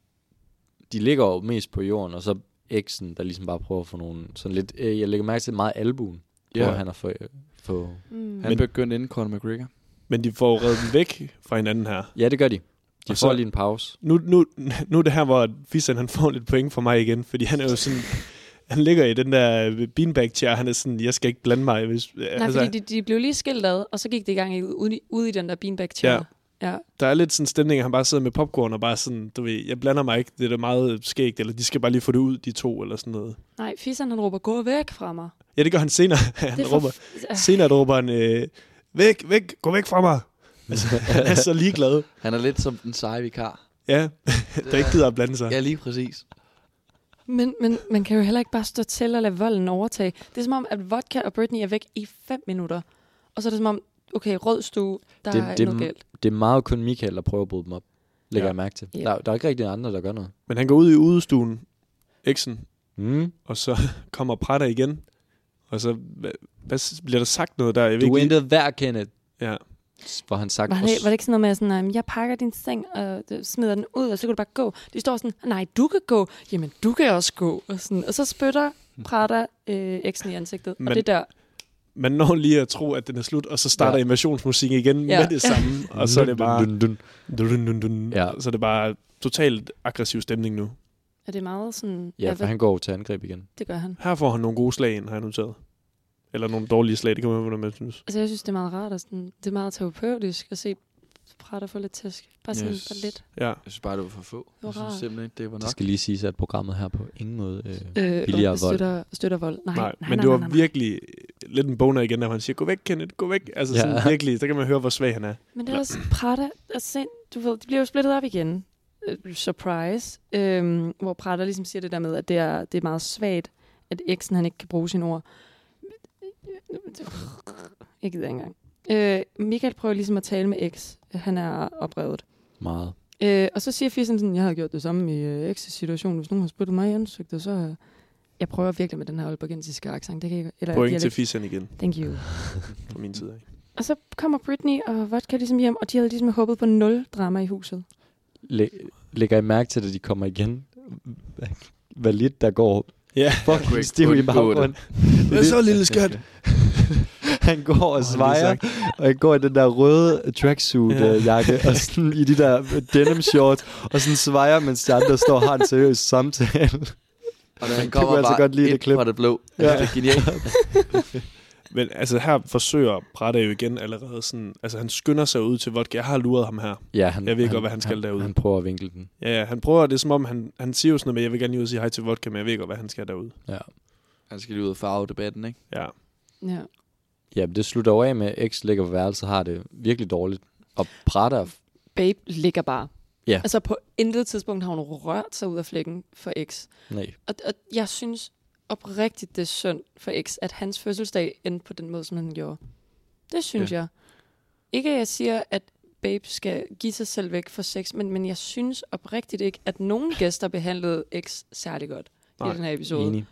[SPEAKER 2] de ligger jo mest på jorden, og så eksen, der ligesom bare prøver at få nogle sådan lidt... Øh, jeg lægger mærke til meget albuen,
[SPEAKER 3] Ja.
[SPEAKER 2] ja. hvor han har få, få...
[SPEAKER 5] Mm.
[SPEAKER 3] Han
[SPEAKER 4] Men-
[SPEAKER 3] men... begyndte inden Conor McGregor.
[SPEAKER 4] Men de får jo reddet dem væk fra hinanden her.
[SPEAKER 2] Ja, det gør de. De
[SPEAKER 4] Og
[SPEAKER 2] får
[SPEAKER 4] så-
[SPEAKER 2] lige en pause.
[SPEAKER 4] Nu, nu, nu er det her, hvor Fisan han får lidt point for mig igen, fordi han er jo sådan... Han ligger i den der beanbag chair, han er sådan, jeg skal ikke blande mig. Hvis, altså,
[SPEAKER 5] Nej, fordi de, de blev lige skilt ad, og så gik det i gang i- ude, i- ude i den der beanbag chair.
[SPEAKER 4] Ja.
[SPEAKER 5] ja.
[SPEAKER 4] der er lidt sådan en stemning, at han bare sidder med popcorn og bare sådan, du ved, jeg blander mig ikke, det er da meget skægt, eller de skal bare lige få det ud, de to, eller sådan noget.
[SPEAKER 5] Nej, Fisseren han råber, gå væk fra mig.
[SPEAKER 4] Ja, det gør han senere. han
[SPEAKER 5] Det er for-
[SPEAKER 4] råber, senere råber han, øh, væk, væk, gå væk fra mig. Altså, han er så ligeglad.
[SPEAKER 3] Han er lidt som den seje vikar.
[SPEAKER 4] Ja, der ikke gider at blande sig.
[SPEAKER 3] Ja, lige præcis.
[SPEAKER 5] Men, men man kan jo heller ikke bare stå til og lade volden overtage. Det er som om, at vodka og Britney er væk i 5 minutter. Og så er det som om, okay, rød stue, der det,
[SPEAKER 2] Det-
[SPEAKER 5] er
[SPEAKER 2] det-
[SPEAKER 5] noget galt.
[SPEAKER 2] Det er meget kun Michael, der prøver at bryde dem op. Lægger
[SPEAKER 4] Ja.
[SPEAKER 2] ja. jeg mærke til.
[SPEAKER 5] Ja.
[SPEAKER 2] Ja. Der, der er ikke rigtig andre, der gør noget.
[SPEAKER 4] Men han går ud i udestuen, Eksen,
[SPEAKER 2] Mm.
[SPEAKER 4] og så kommer Prada igen. Og så hvad, hvad, s- bliver der sagt noget der? Jeg ved
[SPEAKER 2] Du
[SPEAKER 4] ikke
[SPEAKER 2] er
[SPEAKER 4] lige-
[SPEAKER 2] intet værd, Kenneth.
[SPEAKER 4] Ja.
[SPEAKER 2] Hvor han sagt...
[SPEAKER 5] Var det, var det ikke sådan noget med, sådan, um, jeg pakker din seng og øh, smider den ud, og så kan du bare gå? De står sådan, nej, du kan gå. Jamen, du kan også gå. Og, sådan, og så spytter Prada øh, eksen i ansigtet. Men,
[SPEAKER 4] Men-
[SPEAKER 5] og det der,
[SPEAKER 4] Man når lige at tro, at den er slut, og så starter ja.
[SPEAKER 2] Ja.
[SPEAKER 4] invasionsmusik igen
[SPEAKER 5] Ja.
[SPEAKER 4] ja. med det samme. Og så er det bare...
[SPEAKER 2] Dun, dun, dun.
[SPEAKER 4] Dun, dun, dun, dun.
[SPEAKER 2] Ja.
[SPEAKER 4] Så er det bare totalt aggressiv stemning nu.
[SPEAKER 5] er det meget sådan,
[SPEAKER 2] Ja, for
[SPEAKER 5] hvad,
[SPEAKER 2] han går jo til angreb igen.
[SPEAKER 5] det gør han.
[SPEAKER 4] Her får han nogle gode slag ind, har jeg noteret. Eller nogle dårlige slag, det kan man hvordan man synes.
[SPEAKER 5] Altså, jeg synes, det er meget rart, og sådan, det er meget terapeutisk at se Prada få lidt tæsk. Bare sådan,
[SPEAKER 3] Yes.
[SPEAKER 5] yes. bare lidt.
[SPEAKER 4] Ja.
[SPEAKER 3] Jeg synes bare, det var for få. Jeg synes
[SPEAKER 5] Hurra.
[SPEAKER 3] simpelthen ikke, det var
[SPEAKER 2] Det
[SPEAKER 3] nok.
[SPEAKER 2] skal lige siges, at programmet her på ingen måde... Øh,
[SPEAKER 5] Øh,
[SPEAKER 2] Billigere vold.
[SPEAKER 5] Støtter, støtter vold. Nej, nej, nej
[SPEAKER 4] men
[SPEAKER 5] nej,
[SPEAKER 4] det var
[SPEAKER 5] nej, nej.
[SPEAKER 4] virkelig lidt en boner igen, når han siger, gå væk, Kenneth, gå væk. Altså ja.
[SPEAKER 2] Ja.
[SPEAKER 4] sådan virkelig, der kan man høre, hvor svag han er.
[SPEAKER 5] Men det er også Prada, altså, sind- du ved, de bliver jo splittet op igen. Øh, Surprise. Øhm, hvor Prada ligesom siger det der med, at det er, det er meget svagt, at eksen han ikke kan bruge sine ord. Jeg gider ikke engang. Øh, Michael prøver ligesom at tale med X. Han er oprevet.
[SPEAKER 2] meget.
[SPEAKER 5] Øh, og så siger Fisen sådan, jeg havde gjort det samme i øh, X's situation. Hvis nogen har spyttet mig i ansigtet, så... Øh, jeg prøver virkelig med den her olbergensiske accent. Det kan jeg, eller
[SPEAKER 4] Point til
[SPEAKER 5] dialekt.
[SPEAKER 4] fissen igen,
[SPEAKER 5] Thank you.
[SPEAKER 4] fra min side. af.
[SPEAKER 5] Og så kommer Britney og Vodka ligesom hjem, og de havde ligesom håbet på nul drama i huset.
[SPEAKER 2] Læ- lægger I mærke til, at de kommer igen? Hvad lidt der går
[SPEAKER 4] Ja.
[SPEAKER 3] kunne
[SPEAKER 2] fucking
[SPEAKER 3] ikke
[SPEAKER 2] stiv i
[SPEAKER 3] undgå det.
[SPEAKER 2] baggrunden.
[SPEAKER 4] Hvad så, lille skat?
[SPEAKER 2] Han går og
[SPEAKER 4] lige
[SPEAKER 2] svejer, og han går i den der røde
[SPEAKER 4] Ja.
[SPEAKER 2] tracksuit-jakke, og sådan i de der denim shorts, og sådan svejer, mens de andre står og har en seriøs samtale.
[SPEAKER 3] Og da
[SPEAKER 2] kunne
[SPEAKER 3] han kommer
[SPEAKER 2] altså
[SPEAKER 3] bare
[SPEAKER 2] godt lide det
[SPEAKER 3] ind
[SPEAKER 2] klip.
[SPEAKER 3] fra det blå.
[SPEAKER 2] Ja.
[SPEAKER 3] Ja. Det er genialt.
[SPEAKER 4] Men altså her forsøger Prada jo igen allerede sådan, altså han skynder sig ud til vodka. Jeg har luret ham her.
[SPEAKER 2] Ja, han,
[SPEAKER 4] Jeg ved ikke godt, hvad han skal derude.
[SPEAKER 2] Han prøver at vinkle den.
[SPEAKER 4] Ja, ja, han prøver det er som om, han, han siger jo sådan noget med, jeg vil gerne lige ud og sige hej til vodka, men jeg ved godt, hvad han skal derude.
[SPEAKER 2] Ja.
[SPEAKER 3] Han skal lige ud og farve debatten, ikke?
[SPEAKER 4] Ja.
[SPEAKER 5] Ja.
[SPEAKER 2] Ja, det slutter jo af med, at X ligger på værelset har det virkelig dårligt. Og Prada,
[SPEAKER 5] Babe ligger bare.
[SPEAKER 2] Ja.
[SPEAKER 5] Altså på intet tidspunkt har hun rørt sig ud af flækken for X.
[SPEAKER 2] nej,
[SPEAKER 5] Og, og jeg synes oprigtigt, det er synd for X, at hans fødselsdag endte på den måde, som han gjorde. Det synes ja. jeg. Ikke at jeg siger, at Babe skal give sig selv væk for sex, men, men jeg synes oprigtigt ikke, at nogen gæster behandlede X særlig godt Nej.
[SPEAKER 4] Nej,
[SPEAKER 5] i den her episode.
[SPEAKER 2] enig.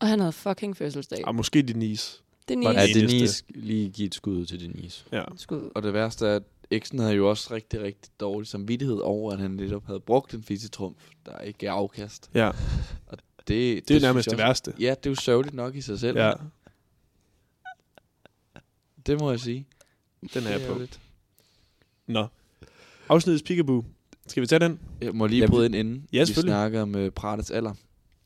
[SPEAKER 5] Og han havde fucking fødselsdag.
[SPEAKER 4] Ah, måske Denise.
[SPEAKER 5] Det er
[SPEAKER 4] var
[SPEAKER 2] Ja,
[SPEAKER 5] nice.
[SPEAKER 4] det- eneste.
[SPEAKER 2] Denise, lige give et skud til Denise.
[SPEAKER 4] Ja.
[SPEAKER 5] skud.
[SPEAKER 3] Og det værste er, at Eksen havde jo også rigtig, rigtig dårlig samvittighed over, at han netop havde brugt en fissetrumf, der ikke er afkast.
[SPEAKER 4] ja.
[SPEAKER 3] Det, det,
[SPEAKER 4] Det er
[SPEAKER 3] synes
[SPEAKER 4] nærmest
[SPEAKER 3] jeg
[SPEAKER 4] det værste.
[SPEAKER 3] også- Ja, det er jo sørgeligt nok i sig selv.
[SPEAKER 4] Ja,
[SPEAKER 3] Det må jeg sige.
[SPEAKER 4] den er jeg
[SPEAKER 3] Det
[SPEAKER 4] på.
[SPEAKER 3] lidt-
[SPEAKER 4] Nå. Afsnittets Peekaboo. Skal vi tage den?
[SPEAKER 3] Jeg må lige
[SPEAKER 2] Ja,
[SPEAKER 3] bryde ind inden.
[SPEAKER 4] Ja,
[SPEAKER 3] vi
[SPEAKER 4] selvfølgelig.
[SPEAKER 3] snakker om uh, Prates alder.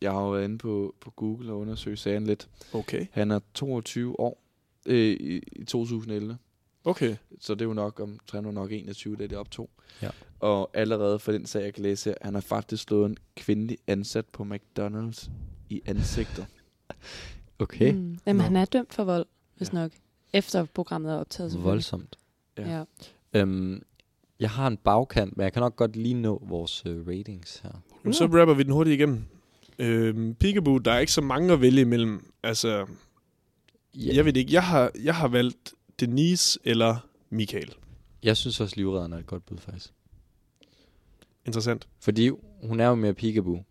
[SPEAKER 3] Jeg har jo været inde på, på Google og undersøgt sagen lidt.
[SPEAKER 4] Okay.
[SPEAKER 3] Han er 22 år øh, i, i 2011.
[SPEAKER 4] Okay.
[SPEAKER 3] Så det er jo nok om, så han var nok 21, da det optog.
[SPEAKER 2] Ja.
[SPEAKER 3] Og allerede for den sag, jeg kan læse her, han har faktisk slået en kvindelig ansat på McDonald's i ansigtet.
[SPEAKER 2] Okay. Mm.
[SPEAKER 5] Mm. Jamen,
[SPEAKER 4] Nå.
[SPEAKER 5] han er dømt for vold, hvis
[SPEAKER 3] Ja.
[SPEAKER 5] ja. nok. Efter programmet er optaget, selvfølgelig.
[SPEAKER 2] Voldsomt.
[SPEAKER 5] Ja. ja.
[SPEAKER 2] Øhm, jeg har en bagkant, men jeg kan nok godt lige nå vores øh, ratings her.
[SPEAKER 4] Jamen, så rapper vi den hurtigt igennem. Øhm, Peekaboo, der er ikke så mange at vælge imellem. Altså, yeah. jeg ved det ikke. Jeg har, jeg har valgt Denise eller Michael.
[SPEAKER 2] jeg synes også, livredderen er et godt bud, faktisk.
[SPEAKER 4] Interessant.
[SPEAKER 2] Fordi hun er jo mere peekaboo.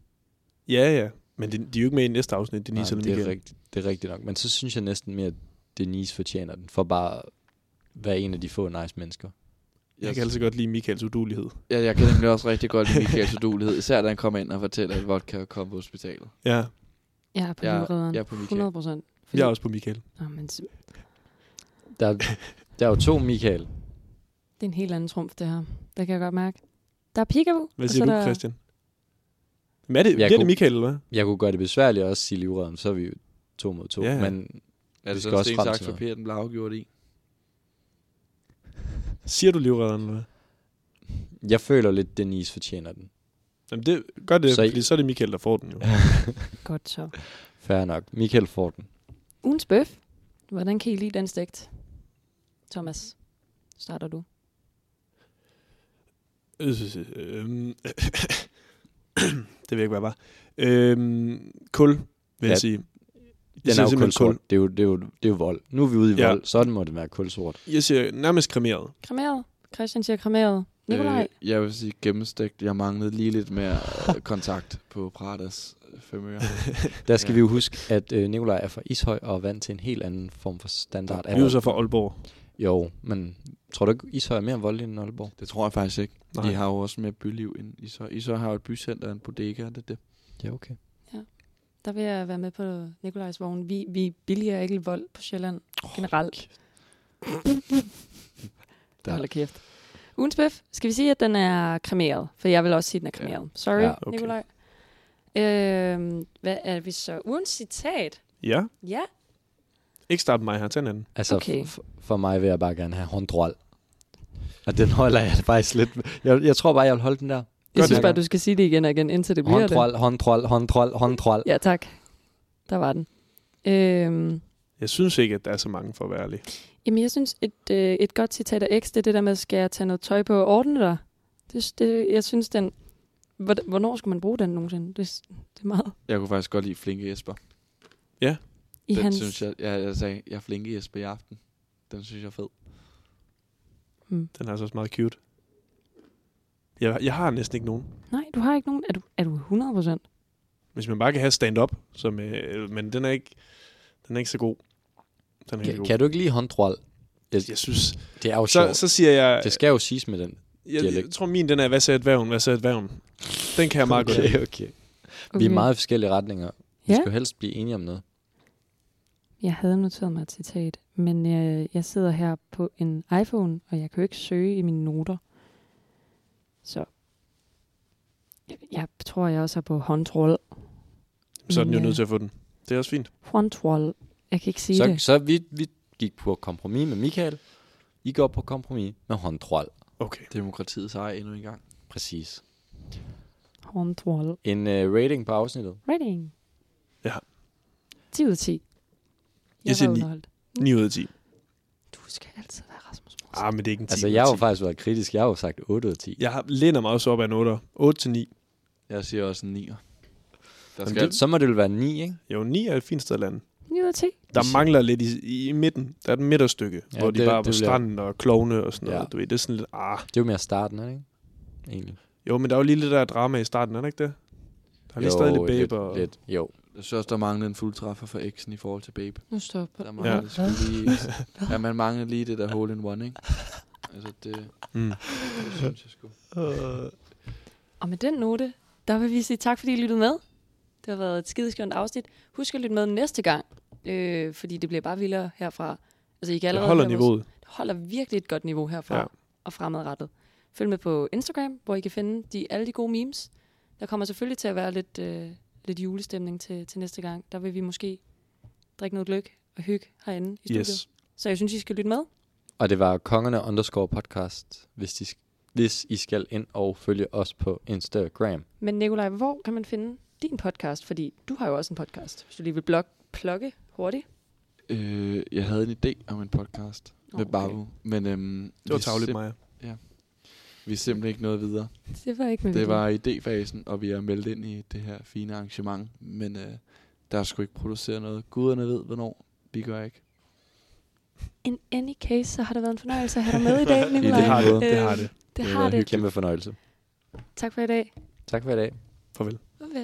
[SPEAKER 4] Ja, ja. Men de, de er jo ikke med i næste afsnit,
[SPEAKER 2] Nej,
[SPEAKER 4] Denise
[SPEAKER 2] men
[SPEAKER 4] eller
[SPEAKER 2] det, er
[SPEAKER 4] Michael.
[SPEAKER 2] rigtigt, det er rigtigt nok. Men så synes jeg næsten mere, at Denise fortjener den, for bare at være en af de få nice mennesker.
[SPEAKER 4] Jeg kan altså godt lide Michaels udulighed.
[SPEAKER 3] Ja, jeg kan nemlig også rigtig godt lide Michaels udulighed, især da han kommer ind og fortæller, at vodka kom på hospitalet.
[SPEAKER 4] Ja,
[SPEAKER 5] Jeg er på
[SPEAKER 3] Jeg,
[SPEAKER 5] livredderen.
[SPEAKER 3] jeg er på Michael.
[SPEAKER 5] 100 procent.
[SPEAKER 4] jeg er også på Michael.
[SPEAKER 5] Nå, men s-
[SPEAKER 2] Der, er- der er jo to Michael.
[SPEAKER 5] det er en helt anden trumf, det her. Det kan jeg godt mærke. Der er Peekaboo.
[SPEAKER 4] Hvad
[SPEAKER 5] og
[SPEAKER 4] siger
[SPEAKER 5] så
[SPEAKER 4] du,
[SPEAKER 5] er der...
[SPEAKER 4] Christian? Men er det,
[SPEAKER 2] Jeg
[SPEAKER 4] bliver det
[SPEAKER 2] kunne-
[SPEAKER 4] Michael, eller hvad?
[SPEAKER 2] Jeg kunne gøre det besværligt at også sige livredderen, så er vi jo to mod to.
[SPEAKER 4] Ja, ja.
[SPEAKER 2] Men
[SPEAKER 3] Er
[SPEAKER 2] Vi
[SPEAKER 3] det
[SPEAKER 2] skal
[SPEAKER 3] sådan en
[SPEAKER 2] også frem til
[SPEAKER 3] stensaks
[SPEAKER 2] noget.
[SPEAKER 3] papir, den blev afgjort i?
[SPEAKER 4] Siger du livredderen, eller hvad?
[SPEAKER 2] jeg føler lidt, Denise fortjener den.
[SPEAKER 4] Jamen, det, gør det,
[SPEAKER 2] Så
[SPEAKER 4] så
[SPEAKER 2] I-
[SPEAKER 4] fordi så er det Michael, der får den jo.
[SPEAKER 5] Godt så.
[SPEAKER 2] Fair nok. Michael får den.
[SPEAKER 5] Ugens bøf. Hvordan kan I lide den stegt? Thomas, starter du.
[SPEAKER 4] Øh, øhm, det ved jeg ikke, hvad jeg var. Øhm, kul, vil ja,
[SPEAKER 2] Ja,
[SPEAKER 4] jeg sige.
[SPEAKER 2] Den
[SPEAKER 4] siger
[SPEAKER 2] er jo
[SPEAKER 4] simpelthen
[SPEAKER 2] kulsort. Det er jo, det, er jo, det er jo vold. Nu er vi ude i
[SPEAKER 4] Ja.
[SPEAKER 2] ja. vold. Sådan må det være kulsort.
[SPEAKER 4] Jeg siger nærmest kremeret.
[SPEAKER 5] Kremeret. Christian siger kremeret. Nikolaj.
[SPEAKER 3] Øh, jeg vil sige gennemstegt. Jeg manglede lige lidt mere øh, kontakt på Pradas øh, femøre.
[SPEAKER 2] Der skal ja.
[SPEAKER 3] Ja.
[SPEAKER 2] vi jo huske, at øh, Nikolaj er fra Ishøj og er vant til en helt anden form for standard.
[SPEAKER 4] Vi er jo så fra Aalborg.
[SPEAKER 2] Jo, men tror du ikke, Ishøj er mere voldelig end Aalborg?
[SPEAKER 3] Det tror jeg faktisk ikke.
[SPEAKER 4] Nej.
[SPEAKER 3] Nej. De har jo også mere byliv end Isø. Isø har jo et bycenter og en bodega, er det det?
[SPEAKER 2] Ja, okay.
[SPEAKER 5] Der vil jeg være med på Nikolajs vogn. Vi, vi billiger ikke vold på Sjælland generelt.
[SPEAKER 2] Der-
[SPEAKER 5] Der. Hold da kæft. Ugens bøf. Skal vi sige, at den er kremeret? For jeg vil også sige, at den er
[SPEAKER 3] Ja.
[SPEAKER 5] kremeret. Sorry,
[SPEAKER 2] Ja,
[SPEAKER 5] ja,
[SPEAKER 4] okay.
[SPEAKER 5] okay. Nikolaj. Øhm, hvad er vi så? Ugens citat.
[SPEAKER 4] Ja,
[SPEAKER 5] Ja.
[SPEAKER 4] ikke start med mig her, tag en anden.
[SPEAKER 2] Altså,
[SPEAKER 5] Okay.
[SPEAKER 2] okay. for mig vil jeg bare gerne have håndrold. Og den holder jeg faktisk lidt... Jeg, jeg tror bare, jeg vil holde den der.
[SPEAKER 5] Jeg
[SPEAKER 2] Godt,
[SPEAKER 5] synes
[SPEAKER 2] Jacob.
[SPEAKER 5] bare, du skal sige det igen og igen, indtil det bliver det.
[SPEAKER 2] Håndtrold, håndtrold, håndtrold, håndtrold.
[SPEAKER 5] Ja, tak. Der var den. Øhm,
[SPEAKER 4] Jeg synes ikke, at der er så mange for at være ærlig.
[SPEAKER 5] jamen, jeg synes, et, øh, et godt citat af X, det er det der med, skal jeg tage noget tøj på og ordne dig? Det, det, jeg synes, den... hvor- Hvornår skulle man bruge den nogensinde? Det, det er meget
[SPEAKER 3] Jeg kunne faktisk godt lide Flinke Jesper.
[SPEAKER 5] i
[SPEAKER 3] den
[SPEAKER 5] hans...
[SPEAKER 3] synes jeg, jeg, jeg sagde, jeg er Flinke Jesper i aften. Den synes jeg er fed.
[SPEAKER 5] Mm.
[SPEAKER 4] Den er altså også meget cute. Jeg, jeg har næsten ikke nogen.
[SPEAKER 5] Nej, du har ikke nogen. Er du, er du 100 procent?
[SPEAKER 4] Hvis man bare kan have stand-up, som, øh, men den er, ikke, den er ikke så god. Den er ikke
[SPEAKER 2] Kan,
[SPEAKER 4] god.
[SPEAKER 2] kan du ikke lide håndtrold? Jeg,
[SPEAKER 4] Jeg synes,
[SPEAKER 2] det er jo
[SPEAKER 4] så,
[SPEAKER 2] sjovt.
[SPEAKER 4] så siger jeg,
[SPEAKER 2] Det skal jo siges med den.
[SPEAKER 4] jeg, jeg
[SPEAKER 2] dialekt.
[SPEAKER 4] tror min den er, hvad sagde dværgen, hvad sagde dværgen? Den kan jeg meget godt lide.
[SPEAKER 2] Okay, okay. Vi er meget i forskellige retninger. Vi
[SPEAKER 5] Ja.
[SPEAKER 2] skal jo helst blive enige om noget.
[SPEAKER 5] Jeg havde noteret mig et citat, men øh, jeg sidder her på en iPhone, og jeg kan jo ikke søge i mine noter. Så jeg, jeg tror, jeg også er på håndtroll.
[SPEAKER 4] Så er den jo
[SPEAKER 5] Men, øh,
[SPEAKER 4] nødt til at få den. Det er også fint.
[SPEAKER 5] Håndtroll. Jeg kan ikke sige
[SPEAKER 2] Så,
[SPEAKER 5] det.
[SPEAKER 2] så vi, vi gik på kompromis med Michael. I går på kompromis med håndtrold.
[SPEAKER 4] Okay.
[SPEAKER 3] Demokratiet sejr endnu en gang.
[SPEAKER 2] Præcis.
[SPEAKER 5] Håndtroll.
[SPEAKER 2] En uh, rating på afsnittet.
[SPEAKER 5] Rating.
[SPEAKER 4] Ja.
[SPEAKER 5] 10 ud af 10. Jeg,
[SPEAKER 4] siger
[SPEAKER 5] var
[SPEAKER 4] ni.
[SPEAKER 5] underholdt.
[SPEAKER 4] 9 ud af 10.
[SPEAKER 5] Du skal altid være Rasmus Mors.
[SPEAKER 4] Ah, men det er ikke en 10
[SPEAKER 2] Altså,
[SPEAKER 4] ud af
[SPEAKER 2] jeg har jo
[SPEAKER 4] 10.
[SPEAKER 2] faktisk været kritisk. Jeg har jo sagt 8 ud af 10.
[SPEAKER 4] Jeg har- læner mig også op af en 8. 8 til 9.
[SPEAKER 3] Jeg siger også en 9'er. Der
[SPEAKER 2] Jamen,
[SPEAKER 3] skal,
[SPEAKER 2] det, så må det jo være 9, ikke?
[SPEAKER 4] Jo, 9 er et fint sted at lande.
[SPEAKER 5] 9 ud af 10.
[SPEAKER 4] Der mangler lidt i, i midten. Der er et midterstykke, ja,
[SPEAKER 2] Ja,
[SPEAKER 4] hvor de
[SPEAKER 2] det-
[SPEAKER 4] bare er
[SPEAKER 2] det
[SPEAKER 4] på
[SPEAKER 2] vil jeg-
[SPEAKER 4] stranden og klovne og sådan noget. Ja.
[SPEAKER 2] Ja.
[SPEAKER 4] Du ved, det er sådan lidt, ah.
[SPEAKER 2] Det er jo mere starten, er det ikke? Egentlig.
[SPEAKER 4] Jo, men der er jo lige lidt der drama i starten, er der ikke det? Der er lige jo, stadig lidt babe og...
[SPEAKER 2] Lidt, jo.
[SPEAKER 3] jeg synes også, der mangler en fuldtræffer for X'en i forhold til Babe.
[SPEAKER 5] Nu stopper
[SPEAKER 3] Der mangler
[SPEAKER 4] Ja.
[SPEAKER 3] ja. sgu lige... ja, man mangler lige det der hole-in-one, ikke? Altså, det,
[SPEAKER 4] Mm.
[SPEAKER 3] det synes jeg sgu.
[SPEAKER 5] Og med den note, der vil vi sige tak, fordi I lyttede med. Det har været et skideskønt afsnit. Husk at lytte med næste gang, øh, fordi det bliver bare vildere herfra. Altså, I kan
[SPEAKER 4] Jeg
[SPEAKER 5] allerede
[SPEAKER 4] holder
[SPEAKER 5] høre vores-
[SPEAKER 4] niveauet.
[SPEAKER 5] Det holder virkelig et godt niveau herfra
[SPEAKER 4] Ja.
[SPEAKER 5] ja. og fremadrettet. Følg med på Instagram, hvor I kan finde de, alle de gode memes. Der kommer selvfølgelig til at være lidt, øh, lidt julestemning til, til næste gang. Der vil vi måske drikke noget gløk og hygge herinde i studiet.
[SPEAKER 4] Yes.
[SPEAKER 5] Så jeg synes, I skal lytte med.
[SPEAKER 2] Og det var kongerne underscore podcast, hvis, de, hvis I skal ind og følge os på Instagram.
[SPEAKER 5] Men Nikolaj, hvor kan man finde din podcast? Fordi du har jo også en podcast, hvis du lige vil blog plukke hurtigt.
[SPEAKER 3] Øh, jeg havde en idé om en podcast
[SPEAKER 5] Nå,
[SPEAKER 3] med
[SPEAKER 5] okay.
[SPEAKER 3] Babu, men øhm,
[SPEAKER 4] Det var
[SPEAKER 3] vi
[SPEAKER 4] tavligt,
[SPEAKER 3] simp-
[SPEAKER 4] Maja.
[SPEAKER 3] Vi er simpelthen ikke noget videre.
[SPEAKER 5] Det var ikke med
[SPEAKER 3] Det var idéfasen, og vi er meldt ind i det her fine arrangement, men øh, der er sgu ikke produceret noget. Guderne ved, hvornår. Vi gør ikke.
[SPEAKER 5] In any case, så har det været en fornøjelse at have dig med i dag, Nikolaj.
[SPEAKER 4] Det har det. Det
[SPEAKER 5] Øhm,
[SPEAKER 4] har det.
[SPEAKER 5] Det
[SPEAKER 2] har
[SPEAKER 5] har
[SPEAKER 2] været
[SPEAKER 5] det.
[SPEAKER 2] Kæmpe fornøjelse.
[SPEAKER 5] Tak for i dag.
[SPEAKER 2] Tak for i dag.
[SPEAKER 4] Farvel.